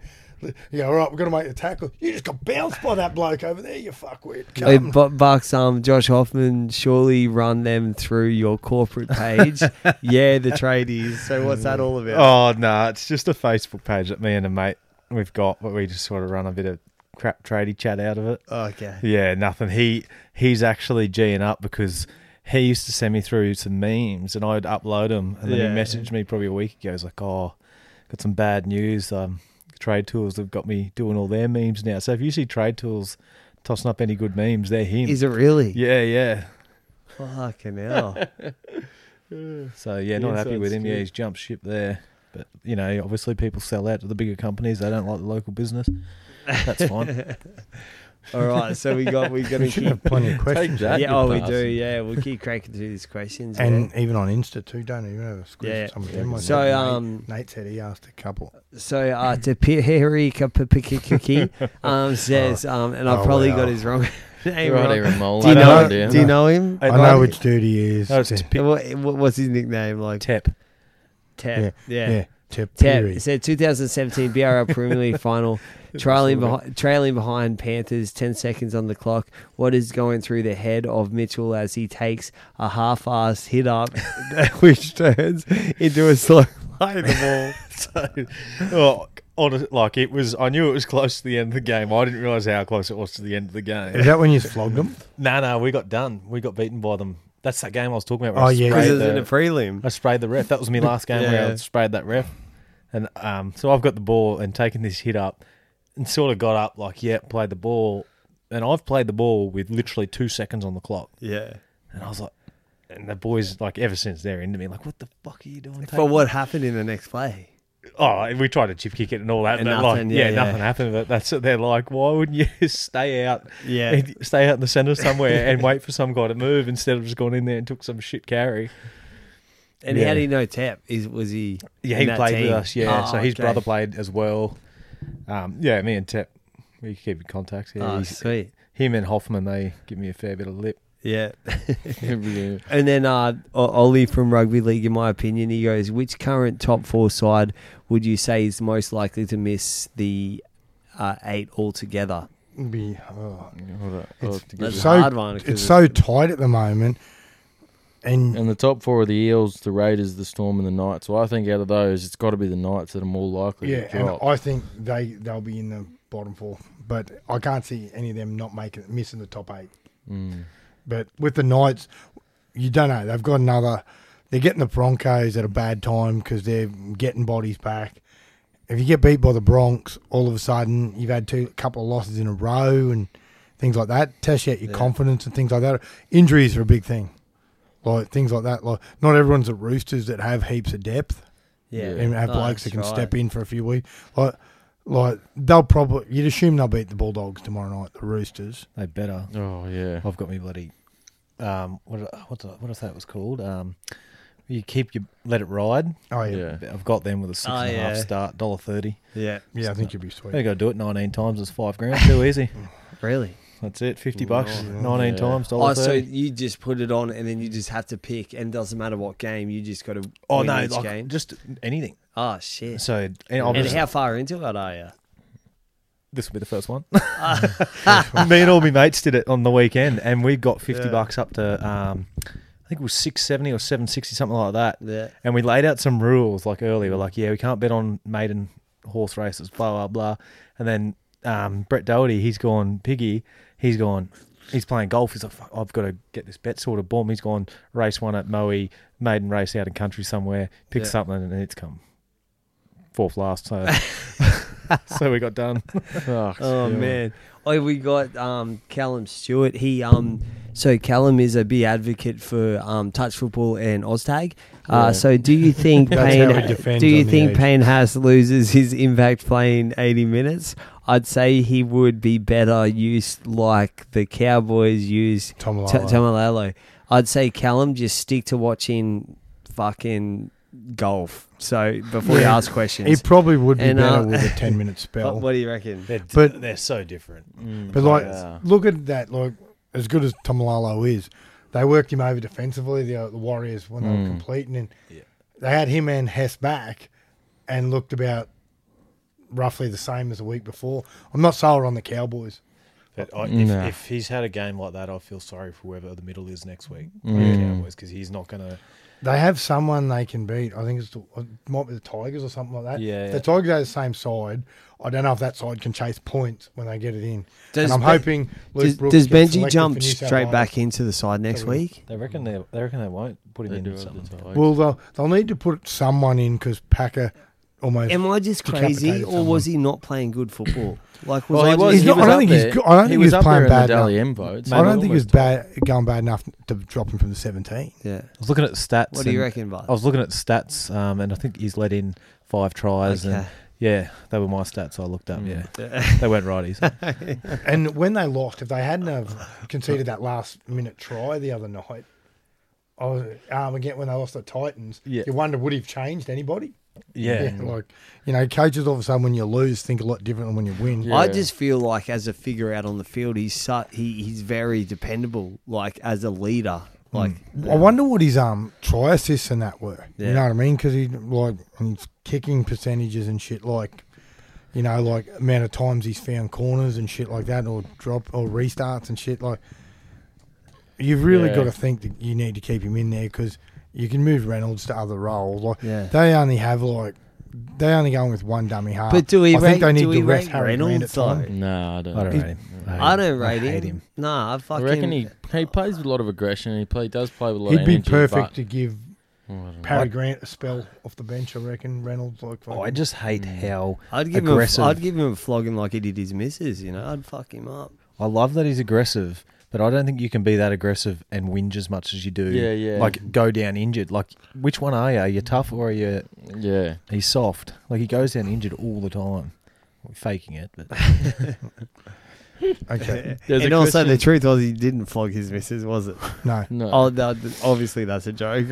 C: yeah, all right, we're going to make the tackle. You just got bounced by that bloke over there, you fuckwit.
A: Hey,
C: Come.
A: Bu- Bucks, um, Josh Hoffman, surely run them through your corporate page. yeah, the tradies. So what's that all about?
E: oh no, it's just a Facebook page that me and a mate we've got, but we just sort of run a bit of crap tradie chat out of it.
A: Okay.
E: Yeah, nothing. He he's actually geeing up because he used to send me through some memes and I'd upload them, and then
A: Yeah.
E: he messaged me probably a week ago. He's like, "Oh, got some bad news. Um, trade tools have got me doing all their memes now. So if you see trade tools tossing up any good memes, they're him.
A: Is it really?
E: yeah, yeah.
A: Fucking hell.
E: So yeah, not happy with him. Yeah, he's jumped ship there. But you know, obviously people sell out to the bigger companies. They don't like the local business. That's fine.
A: All right. So we got we got to
C: We should
A: keep.
C: have plenty of
D: Take
C: questions.
D: that.
A: Yeah,
D: you
A: oh, we do.
D: bastard.
A: Yeah, we'll keep cracking through these questions. yeah.
C: And even on Insta too, don't even have a squeeze
A: Yeah.
C: some of them. I
A: So,
C: said Nate-
A: um,
C: Nate said he asked a couple.
A: So uh, to P- Harry Kapapikiki, um says, um, and I've
C: Oh,
A: probably
C: wow.
A: got his wrong name
D: Right,
A: wrong.
D: Aaron Mole.
A: Do you
D: I
A: know?
D: don't
A: Do you
D: know.
A: know him?
E: Hey,
C: I
E: like-
C: know which dude he is.
E: No, it's
C: Yeah.
E: just
A: Uh,
E: pick
A: What, what- what's his nickname like?
E: tap.
A: Tep. Yeah.
C: yeah, Tep
A: Tep.
C: Peary.
A: It said 2017 BRL Premier League final, trailing behind, trailing behind Panthers, 10 seconds on the clock. What is going through the head of Mitchell as he takes a half-assed hit up, which turns into a slow line the ball?
E: so, well, honest, like it was. I knew it was close to the end of the game. I didn't realize how close it was to the end of the
C: Is
E: game.
C: that when you flogged him?
E: No, no, we got done. We got beaten by them. That's that game I was talking about.
C: Oh,
E: I
C: yeah.
E: sprayed
A: Because it was
E: the-
A: in a prelim.
E: I sprayed the ref. That was my last game where
A: Yeah.
E: I sprayed that ref. And um, so I've got the ball and taken this hit up and sort of got up like, yeah, played the ball. And I've played the ball with literally two seconds on the clock.
A: Yeah.
E: And I was like, and the boys, like, ever since they're into me, like, what the fuck are you doing?
A: For what happened in the next play?
E: Oh, and we tried to chip kick it and all that.
A: And
E: but
A: nothing,
E: like,
A: yeah,
E: yeah,
A: yeah.
E: nothing happened. But that's it. They're like, why wouldn't you just stay out?
A: Yeah.
E: and Stay out in the centre somewhere and wait for some guy to move instead of just going in there and took some shit carry.
A: And
E: Yeah.
A: how do you know Tap? Is was he?
E: Yeah,
A: in
E: he
A: that
E: played with
A: team?
E: us. Yeah,
A: Oh,
E: so his
A: okay.
E: brother played as well. Um, yeah, me and Tep, we keep in contact. Yeah,
A: Oh,
E: he's-
A: sweet.
E: him and Hoffman, they give me a fair bit of lip.
A: Yeah.
D: yeah.
A: And then uh, O- Ollie from Rugby League, in my opinion, he goes, which current top four side would you say is most likely to miss the uh, eight altogether?
C: It'd Be, oh,
D: Hold up, I'll
C: It's-
D: have to give
A: That's
D: it-
C: So,
A: a hard one. 'cause
C: it's so tight at the moment, and
D: And the top four are the Eels, the Raiders, the Storm, and the Knights. So I think out of those, it's got to be the Knights that are more likely
C: yeah,
D: to
C: and
D: drop.
C: I think they they'll be in the bottom four, but I can't see any of them not making missing the top eight.
D: Mm.
C: But with the Knights, you don't know. They've got another. They're getting the Broncos at a bad time because they're getting bodies back. If you get beat by the Bronx, all of a sudden you've had two couple of losses in a row and things like that. Test out your
A: Yeah.
C: confidence and things like that. Injuries are a big thing. Like things like that. Like not everyone's at Roosters that have heaps of depth and have
A: Oh,
C: blokes that
A: that's
C: can
A: right.
C: step in for a few weeks. Like, like they'll probably you'd assume they'll beat the Bulldogs tomorrow night, the Roosters.
E: They better.
D: Oh yeah,
E: I've got me bloody. Um, what did I- what did I- what did I say it was called? Um, you keep your let it ride.
C: Oh yeah, yeah.
D: yeah.
E: I've got them with a six
A: Oh,
E: and a half
A: yeah.
E: start, dollar thirty.
A: Yeah.
C: I think you'd be sweet.
E: There you go, do it nineteen times. It's five grand, too easy.
A: Really?
E: That's it, fifty bucks, nineteen
D: Yeah.
E: times, dollar
A: Oh, so
E: thirty.
A: you just put it on and then you just have to pick, and it doesn't matter what game, you just got to.
E: Oh
A: win
E: no,
A: each
E: like,
A: game.
E: just anything.
A: Oh, shit.
E: So and
A: And
E: obviously,
A: how far into it are you?
E: this will be the first one. me and all my mates did it on the weekend, and we got fifty
A: Yeah.
E: bucks up to um, I think it was six seventy or seven sixty, something like that.
A: Yeah.
E: And we laid out some rules like early. We're like, yeah, we can't bet on maiden horse races, blah blah blah. And then um, Brett Doherty, he's gone piggy. He's gone. He's playing golf. He's like, Fuck, I've got to get this bet sorted. Boom. He's gone race one at Moe, maiden race out in country somewhere. Pick
A: Yeah.
E: something, and it's come fourth last. So, so we got done.
D: Fuck.
A: Oh man! Oh, we got um, Callum Stewart. He um, so Callum is a big advocate for um, touch football and Oztag. Uh,
D: Yeah.
A: So, do you think
C: That's
A: Payne?
C: how he defends
A: do you
C: on the
A: think
C: edge.
A: Payne Haas loses his impact playing eighty minutes? I'd say he would be better used like the Cowboys use
C: Tom
A: T-
C: Lala.
A: Tamalalo. I'd say Callum just stick to watching fucking golf. So before you
C: Yeah.
A: ask questions,
C: He probably would be
A: And,
C: better
A: uh,
C: with a ten minute
A: what,
C: spell.
A: what do you reckon?
E: They're,
C: But-
E: they're so different.
D: Mm,
C: but like,
D: yeah.
C: look at that. Like, as good as Tomalalo is, they worked him over defensively. The, the Warriors when they were
A: Hmm.
D: Mm.
C: completing, and
E: Yeah.
C: they had him and Hess back, and looked about roughly the same as the week before. I'm not sold on the Cowboys.
E: But I,
D: Nah.
E: if, if he's had a game like that, I feel sorry for whoever the middle is next week.
D: Mm.
E: because he's not going to.
C: They have someone they can beat. I think it's the, it might be the Tigers or something like that.
D: Yeah,
C: If
D: yeah.
C: the Tigers are the same side. I don't know if that side can chase points when they get it in.
A: Does
C: and I'm
A: Ben-
C: hoping Luke
A: Does,
C: Brooks
A: does
C: gets
A: Benji
C: selected for
A: jump
C: New South
A: straight
C: Wales.
A: back into the side next
C: So we-
A: week?
E: They reckon they. They reckon they won't put him
D: They do
E: in
D: it at the
E: something.
D: time.
C: Well, they'll, they'll need to put someone in because Packer almost.
A: Am I just
C: Decapitated
A: crazy, or
C: someone.
A: was he not playing good football? Like, was
D: Well,
A: I
D: he was.
A: just-
C: He's
D: he
C: not- I
D: was
C: don't
D: up
C: think
D: there.
C: he's go- I don't think he was
D: up
C: playing
D: there in
C: bad
D: The
C: enough.
D: Dally M votes.
C: I don't think it's
E: almost
C: bad going bad enough to drop him from the 17.
A: Yeah.
E: I was looking at the stats.
A: What do you
E: and-
A: reckon,
E: I
A: Bart?
E: was looking at the stats, um, and I think he's let in five tries, and yeah, they were my stats I looked up.
D: Mm.
E: Yeah, they weren't righties.
C: And when they lost, if they hadn't have conceded that last minute try the other night, I was, um, again when they lost the Titans,
E: Yeah.
C: you wonder would he have changed anybody?
E: Yeah,
C: like you know, coaches all of a sudden when you lose think a lot different than when you win.
D: Yeah.
A: I just feel like as a figure out on the field, he's su- he he's very dependable. Like as a leader,
D: Hmm.
A: like
C: I wonder what his um try assists and that were.
A: Yeah.
C: You know what I mean? Because he like and his kicking percentages and shit like, you know, like amount of times he's found corners and shit like that, or drop or restarts and shit like. You've really
D: Yeah.
C: got to think that you need to keep him in there because you can move Reynolds to other roles. Like
A: Yeah.
C: they only have like they only going with one dummy half.
A: But do we
C: I think
A: rate-
C: they need
A: do we
C: to rest
A: rate
C: Harry Grant
A: Reynolds,
C: at time.
A: though?
D: No, I don't.
E: I don't
D: know.
E: rate him.
A: I don't rate
E: hate
A: him. Nah, I
D: I
A: fucking
D: reckon he, he plays with a lot of aggression. He play, does play with a lot
C: He'd
D: of
C: be
D: energy.
C: perfect to
D: But,
C: give
D: Oh, I don't know.
C: Harry Grant a spell off the bench. I reckon Reynolds like.
E: Oh, I
C: fucking-
E: just hate how
A: Mm. I'd give
E: aggressive.
A: him. A, I'd give him a flogging like he did his missus. You know, I'd fuck him up.
E: I love that he's aggressive, but I don't think you can be that aggressive and whinge as much as you do.
D: Yeah, yeah.
E: Like go down injured. Like which one are you? Are you tough or are you?
D: yeah.
E: He's soft. Like he goes down injured all the time, faking it. But
C: okay.
D: There's
A: and
D: a
A: also, the
D: question-
A: truth was he didn't flog his missus, was it?
C: No.
D: No.
A: Oh, no, th- obviously that's a joke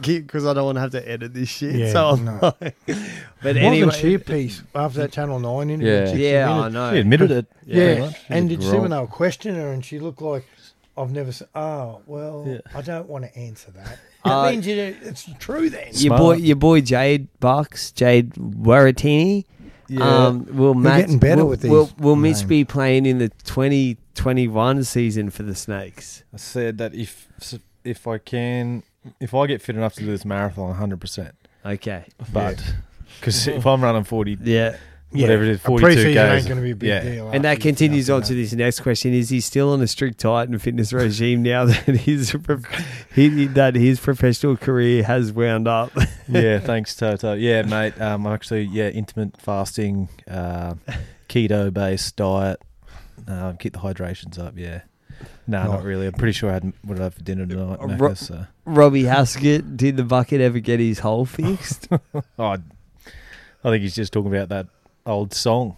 A: because I don't want to have to edit this shit.
C: Yeah,
A: so I'm
C: no.
A: like- but
C: Anyway,
A: anyway,
C: was cheer piece after that Channel Nine interview.
D: Yeah.
C: She-
A: yeah, I
C: minutes.
A: know.
E: he admitted it.
C: yeah.
E: pretty much.
C: and did you see
D: grown-
C: when they were questioning her, and she looked like I've never seen. Oh well,
D: Yeah.
C: I don't want to answer that. That
A: Uh,
C: means you. don't- It's true then.
A: Your boy, your boy Jade Bucks, Jade Waratini. Um, will Matt,
C: getting better
A: will,
C: with
A: Will,
C: these
A: will Mitch
C: names.
A: be playing in the 2021 season for the Snakes?
E: I said that if if I can, if I get fit enough to do this marathon, 100. percent
A: Okay.
E: But because if I'm running 40,
A: Yeah.
E: whatever it is,
C: A
E: 42
C: preseason
E: goes.
C: ain't going to be a big
E: Yeah.
C: deal.
A: And that continues on to this next question: Is he still on a strict diet and fitness regime now that his prof- he, that his professional career has wound up?
E: yeah, thanks Toto. Yeah, mate. Um, I'm actually yeah, intermittent fasting, uh, keto based diet. Um, keep the hydrations up. Yeah. No,
C: Right.
E: not really. I'm pretty sure I had what did I have for dinner tonight.
A: Uh,
E: Macca,
A: ro-
E: so.
A: Robbie Haskett, did the bucket ever get his hole fixed?
E: oh, I I think he's just talking about that old song.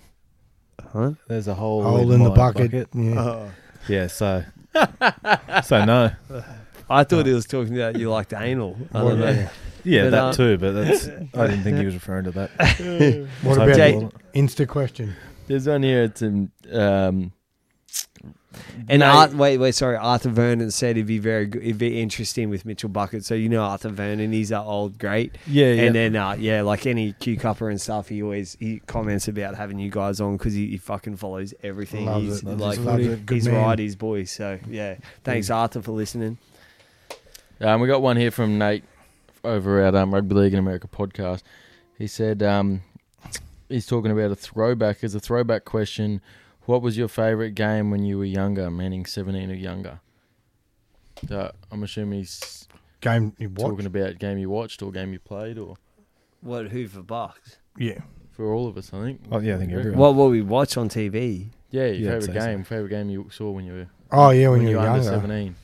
A: Huh?
E: There's a hole,
C: hole in the
E: my
C: bucket. Yeah.
A: Uh,
E: Yeah. So. so no.
A: I thought he was talking about you liked anal. I
C: What
A: don't know.
C: about-
E: Yeah,
A: But,
E: that
A: uh,
E: too. But that's. I didn't think he was referring to that.
C: um, What
E: So
C: about
E: hopefully
A: Jay-
E: it wasn't.
C: Insta question?
D: There's one here. It's um, um
A: And
D: No.
A: Art, wait, wait, sorry. Arthur Vernon said it'd be very, good, it'd be interesting with Mitchell Bucket. So you know Arthur Vernon, he's our old great.
E: Yeah, yeah.
A: And then, uh, yeah, like any Q cupper and stuff, he always he comments about having you guys on because he, he fucking follows everything.
C: Loves
A: he's
C: it, loves
A: like,
C: it, loves it. Good
A: he's
C: man.
A: right, he's boy. So yeah, thanks Arthur for listening.
D: Um, we got one here from Nate over at um, Rugby League in America podcast. He said um, he's talking about a throwback. As a throwback question, what was your favourite game when you were younger, meaning 17 or younger? So I'm assuming he's
C: Game you watch?
D: talking about game you watched or game you played or
A: What who for bucks?
C: Yeah.
D: for all of us, I think.
E: Oh, yeah, I think everyone.
A: What will we watch on TV?
D: Yeah, your
E: Yeah, I'd
D: favourite
E: say so.
D: game, favourite game you saw when you were
C: Oh yeah, when,
D: when,
C: you
D: you
C: were
D: were under
C: younger.
D: 17.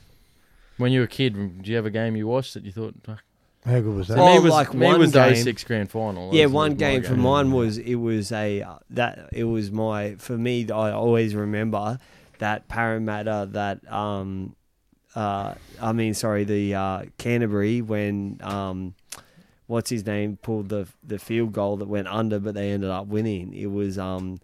D: When you were a kid, do you have a game you watched that you thought? "Fuck,
C: How good was that?
A: Oh,
D: me was,
A: like
D: me
A: one
D: was
A: game.
D: 06 grand final. That
A: yeah,
D: was
A: one
D: my
A: game for mine was it was a uh, that it was my for me. I always remember that Parramatta that um uh I mean sorry the uh Canterbury when um what's his name pulled the the field goal that went under but they ended up winning. It was um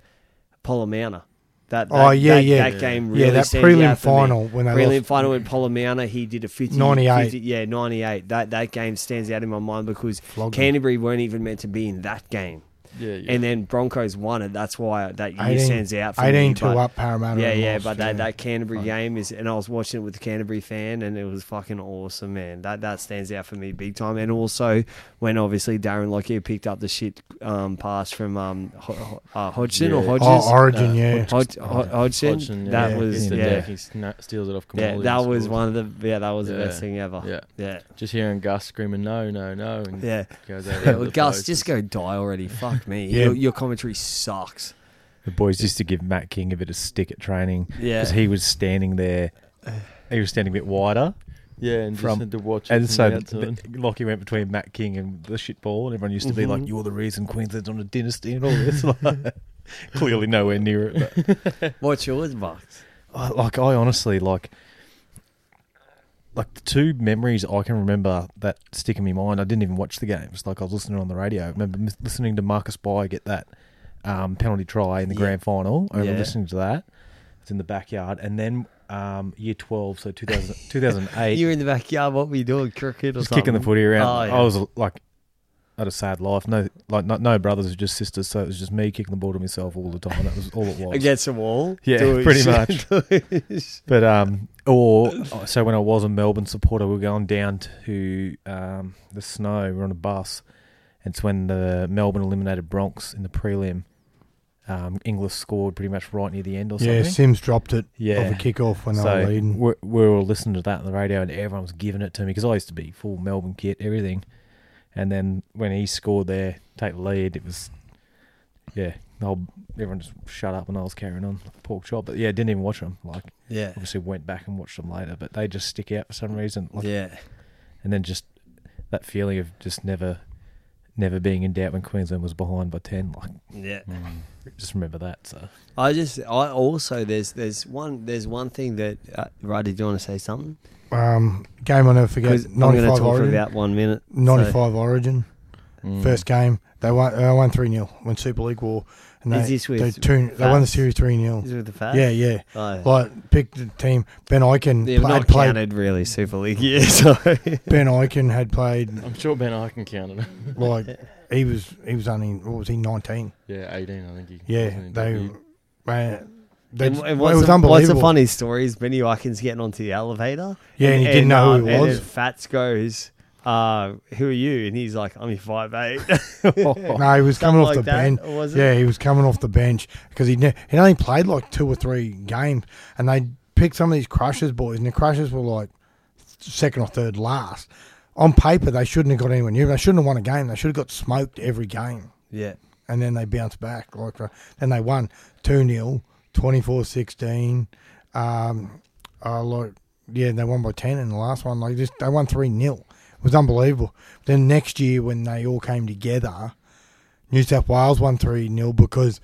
A: Polamauna. That, that
C: Oh, yeah,
A: that,
C: yeah.
A: that game really
C: yeah, that
A: stands
C: prelim
A: out for me.
C: final when they
A: Prelim
C: lost.
A: final in Polamauna, he did a 50,
C: 98.
A: 50 yeah, 98. That that game stands out in my mind because
C: Flogged them.
A: Canterbury weren't even meant to be in that game.
D: Yeah, yeah.
A: And then Broncos won it. That's why that year
C: 18
A: stands out for
C: 18
A: me.
C: to
A: but-
C: up Parramatta.
A: Yeah,
C: and
A: yeah,
C: lost,
A: but that, that Canterbury
C: Fuck.
A: game is, and I was watching it with the Canterbury fan, and it was fucking awesome, man. That that stands out for me big time. And also when obviously Darren Lockyer picked up the shit um, pass from um, Ho- Ho- uh, Hodgson or
D: Yeah.
A: Hodges,
C: oh, Origin, yeah.
A: Hodg- Ho- Hodgson,
D: Hodgson, yeah.
A: that
C: Yeah,
A: was
D: Hits the
A: yeah,
D: deck, he sna- steals it off
A: yeah,
D: Kamali.
A: that was one of the yeah, that was the best
D: Yeah.
A: thing ever.
D: Yeah.
A: yeah,
D: Just hearing Gus screaming, no, no, no. And
A: yeah.
D: Goes out
A: Yeah,
D: the
A: well,
D: other
A: Gus,
D: post.
A: just go die already. Fuck me.
C: Yeah.
A: your, your commentary sucks.
E: The boys used to give Matt King a bit of stick at training
A: Yeah.
E: because he was standing there. He was standing a bit wider,
D: Yeah, and just
E: from-
D: had to watch it. Mm-hmm.
E: and
D: from
E: so
D: the
E: the,
D: outside.
E: Lockie went between Matt King and the shit ball, and everyone used to be like, "You're the reason Queensland's on a dynasty and all this." Like, clearly, nowhere near it. But
A: What's yours, Bucks?
E: I, like I honestly like like the two memories I can remember that stick in my mind. I didn't even watch the games. Like I was listening on the radio. I remember mis- listening to Marcus By get that um, penalty try in the
A: Yeah.
E: grand final. I remember
A: Yeah.
E: listening to that. It's in the backyard, and then um, year twelve, so 2000, 2008,
A: You're in the backyard. What were you doing? Cricket or
E: just
A: something?
E: kicking the footy around.
A: Oh, yeah.
E: I was like. I had a sad life. No, like no, no brothers, it was just sisters. So it was just me kicking the ball to myself all the time. That was all it was.
A: against the wall.
E: Yeah,
A: Doing
E: pretty
A: shit.
E: But um, or so when I was a Melbourne supporter, we were going down to um, the snow. We were on a bus. It's when the Melbourne eliminated Bronx in the prelim. Um, Inglis scored pretty much right near the end or something.
C: Yeah, Sims dropped it
E: Yeah.
C: off a kickoff when they
E: so
C: were leading.
E: we we were all listening to that on the radio, and everyone was giving it to me because I used to be full Melbourne kit, everything. And then when he scored there, take the lead, it was yeah. The whole, everyone just shut up, and I was carrying on like a pork chop. But yeah, didn't even watch them. Like
A: Yeah,
E: obviously went back and watched them later, but they just stick out for some reason. Like,
A: yeah.
E: And then just that feeling of just never, never being in doubt when Queensland was behind by ten. Like,
A: Yeah.
E: Mm. just remember that. So
A: I just, I also there's there's one there's one thing that uh, right. Did you want to say something?
C: Um, game I'll never forget.
A: Because I'm going to talk
C: 95
A: Mm. for
C: Origin.
A: about one minute. so-
C: 95 Origin. First game, they won. They won three 0 when Super League war, and they
A: Is this with
C: they, two, they won the
A: Fabs?
C: series three 0
A: Is it with the fat?
C: Yeah, yeah.
A: Oh.
C: Like picked the team. Ben Iken
A: They've
C: played,
A: not
C: played.
A: counted really Super League. Yeah, sorry.
C: Ben Iken had played
D: I'm sure Ben I can count it.
C: like he was. He was only what was he nineteen?
D: yeah, 18, I think. He
C: Yeah,
D: wasn't in
C: they.
D: debut.
C: Man, they,
A: And,
C: it
A: and what's,
C: was
A: the,
C: unbelievable.
A: what's the funny story is Benny Watkins getting onto the elevator.
C: Yeah, and he didn't know who
A: um,
C: he
A: and
C: was.
A: then Fats goes, uh, "Who are you?" And he's like, "I'm your five eight.
C: No, he was coming off
A: like
C: the
A: that,
C: bench.
A: or was it?
C: Yeah, he was coming off the bench because he ne- he only played like two or three games, and they picked some of these Crushers boys, and the Crushers were like second or third last. On paper, they shouldn't have got anyone new. They shouldn't have won a game. They should have got smoked every game,
A: yeah,
C: and then they bounced back. Like uh, then they won 2 0 24-16. Um, uh, like yeah, they won by ten in the last one. Like just they won three 0 It was unbelievable. Then next year when they all came together. New South Wales won 3 0 because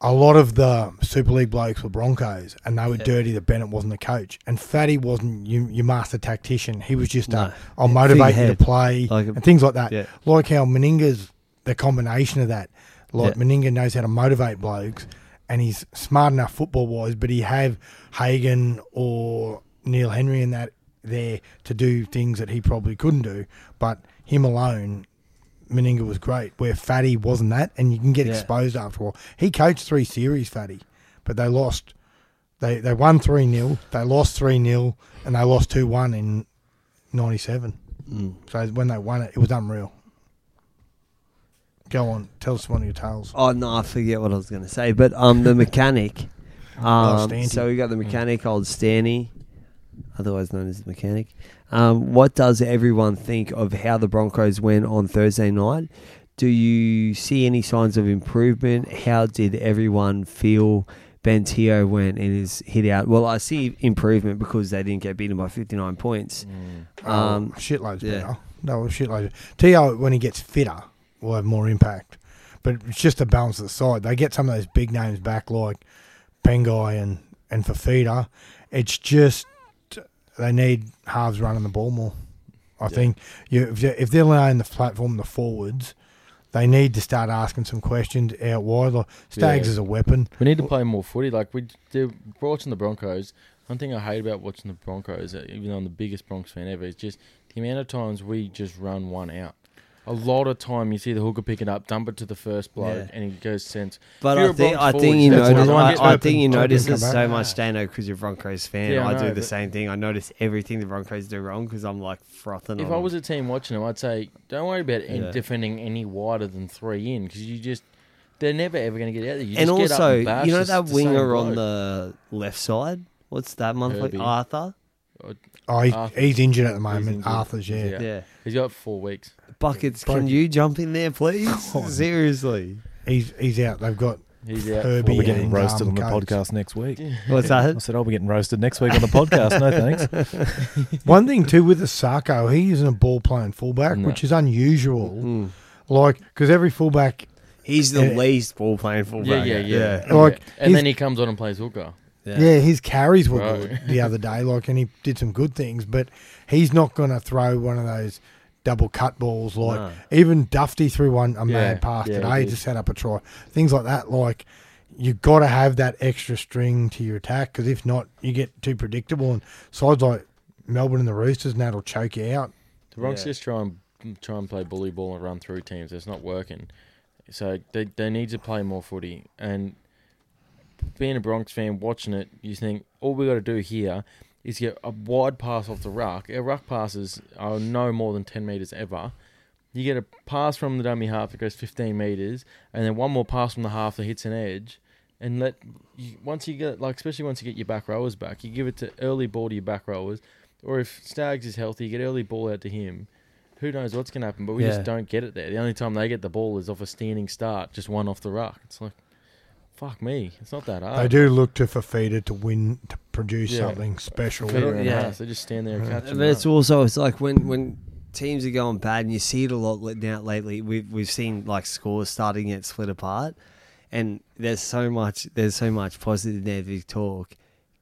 C: a lot of the Super League blokes were Broncos and they were dirty that Bennett wasn't the coach. And Fatty wasn't your, your master tactician. He was just,
A: No.
C: a, I'll motivate you to
A: Figurehead.
C: play
A: Like a-
C: and things like that.
A: yeah.
C: Like how Meninga's the combination of that. Like
A: Yeah.
C: Meninga knows how to motivate blokes and he's smart enough football wise, but he have Hagen or Neil Henry and that there to do things that he probably couldn't do. But him alone Meninga was great, where Fatty wasn't that, and you can get
A: Yeah.
C: exposed after a while. He coached three series, Fatty, but they lost. They they won 3 0, they lost 3 0, and they lost 2 1 in 97. So when they won it, it was unreal. Go on, tell us one of your tales.
A: Oh no, I forget what I was going to say. But um, the mechanic. Um,
C: Stanty.
A: so we got the mechanic, old Stanny, otherwise known as the mechanic. Um, what does everyone think of how the Broncos went on Thursday night? Do you see any signs of improvement? How did everyone feel? Bentio went and his hit out. Well, I see improvement because they didn't get beaten by 59 points. Um,
C: oh, shitloads
A: yeah.
C: better. No, shitloads. Tio when he gets fitter will have more impact, but it's just to balance the side. They get some of those big names back like Pengai and and Fafita. It's just they need halves running the ball more. I think you, if, they're, if they're laying the platform, the forwards, they need to start asking some questions out wide. Like Stags
D: Yeah.
C: is a weapon.
D: We need to play more footy. Like we do watching the Broncos. One thing I hate about watching the Broncos, uh, even though I'm the biggest Bronx fan ever, is just the amount of times we just run one out. A lot of time you see the hooker pick it up, dump it to the first bloke,
A: Yeah.
D: and he goes sense.
A: But
D: If
A: I
D: you're a
A: think,
D: Bronx
A: I
D: forward,
A: think you
C: know-
D: that's
A: notice,
D: one
C: another
A: I,
C: one.
A: I think you
C: Open, open,
A: notice
C: come
A: this
C: back.
A: so much, Dano, because you're a Broncos fan.
D: Yeah, I
A: I, do
D: know,
A: the
D: but-
A: same thing. I notice everything the Broncos do wrong because I'm like frothing.
D: If
A: on
D: I
A: them.
D: was a team watching them, I'd say don't worry about any
A: Yeah.
D: defending any wider than three in because you just they're never ever going to get out there. You
A: and
D: just get up
A: also,
D: and bash
A: you know
D: the-
A: that
D: the
A: winger
D: same
A: on
D: bloke.
A: the left side. What's that monthly?
D: Herbie.
A: Arthur.
C: Oh, he,
D: Arthur.
C: he's injured at the moment.
D: injured.
C: Arthur's yeah.
D: Yeah. he's got four weeks.
A: Buckets, can
C: Broken.
A: you jump in there, please? Seriously,
C: he's he's out. They've got
D: He's
C: Herbie.
D: out. four
E: We'll be
D: weeks.
E: getting
C: and,
E: roasted
C: um,
E: on the
C: Coates.
E: podcast next week.
A: what's
E: I
A: that?
E: said, I'll be getting roasted next week on the podcast. No thanks.
C: One thing too with Asako, he isn't a ball playing fullback,
D: No.
C: which is unusual.
E: Mm.
C: Like because every fullback,
A: He's the
C: Yeah.
A: least ball playing fullback.
D: yeah, yeah. yeah.
C: like
D: And
C: his,
D: then he comes on and plays hooker.
C: yeah. his carries were
D: Right.
C: good the other day. Like and he did some good things, but he's not going to throw one of those double cut balls. Like
A: No.
C: even Dufty threw one a mad pass
D: yeah, he
C: today
D: did.
C: to set up a try. Things like that. Like you got to have that extra string to your attack because if not, you get too predictable. And sides like Melbourne and the Roosters, and that'll choke you out.
D: The Bronx
A: Yeah.
D: just try and try and play bully ball and run through teams. It's not working. So they they need to play more footy. And being a Bronx fan, watching it, you think all we got to do here is get a wide pass off the ruck. Our ruck passes are no more than ten meters ever. You get a pass from the dummy half that goes fifteen meters, and then one more pass from the half that hits an edge. And let you, once you get like especially once you get your back rowers back, you give it to early ball to your back rowers, or if Stags is healthy, you get early ball out to him. Who knows what's going to happen? But we
A: Yeah.
D: just don't get it there. The only time they get the ball is off a standing start, just one off the ruck. It's like, fuck me, it's not that hard.
C: They do look to Fafita to win to produce
D: Oh. Yeah.
C: something special.
D: Feeder and
A: Yeah.
D: halves, They just stand there and catch
A: But
D: them
A: it's
D: up.
A: also it's like when when teams are going bad, and you see it a lot li- now lately. We've we've seen like scores starting to get split apart, and there's so much there's so much positive negative talk.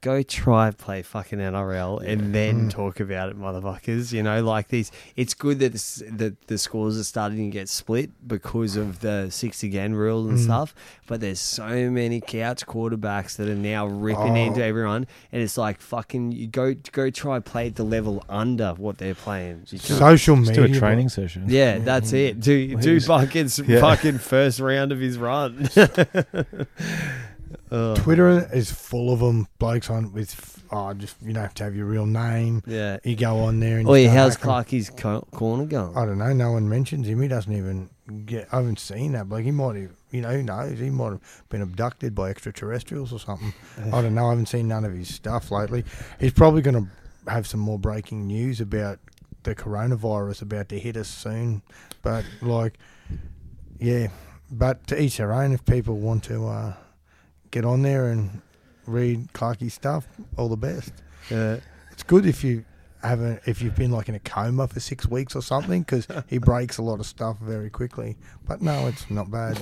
A: go try and play fucking NRL and then talk about it, motherfuckers. You know, like these. It's good that this, that the scores are starting to get split because of the six again rule and stuff. But there's so many couch quarterbacks that are now ripping into everyone, and it's like fucking you go go try play at the level under what they're playing. You can't-
C: Social
E: Let's do
C: media.
E: a training session.
A: yeah, that's it. Do do fucking
E: Yeah.
A: fucking first round of his run.
C: Twitter is full of them. Blokes on with oh, just you don't have to have your real name.
A: yeah.
C: You go on there and.
A: Oh
C: you
A: yeah,
C: start
A: how's
C: hacking.
A: Clarky's co- corner going?
C: I don't know. No one mentions him. He doesn't even get. I haven't seen that bloke. He might have. You know, who knows? He might have been abducted by extraterrestrials or something. I don't know. I haven't seen none of his stuff lately. He's probably going to have some more breaking news about the coronavirus about to hit us soon. But like, yeah. But to each their own. If people want to uh, get on there and read Clarky's stuff, all the best
A: Yeah.
C: it's good if you haven't if you've been like in a coma for six weeks or something because he breaks a lot of stuff very quickly. But no, it's not bad.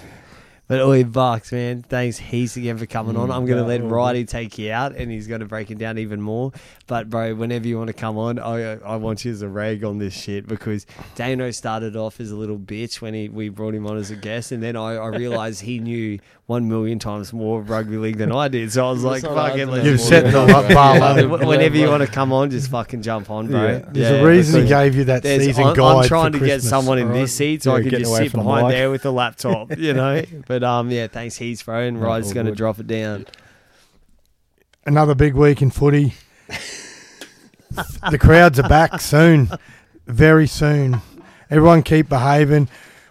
A: But Oi Bucks, man, thanks heaps again for coming on. I'm going to
E: no
A: let
E: problem.
A: Righty take you out and he's going to break it down even more. But, bro, whenever you want to come on, I, I want you as a rag on this shit because Dano started off as a little bitch when he, we brought him on as a guest. And then I, I realized he knew one million times more rugby league than I did. So I was like,
D: not hard
A: fuck
D: to
A: it,
D: know
A: let's
D: more
C: You've
A: do
C: set
A: it.
C: the up bar
A: Yeah,
C: low.
A: wh- Whenever you want to come on, just fucking jump on, bro.
E: Yeah.
C: There's
A: Yeah,
C: a reason he
A: because-
C: gave you that
A: there's-
C: season
A: I'm,
C: guide.
A: I'm trying
C: for
A: to get
C: Christmas,
A: someone in
C: alright?
A: this seat so
E: Yeah,
A: I can
E: getting
A: just
E: away
A: sit
E: from the
A: behind
E: mic.
A: there with the laptop, you know. But um, yeah, thanks heaps, bro.
C: Oh,
A: And Rye's
E: all
A: going to
E: good.
A: drop it down.
C: Another big week in footy. the crowds are back soon, very soon. Everyone keep behaving.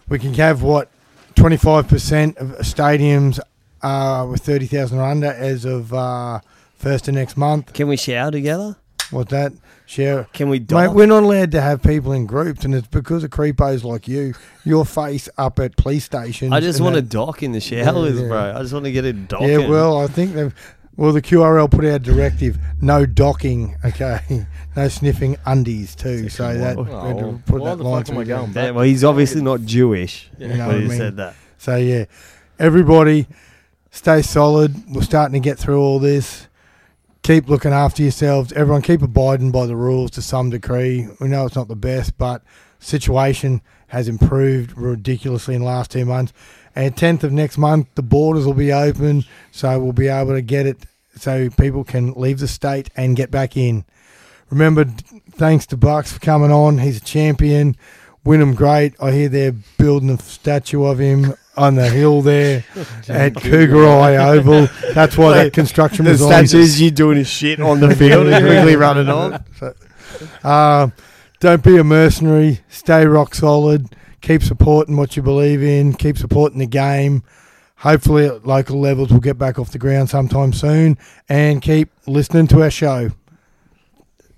C: We can have what twenty five percent of stadiums uh, with thirty thousand or under as of uh, first of next month.
A: Can we shower together?
C: What's that? Share.
A: Can we?
C: Mate,
A: Doff?
C: we're not allowed to have people in groups, and it's because of creepos like you. Your face up at police stations.
A: I just
C: and
A: want to
C: that-
A: dock in the showers,
C: Yeah, yeah.
A: bro. I just want to get it docking.
C: Yeah, well, I think they've. Well, the QRL put out directive: no docking. Okay, no sniffing undies too. So that we had to
D: Oh,
C: put
D: why
C: that
D: the
C: line
D: fuck am I
C: through there.
D: going
A: That-
D: back?
A: well, he's obviously not Jewish
C: You know
A: when
C: what
A: he
C: I mean?
A: said that.
C: So yeah, everybody, stay solid. We're starting to get through all this. Keep looking after yourselves. Everyone, keep abiding by the rules to some degree. We know it's not the best, but situation has improved ridiculously in the last two months. And tenth of next month, the borders will be open, so we'll be able to get it so people can leave the state and get back in. Remember, thanks to Bucks for coming on. He's a champion. Wynnum great. I hear they're building a statue of him on the hill there at Cougar Eye Oval. That's why that construction was on.
A: you doing his shit on the field and quickly running on.
C: Um, don't be a mercenary. Stay rock solid. Keep supporting what you believe in. Keep supporting the game. Hopefully, at local levels, we'll get back off the ground sometime soon. And keep listening to our show.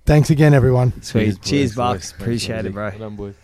C: Thanks again, everyone.
A: Sweet. Cheers,
D: boys.
A: Bucks.
D: Thanks,
A: Appreciate it,
D: Lindsay.
A: bro.
D: Well done, boys.